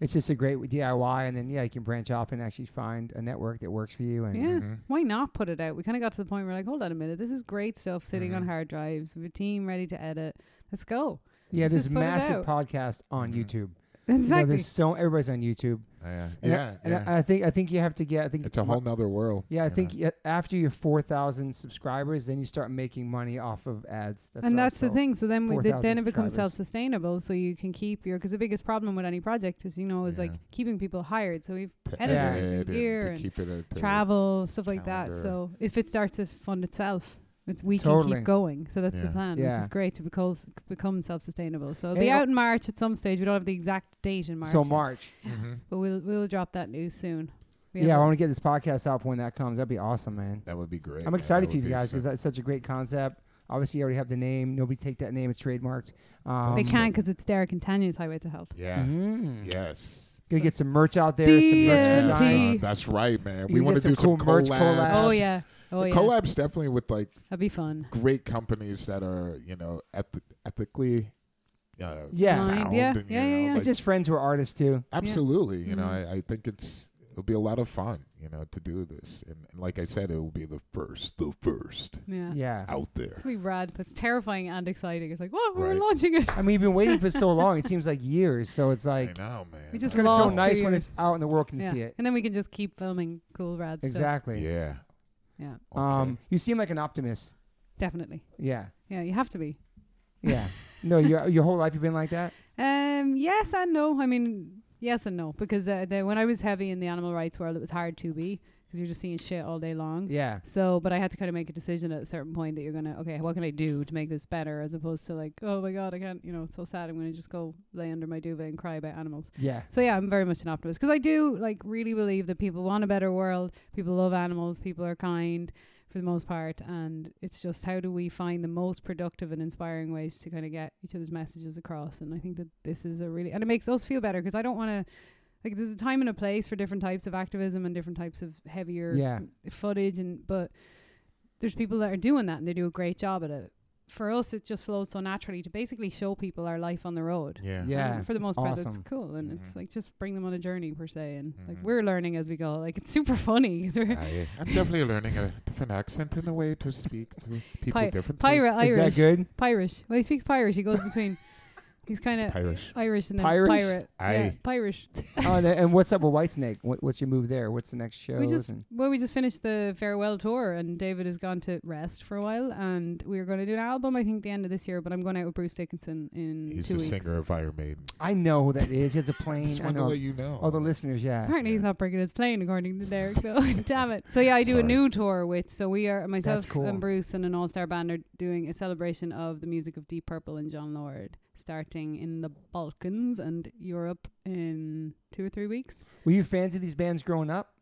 it's just a great DIY, and then yeah, you can branch off and actually find a network that works for you. And
Yeah.
Mhm.
Why not put it out? We kind of got to the point where we're like, hold on a minute, this is great stuff sitting on hard drives with a team ready to edit. Let's go.
yeah,
Let's
there's
just put it
massive
out. Mm-hmm.
podcasts on
Mhm.
YouTube. You know,
Exactly.
there's so everybody's on YouTube.
Yeah,
And I-
yeah,
and I,
yeah.
I think I think you have to get. I think
it's a whole nother world.
Yeah, I
you know.
think y- after your four thousand subscribers, then you start making money off of ads. That's
and
what I was
that's the
told.
thing. So then, we,
4,000
then it becomes
subscribers.
self-sustainable. So you can keep your because the biggest problem with any project is you know is like
Yeah.
keeping people hired. So we've
To
editors
edit
and
and to
gear and
keep it at the-
travel stuff like that.
calendar.
So if it starts to fund itself, it's we can
Totally.
keep going. So that's the
Yeah.
plan,
Yeah.
which is great to become become self-sustainable. So it'll
Hey,
be
uh,
out in March at some stage. We don't have the exact date in March,
So March.
Mhm.
but we'll we'll drop that news soon. We
Yeah, I
have a-
want to get this podcast out for when that comes. That'd be awesome, man.
That would be great.
I'm
man.
excited
That
for you
would be
guys because
so-
that's such a great concept. Obviously, you already have the name. Nobody take that name; it's trademarked. Um,
they can because it's Derek and Tanya's Highway to Health.
yeah,
Mm.
yes.
Gonna get some merch out there.
D&T.
Some merch
That's,
designs.
uh,
T.
that's right, man.
You
We
can
want
get
to
some
do
cool
some
merch
collabs.
collabs.
Oh yeah, oh
The
yeah,
collabs definitely with like
that'd be fun.
great companies that are you know eth- ethically uh,
Yeah. Aligned,
sound
yeah.
and, you
Yeah, yeah,
know,
yeah.
And
like-
just friends who are artists too.
absolutely you know
Mhm.
I, I think it's it'll be a lot of fun you know to do this and, and like I said it will be the first the first
Yeah.
Yeah.
out
It's
there
gonna be rad, but it's terrifying and exciting. It's like, whoa, we were
Right.
launching it.
I mean, we've been waiting for so long. It seems like years. So it's like
I know man
We just
it's gonna feel
Lost
nice
two
when
years.
it's out and the world can see it.
And then we can just keep filming cool rad stuff.
Exactly.
yeah
Yeah.
Um,
Okay.
you seem like an optimist.
Definitely.
Yeah.
Yeah, you have to be.
Yeah. no, your your whole life you've been like that.
Um, yes and no. I mean, yes and no because uh, the, when I was heavy in the animal rights world, it was hard to be because you're just seeing shit all day long.
Yeah.
So, but I had to kind of make a decision at a certain point that you're gonna, okay, what can I do to make this better, as opposed to like, oh my god, I can't, you know, it's so sad. I'm gonna just go lay under my duvet and cry about animals.
Yeah.
So yeah, I'm very much an optimist because I do like really believe that people want a better world. People love animals. People are kind for the most part, and it's just how do we find the most productive and inspiring ways to kind of get each other's messages across. And I think that this is a really and it makes us feel better because I don't want to like there's a time and a place for different types of activism and different types of heavier
Yeah.
footage and but there's people that are doing that and they do a great job at it. For us, it just flows so naturally to basically show people our life on the road.
yeah
Yeah,
And Um, for the
it's
most part, that's
awesome.
cool, and it's
Mhm.
like just bring them on a journey per se, and like
Mhm.
we're learning as we go. Like it's super funny. 'cause we're
I, I'm definitely learning a different accent in a way to speak to people
Pi-
differently.
Pirate Irish.
Is that good?
Pirish. Well, he speaks Pirish. He goes between. he's kind of
Irish.
Irish and then
Pirish?
pirate. Yeah,
Aye.
Pirish.
oh, and, and what's up with Whitesnake? What, what's your move there? What's the next show?
we just
And-
well, we just finished the farewell tour, and David has gone to rest for a while, and we are going to do an album. I think the end of this year, but I'm going out with Bruce Dickinson in
He's
two
the
weeks.
singer of Iron Maiden.
I know who that is. He has a plane.
Just
I
want to
know.
let you know.
All the listeners, yeah.
Apparently, he's
Yeah.
not breaking his plane, according to Derek. Though, damn it. So yeah, I do a
Sorry.
new tour with. So we are myself
cool.
and Bruce and an all-star band are doing a celebration of the music of Deep Purple and John Lord, starting in the Balkans and Europe in two or three weeks.
Were you fans of these bands growing up?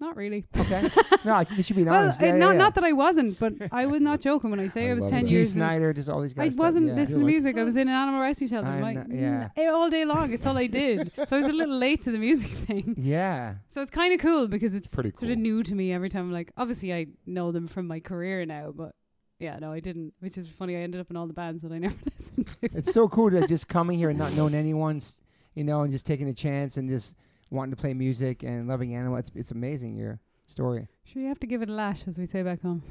Not really.
Okay. no, I, you should be
well,
honest.
uh,
yeah,
not
yeah,
not that I wasn't, but I was not joking when I say
I
I, was
love
ten
yeah.
that. Dee
Dee
years. in-
Snyder, just all these
I
guys.
wasn't
yeah.
listening to
You're like,
music. I was in an animal rescue shelter.
I
like,
kn- yeah.
mm, all day long. It's all I did. so I was a little late to the music thing.
Yeah.
So it's kind of cool because it's
Pretty
sort
cool.
of new to me every time. I'm like, obviously, I know them from my career now, but yeah, no, I didn't. Which is funny. I ended up in all the bands that I never listened to.
It's so cool to just coming here and not knowing anyone, s- you know, and just taking a chance and just wanting to play music and loving animals. It's, it's amazing, your story.
Sure, you have to give it a lash, as we say back home.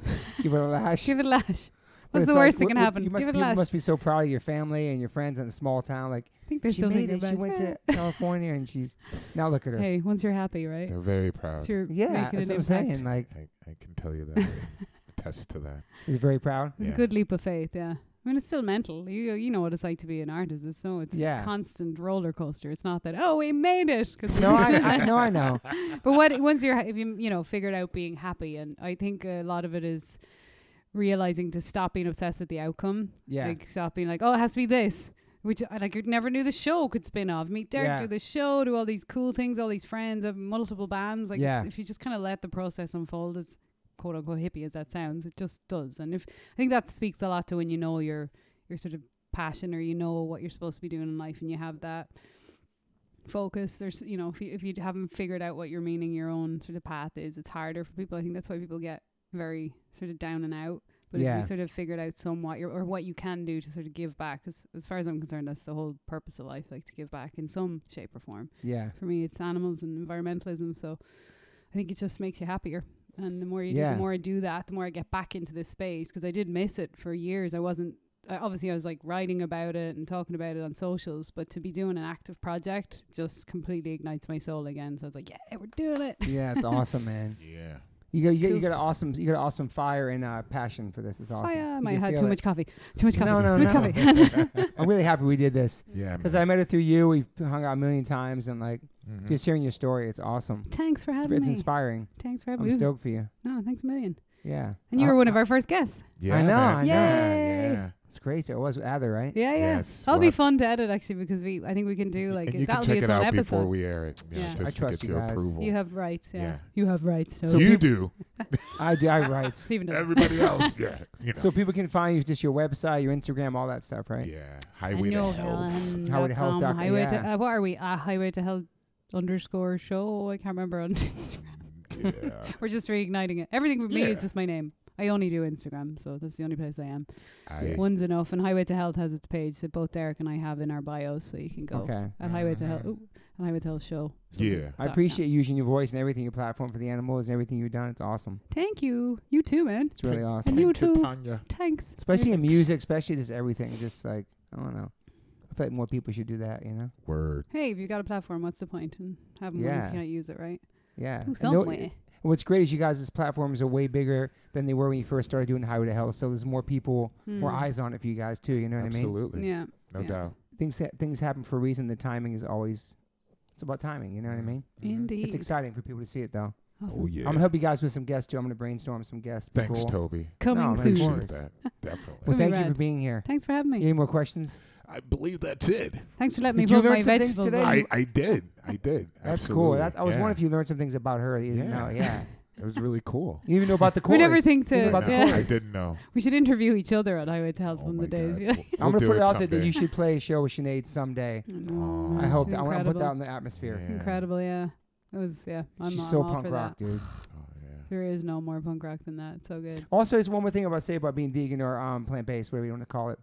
Give it a lash.
give it a lash.
But
What's the
it's like,
worst that
what-
can
what-
happen?
You must,
Give it a
you
lash.
must be so proud of your family and your friends in a small town. Like,
I think they
she
still
made
think
it.
about
She went to California and she's now look at her.
Hey, once you're happy, right?
They're very proud.
So you're
yeah,
making
that's
an
what I'm
impact.
saying. Like,
I, I can tell you that. I attest to that.
you're very proud.
It's a
Yeah.
good leap of faith. Yeah, I mean, it's still mental. You you know what it's like to be an artist. It's so it's
Yeah.
constant roller coaster. It's not that oh we made it. 'cause
No, I, I no, I know.
but what once you're ha- if you you know figured out being happy, and I think a lot of it is realizing to stop being obsessed with the outcome.
Yeah.
like stop being like oh it has to be this. Which I like, you never knew the show could spin off. Meet Derek,
Yeah.
do the show, do all these cool things, all these friends, have multiple bands. Like,
Yeah.
it's, if you just kind of let the process unfold, as quote unquote hippie as that sounds, it just does. And if I think that speaks a lot to when you know your your sort of passion or you know what you're supposed to be doing in life and you have that focus. There's you know if you if you haven't figured out what your meaning, your own sort of path is, it's harder for people. I think that's why people get very sort of down and out. But
Yeah.
if you sort of figured out somewhat your, or what you can do to sort of give back, 'cause as far as I'm concerned, that's the whole purpose of life, like to give back in some shape or form
Yeah,
for me it's animals and environmentalism so i think it just makes you happier and the more you do
Yeah.
the more i do that the more i get back into this space because i did miss it for years i wasn't I obviously i was like writing about it and talking about it on socials but to be doing an active project just completely ignites my soul again so i was like yeah we're doing it
yeah, it's awesome, man.
Yeah.
You got you, got- you
Cool.
got an awesome you got an awesome fire and uh, passion for this. It's awesome.
oh yeah i
You
might
can
have had
feel
too
it.
much coffee too much coffee
No, no,
too
no.
much coffee
I'm really happy we did this
Yeah.
because I
man.
met her through you. We've hung out a million times and like
Mhm.
just hearing your story, it's awesome.
thanks for
It's,
having
it's
me
inspiring.
thanks for having
I'm
me
stoked for you.
no thanks a million
Yeah,
and you
Uh,
were one of our first guests
Yeah.
I know,
man.
I know.
Yeah,
Yay.
yeah.
It's great. So it was with Adler, right?
yeah yeah
Yes,
that'll be
what-
fun to edit actually because we i think we can do like
and you can
that'll
check
be its
it
own
out
episode
before we air it. you know,
Yeah.
I
just to
trust
get
you
your
guys.
approval.
You have rights, yeah.
Yeah.
You have rights.
So
you
peop-
do.
I do. I write.
Stephen does.
Everybody else, yeah. You know.
So people can find you just your website, your Instagram, all that stuff, right?
yeah. Highway to hell.
Highway to health doc-
um, Highway to,
yeah.
uh, what are we? Uh, highway to hell underscore show. I can't remember. on Instagram.
Mm, yeah.
We're just reigniting it. Everything with me
Yeah.
is just my name. I only do Instagram, so that's the only place I am.
I,
One's enough, and Highway to Health has its page that both Derek and I have in our bios, so you can go
Okay. Mm-hmm.
at Highway to Health. Ooh, at Highway to Health show.
yeah.
I appreciate you using your voice and everything, your platform for the animals and everything you've done. It's awesome.
Thank you. You too, man.
It's really awesome.
And you
Thank
too.
Tanya.
Thanks.
especially in music, especially just everything. Just like I don't know, I feel like more people should do that. You know?
Word.
Hey, if you've got a platform, what's the point? And have one
Yeah.
if you can't use it, right?
Yeah.
Ooh,
And
some
no-
way.
What's great is you guys' platforms are way bigger than they were when you first started doing Highway to Hell. So there's more people, more
Hmm.
eyes on it for you guys too. You know what I mean?
Absolutely.
Yeah.
No
Yeah.
doubt.
Things ha- things happen for a reason. The timing is always. It's about timing, you know what I mean?
Mhm.
Indeed.
It's exciting for people to see it, though.
Oh,
Awesome.
yeah.
I'm gonna help you guys with some guests too. I'm gonna brainstorm some guests.
Thanks,
people.
Toby.
Coming
No, man,
soon.
of
Appreciate
course.
that. Definitely.
Well,
It's gonna be
thank you
rad.
for being here.
Thanks for having me.
Any more questions?
I believe that's it.
Thanks for letting
Did
me
you
put
learn
my
some things
vegetables.
today?
on.
I, I did. I did.
That's cool.
Absolutely.
That's, I was
yeah.
wondering if you learned some things about her. that You didn't
Yeah.
know. Yeah.
It was really cool.
You even know about the chorus.
We never think
You know
to-
about the
yeah.
I
chorus.
didn't know.
we should interview each other on Highway to Health
Oh
one
my
of the days.
God. We'll-
I'm
we'll
gonna
do
put it out there that
someday.
you should play a show with Sinead someday.
Oh, I
Aw.
know,
I
it's
hope that I want to put
incredible.
that in the atmosphere.
Yeah.
Incredible, yeah. It was, yeah. I'm,
She's
I'm
so
all
punk
for
rock,
that.
dude.
Oh, yeah.
There is no more punk rock than that. It's so good.
Also, there's one more thing about say about being vegan or um, plant based, whatever you want to call it.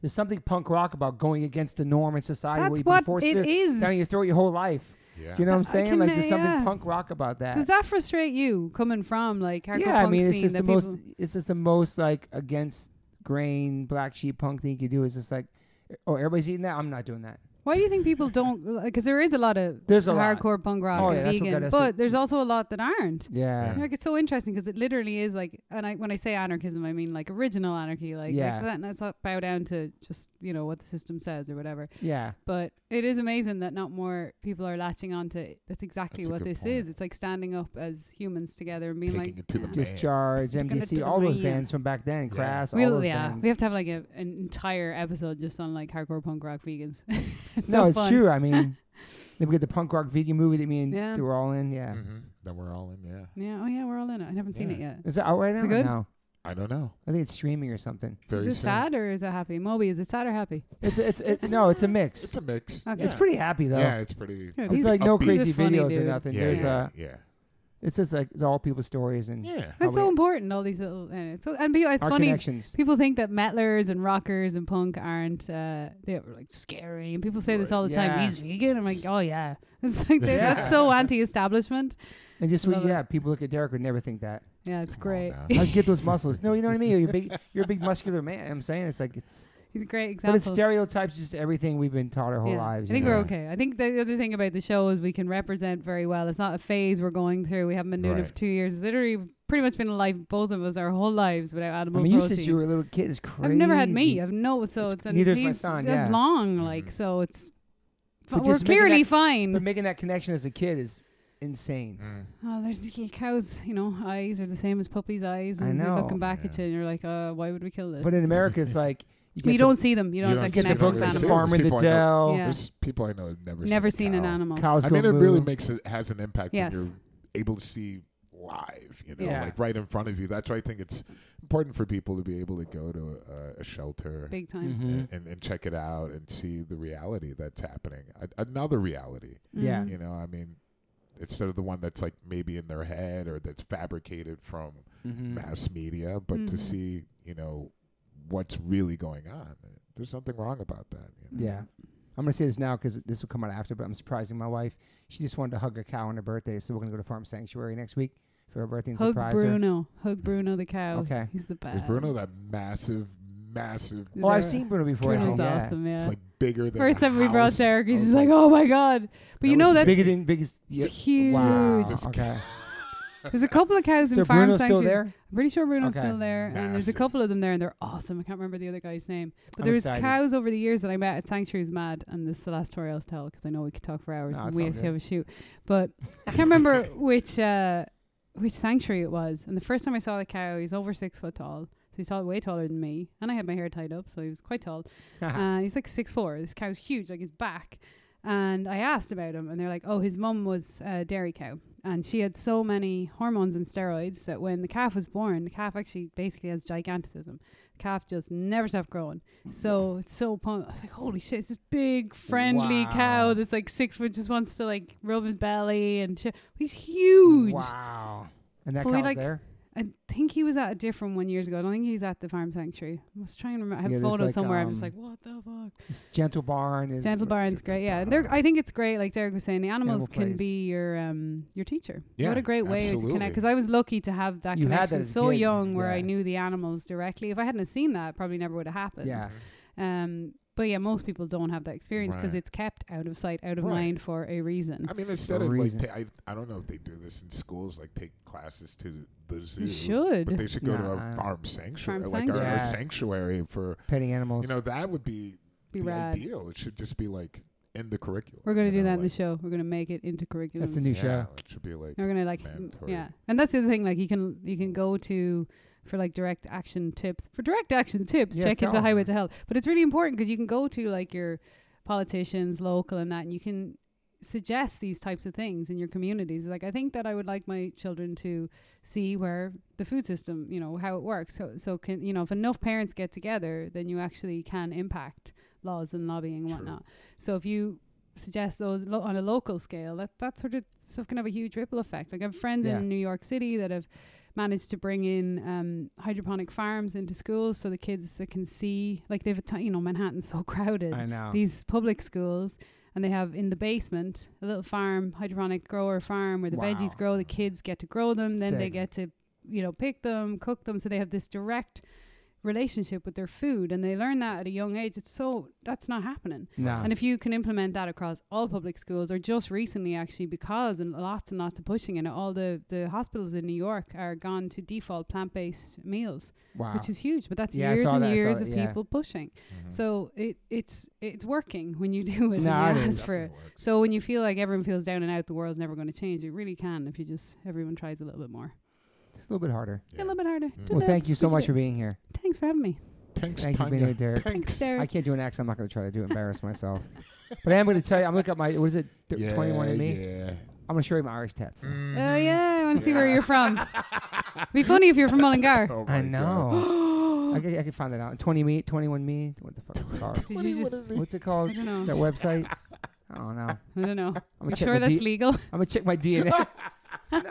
There's something punk rock about going against the norm in society.
That's
you've been
what
forced
it
to
is.
down your throat your whole life.
Yeah.
Do you know what I'm
I
saying?
can,
like
uh,
there's something
yeah.
punk rock about that.
Does that frustrate you coming from like hardcore
yeah, I
punk
mean, it's
scene
just the
that people,
most. It's just the most like against grain black sheep punk thing you can do. Is just like, oh, everybody's eating that. I'm not doing that.
Why do you think people don't? Because there is a lot of
There's a lot.
hardcore punk rock
Oh,
and
yeah, that's what got
vegan,
us-
but there's also a lot that aren't.
Yeah.
Yeah.
Like it's so interesting because it literally is like, and I when I say anarchism, I mean like original anarchy, like
Yeah.
like that, and it's not bow down to just you know what the system says or whatever.
Yeah.
But it is amazing that not more people are latching on to. That's exactly
That's a
what
good
this
point.
is. It's like standing up as humans together and being
Taking
like,
it to the
"Yeah,
Man.
Discharge,
Gonna do
MDC, all those
it.
bands from back then, Crass, all
we'll,
those
yeah,
bands.
we have to have like a, an entire episode just on like hardcore punk rock vegans. It's
no,
so
it's
fun.
true. I mean, then we get the punk rock vegan movie that me and
Yeah.
they were all in. Yeah,
Mm-hmm. Then we're all in. Yeah.
Yeah. Oh yeah, we're all in it. I haven't seen
Yeah.
it yet.
is it out right now?
Is it good?
No,
I don't know.
I think it's streaming or something.
Very
is it
soon.
sad or is it happy? Moby, is it sad or happy?
It's it's it's no, it's a mix.
It's a mix.
Okay.
It's pretty happy though.
Yeah, it's pretty.
Good.
It's
He's-
like no
upbeat.
crazy
He's a funny
videos or
dude.
nothing.
Yeah.
There's
Yeah.
uh Hmm.
Yeah.
it's just like it's all people's stories and
Yeah.
how
It's so
we-
important. All these little and it's so and people, it's
our
funny.
connections.
People think that metalers and rockers and punk aren't uh, they're like scary, and people say this all the
Yeah.
time. He's vegan. I'm like, oh yeah, it's like they-
Yeah.
that's so anti-establishment.
And just we,
Love it.
yeah, people look at Derek would never think that.
Yeah, it's
Come on
great.
now.
How'd you get those muscles? No, you know what I mean. You're a big, you're a big muscular man. I'm saying it's like it's
He's a great example.
But it stereotypes just everything we've been taught our whole
Yeah.
lives.
I
you
think
know?
we're okay. I think the other thing about the show is we can represent very well. It's not a phase we're going through. We haven't been doing it
Right.
for two years. It's literally pretty much been a life both of us our whole lives without animal
I mean, you
protein.
said you were a little kid. It's crazy.
I've never had meat. I've no so
It's-
it's, and
neither's my
he's-
son,
That's
yeah.
long,
Mhm.
like so it's.
But
But we're
just making
clearly
that-
fine.
But making that connection as a kid is insane.
Mm.
Oh, they're little cows. You know, eyes are the same as puppies' eyes.
I
And you're
know.
looking back at
Yeah.
you, and you're like, uh, why would we kill this?
But in America, it's like you,
you
get
don't see them. You don't
You don't
have that
the, get
see
the
connection.
books
There's
like
with
The
people
Farm
animals.
in the
I know.
Dell.
Yeah.
There's people I know have never
Never
seen,
seen
a
an
cow.
animal.
Cows
I
go
mean, it
moo.
really makes it has an impact
Yes.
when you're able to see live, you know,
Yeah.
like right in front of you. That's why I think it's important for people to be able to go to a, a shelter
Big time.
Mhm.
and, and, and check it out and see the reality that's happening. A, another reality,
Yeah.
Mhm.
you know. I mean, instead of the one that's like maybe in their head or that's fabricated from
Mm-hmm.
Mhm.
mass media, but to
Mhm.
see, you know, what's really going on. There's something wrong about that. You know?
Yeah. I'm gonna say this now because this will come out after, but I'm surprising my wife. She just wanted to hug a cow on her birthday, so we're gonna go to Farm Sanctuary next week for her birthday and
Hug
surprise her.
Bruno. Hug Bruno the cow.
Okay.
He's the
Is
best.
Bruno that massive, massive?
Oh, I've
They're-
seen Bruno before. at
Bruno's
home, yeah.
awesome, yeah.
It's like bigger than.
First
a
time we brought
house.
Derek,
I
he's
was
just like, oh my God. But you
That
know,
was
that's
Bigger than biggest. Yep.
huge.
Wow.
This
Okay.
There's a couple of cows
So
in farm
Bruno's still
sanctuaries.
there.
I'm pretty sure Bruno's
Okay.
still there, and there's a
Massive.
couple of them there, and they're awesome. I can't remember the other guy's name, but
I'm
there was
excited.
cows over the years that I met at Sanctuaries Mad, and this is the last story I'll tell because I know we could talk for hours,
No,
and
it's
we
all
actually
good.
have a shoot. But I can't remember which uh, which sanctuary it was. And the first time I saw the cow, he's over six foot tall, so he's tall, way taller than me, and I had my hair tied up, so he was quite tall. Uh, he's like six four. This cow's huge, like his back. And I asked about him, and they're like, "Oh, his mum was a dairy cow, and she had so many hormones and steroids that when the calf was born, the calf actually basically has gigantism. The calf just never stopped growing. So it's so pun- I was like, "Holy shit! It's this big friendly
Wow.
cow that's like six foot, just wants to like rub his belly and shit. He's huge.
Wow. And that
But we,
cow's
like,
there.
I think he was at a different one years ago. I don't think he's at the farm sanctuary. I was trying to remember. I have
Yeah, there's
photos
like,
somewhere. I'm
um,
just like, what the fuck."
This gentle barn is.
Gentle Barn's great, yeah. And they're, I think it's great. Like Derek was saying, the
Animal
animals can
plays.
be your um your teacher.
Yeah,
what a great way to
absolutely.
connect. Because I was lucky to have that
You had that
connection
as a
so
kid,
young, where I
yeah.
knew the animals directly. If I hadn't have seen that, it probably never would have happened.
Yeah.
Um. But yeah, most people don't have that experience because
Right.
it's kept out of sight, out of
Right.
mind for a reason.
I mean, instead of
reason.
like, ta- I, I don't know if they do this in schools, like take classes to the zoo.
You should.
But they should go to
Nah.
a farm sanctuary,
Farm
like a-
sanctuary.
a,
Yeah.
sanctuary for
Petting animals.
you know that would be
be
the
rad.
ideal. It should just be like in the curriculum.
We're gonna
you
do
know,
that in the
like-
show. We're gonna make it into curriculum.
that's a new
Yeah,
show.
it should be like
They're gonna like
Man,
m-
totally.
yeah, and that's the other thing. Like you can you can go to for like direct action tips for direct action tips.
Yes,
check
tell
into
'em.
Highway to Hell, but it's really important because you can go to like your politicians, local, and that, and you can suggest these types of things in your communities. Like I think that I would like my children to see where the food system, you know, how it works. So so can you know if enough parents get together, then you actually can impact laws and lobbying and
True.
whatnot. So if you suggest those lo- on a local scale, that that sort of stuff can have a huge ripple effect. Like I have friends
Yeah.
in New York City that have managed to bring in um, hydroponic farms into schools, so the kids that can see, like they've, a ti- you know, Manhattan's so crowded
I know.
these public schools and they have in the basement a little farm hydroponic grower farm where the
Wow.
veggies grow the kids get to grow them then they
Sick.
get to you know pick them cook them so they have this direct relationship with their food and they learn that at a young age it's so that's not happening
no.
and if you can implement that across all public schools, or just recently actually, because and lots and lots of pushing in it, all the, the hospitals in New York are gone to default plant based meals,
wow.
which is huge. But that's
Yeah, I
years
saw
and
that, I saw
years
that,
of
yeah. Mm.
people pushing.
Mm-hmm.
Mhm.
So it it's it's working when you do it.
No,
and you
it
ask
is.
for it.
Definitely works.
So when you feel like everyone feels down and out, the world's never going to change. It really can if you just everyone tries a little bit more.
it's a little bit harder.
Yeah, a little bit harder.
Mm.
Do
Well,
that,
thank you so
squeeze a
much for
bit.
being here.
Thanks for having me.
Thanks,
Thank you for being
Tanya.
here, Derek.
Thanks, Oh,
Thanks.
Derek.
I can't do an accent. I'm not going to try to do it. Embarrass myself. But I am going to tell you. I'm looking at my. What is it? Th- 21 and me. Mm-hmm.
Yeah. Mm.
I'm going to show you my Irish tats.
Oh
Mm.
yeah, I want to see where you're from. Be funny if you're from Mullingar.
Oh
I
my God.
know. Oh. I could, I could find that out. 20 me, 21 me. What the fuck is it called?
Did you just?
What's it
I
called?
don't know.
That website? I don't know. I'm
I don't know.
gonna
I'm
check
sure
my
that's
D-
legal.
I'm gonna check my DNA. I'm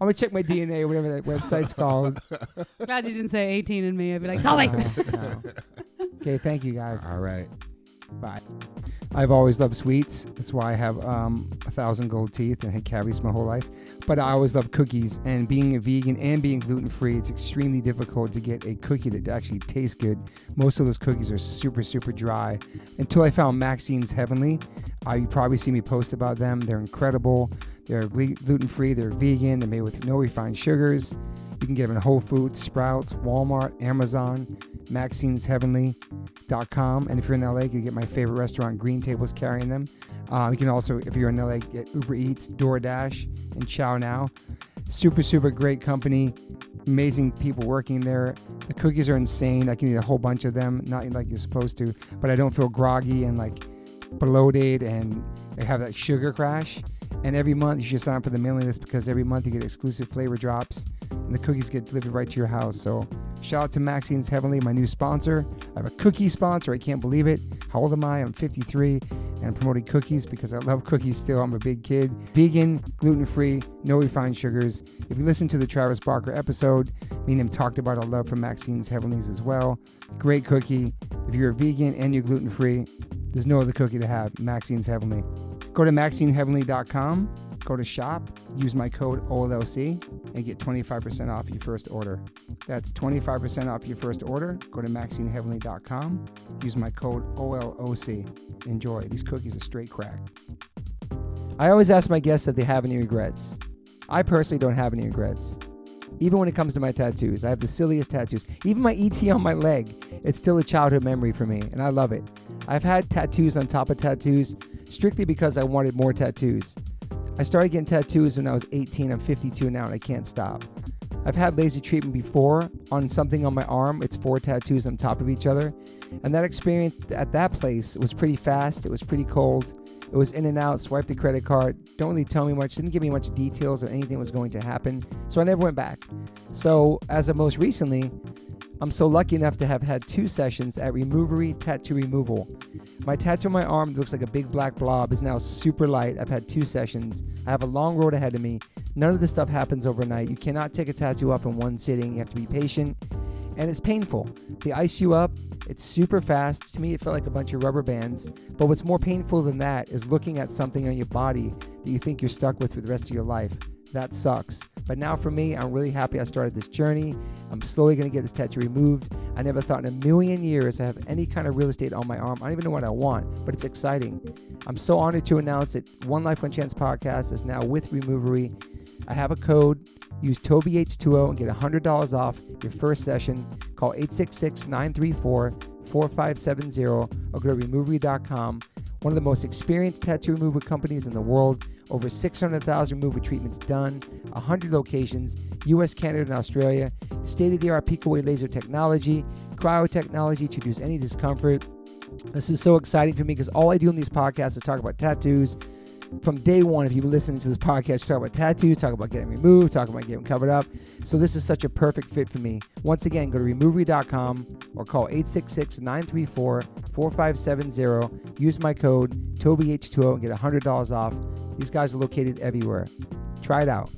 gonna check my DNA, whatever that website's called.
Glad you didn't say 18 and me. I'd be like, Tommy.
Uh, no. Okay, thank you guys.
All right.
Bye. I've always loved sweets. That's why I have um, a thousand gold teeth and had cavities my whole life. But I always loved cookies. And being a vegan and being gluten free, it's extremely difficult to get a cookie that actually tastes good. Most of those cookies are super, super dry. Until I found Maxine's Heavenly, uh, you probably see me post about them. They're incredible. They're gluten free. They're vegan. They're made with no refined sugars. You can get them in Whole Foods, Sprouts, Walmart, Amazon, Maxine'sHeavenly.com. And if you're in LA, you can get my favorite restaurant, Green Table's, carrying them. Um, you can also, if you're in LA, get Uber Eats, DoorDash, and Chow Now. Super, super great company. Amazing people working there. The cookies are insane. I can eat a whole bunch of them, not like you're supposed to, but I don't feel groggy and like bloated and I have that sugar crash. And every month you should sign up for the mailing list because every month you get exclusive flavor drops and the cookies get delivered right to your house. So shout out to Maxine's Heavenly, my new sponsor. I have a cookie sponsor. I can't believe it. How old am I? I'm 53 and I'm promoting cookies because I love cookies still. I'm a big kid. Vegan, gluten free, no refined sugars. If you listen to the Travis Barker episode, me and him talked about our love for Maxine's Heavenlies as well. Great cookie. If you're a vegan and you're gluten free, there's no other cookie to have. Maxine's Heavenly. Go to MaxineHeavenly.com, go to shop, use my code OLLC, and get 25% off your first order. That's 25% off your first order. Go to MaxineHeavenly.com, use my code OLOC. Enjoy. These cookies are straight crack. I always ask my guests if they have any regrets. I personally don't have any regrets. Even when it comes to my tattoos, I have the silliest tattoos. Even my ET on my leg, it's still a childhood memory for me, and I love it. I've had tattoos on top of tattoos strictly because I wanted more tattoos. I started getting tattoos when I was 18. I'm 52 now, and I can't stop. I've had laser treatment before on something on my arm. It's four tattoos on top of each other. And that experience at that place was pretty fast. It was pretty cold. It was in and out, swiped the credit card. Don't really tell me much, didn't give me much details or anything was going to happen. So I never went back. So, as of most recently, I'm so lucky enough to have had two sessions at Removery Tattoo Removal. My tattoo on my arm that looks like a big black blob is now super light. I've had two sessions. I have a long road ahead of me. None of this stuff happens overnight. You cannot take a tattoo up in one sitting. You have to be patient and it's painful. They ice you up, it's super fast. To me, it felt like a bunch of rubber bands. But what's more painful than that is looking at something on your body that you think you're stuck with for the rest of your life. That sucks. But now for me, I'm really happy I started this journey. I'm slowly gonna get this tattoo removed. I never thought in a million years I have any kind of real estate on my arm. I don't even know what I want, but it's exciting. I'm so honored to announce that One Life One Chance podcast is now with Removery. I have a code. Use TobyH20 and get $100 off your first session. Call 866 934 4570 or go to removery.com. One of the most experienced tattoo removal companies in the world. Over 600,000 removal treatments done, 100 locations, US, Canada, and Australia. State of the art Picaway laser technology, cryo technology to reduce any discomfort. This is so exciting for me because all I do in these podcasts is talk about tattoos, from day one, if you've been listening to this podcast, we talk about tattoos, talk about getting removed, talk about getting covered up. So this is such a perfect fit for me. Once again, go to removery.com or call 866-934-4570. Use my oh code TOBYH20 and get $100 off. These guys are located everywhere. Try it out.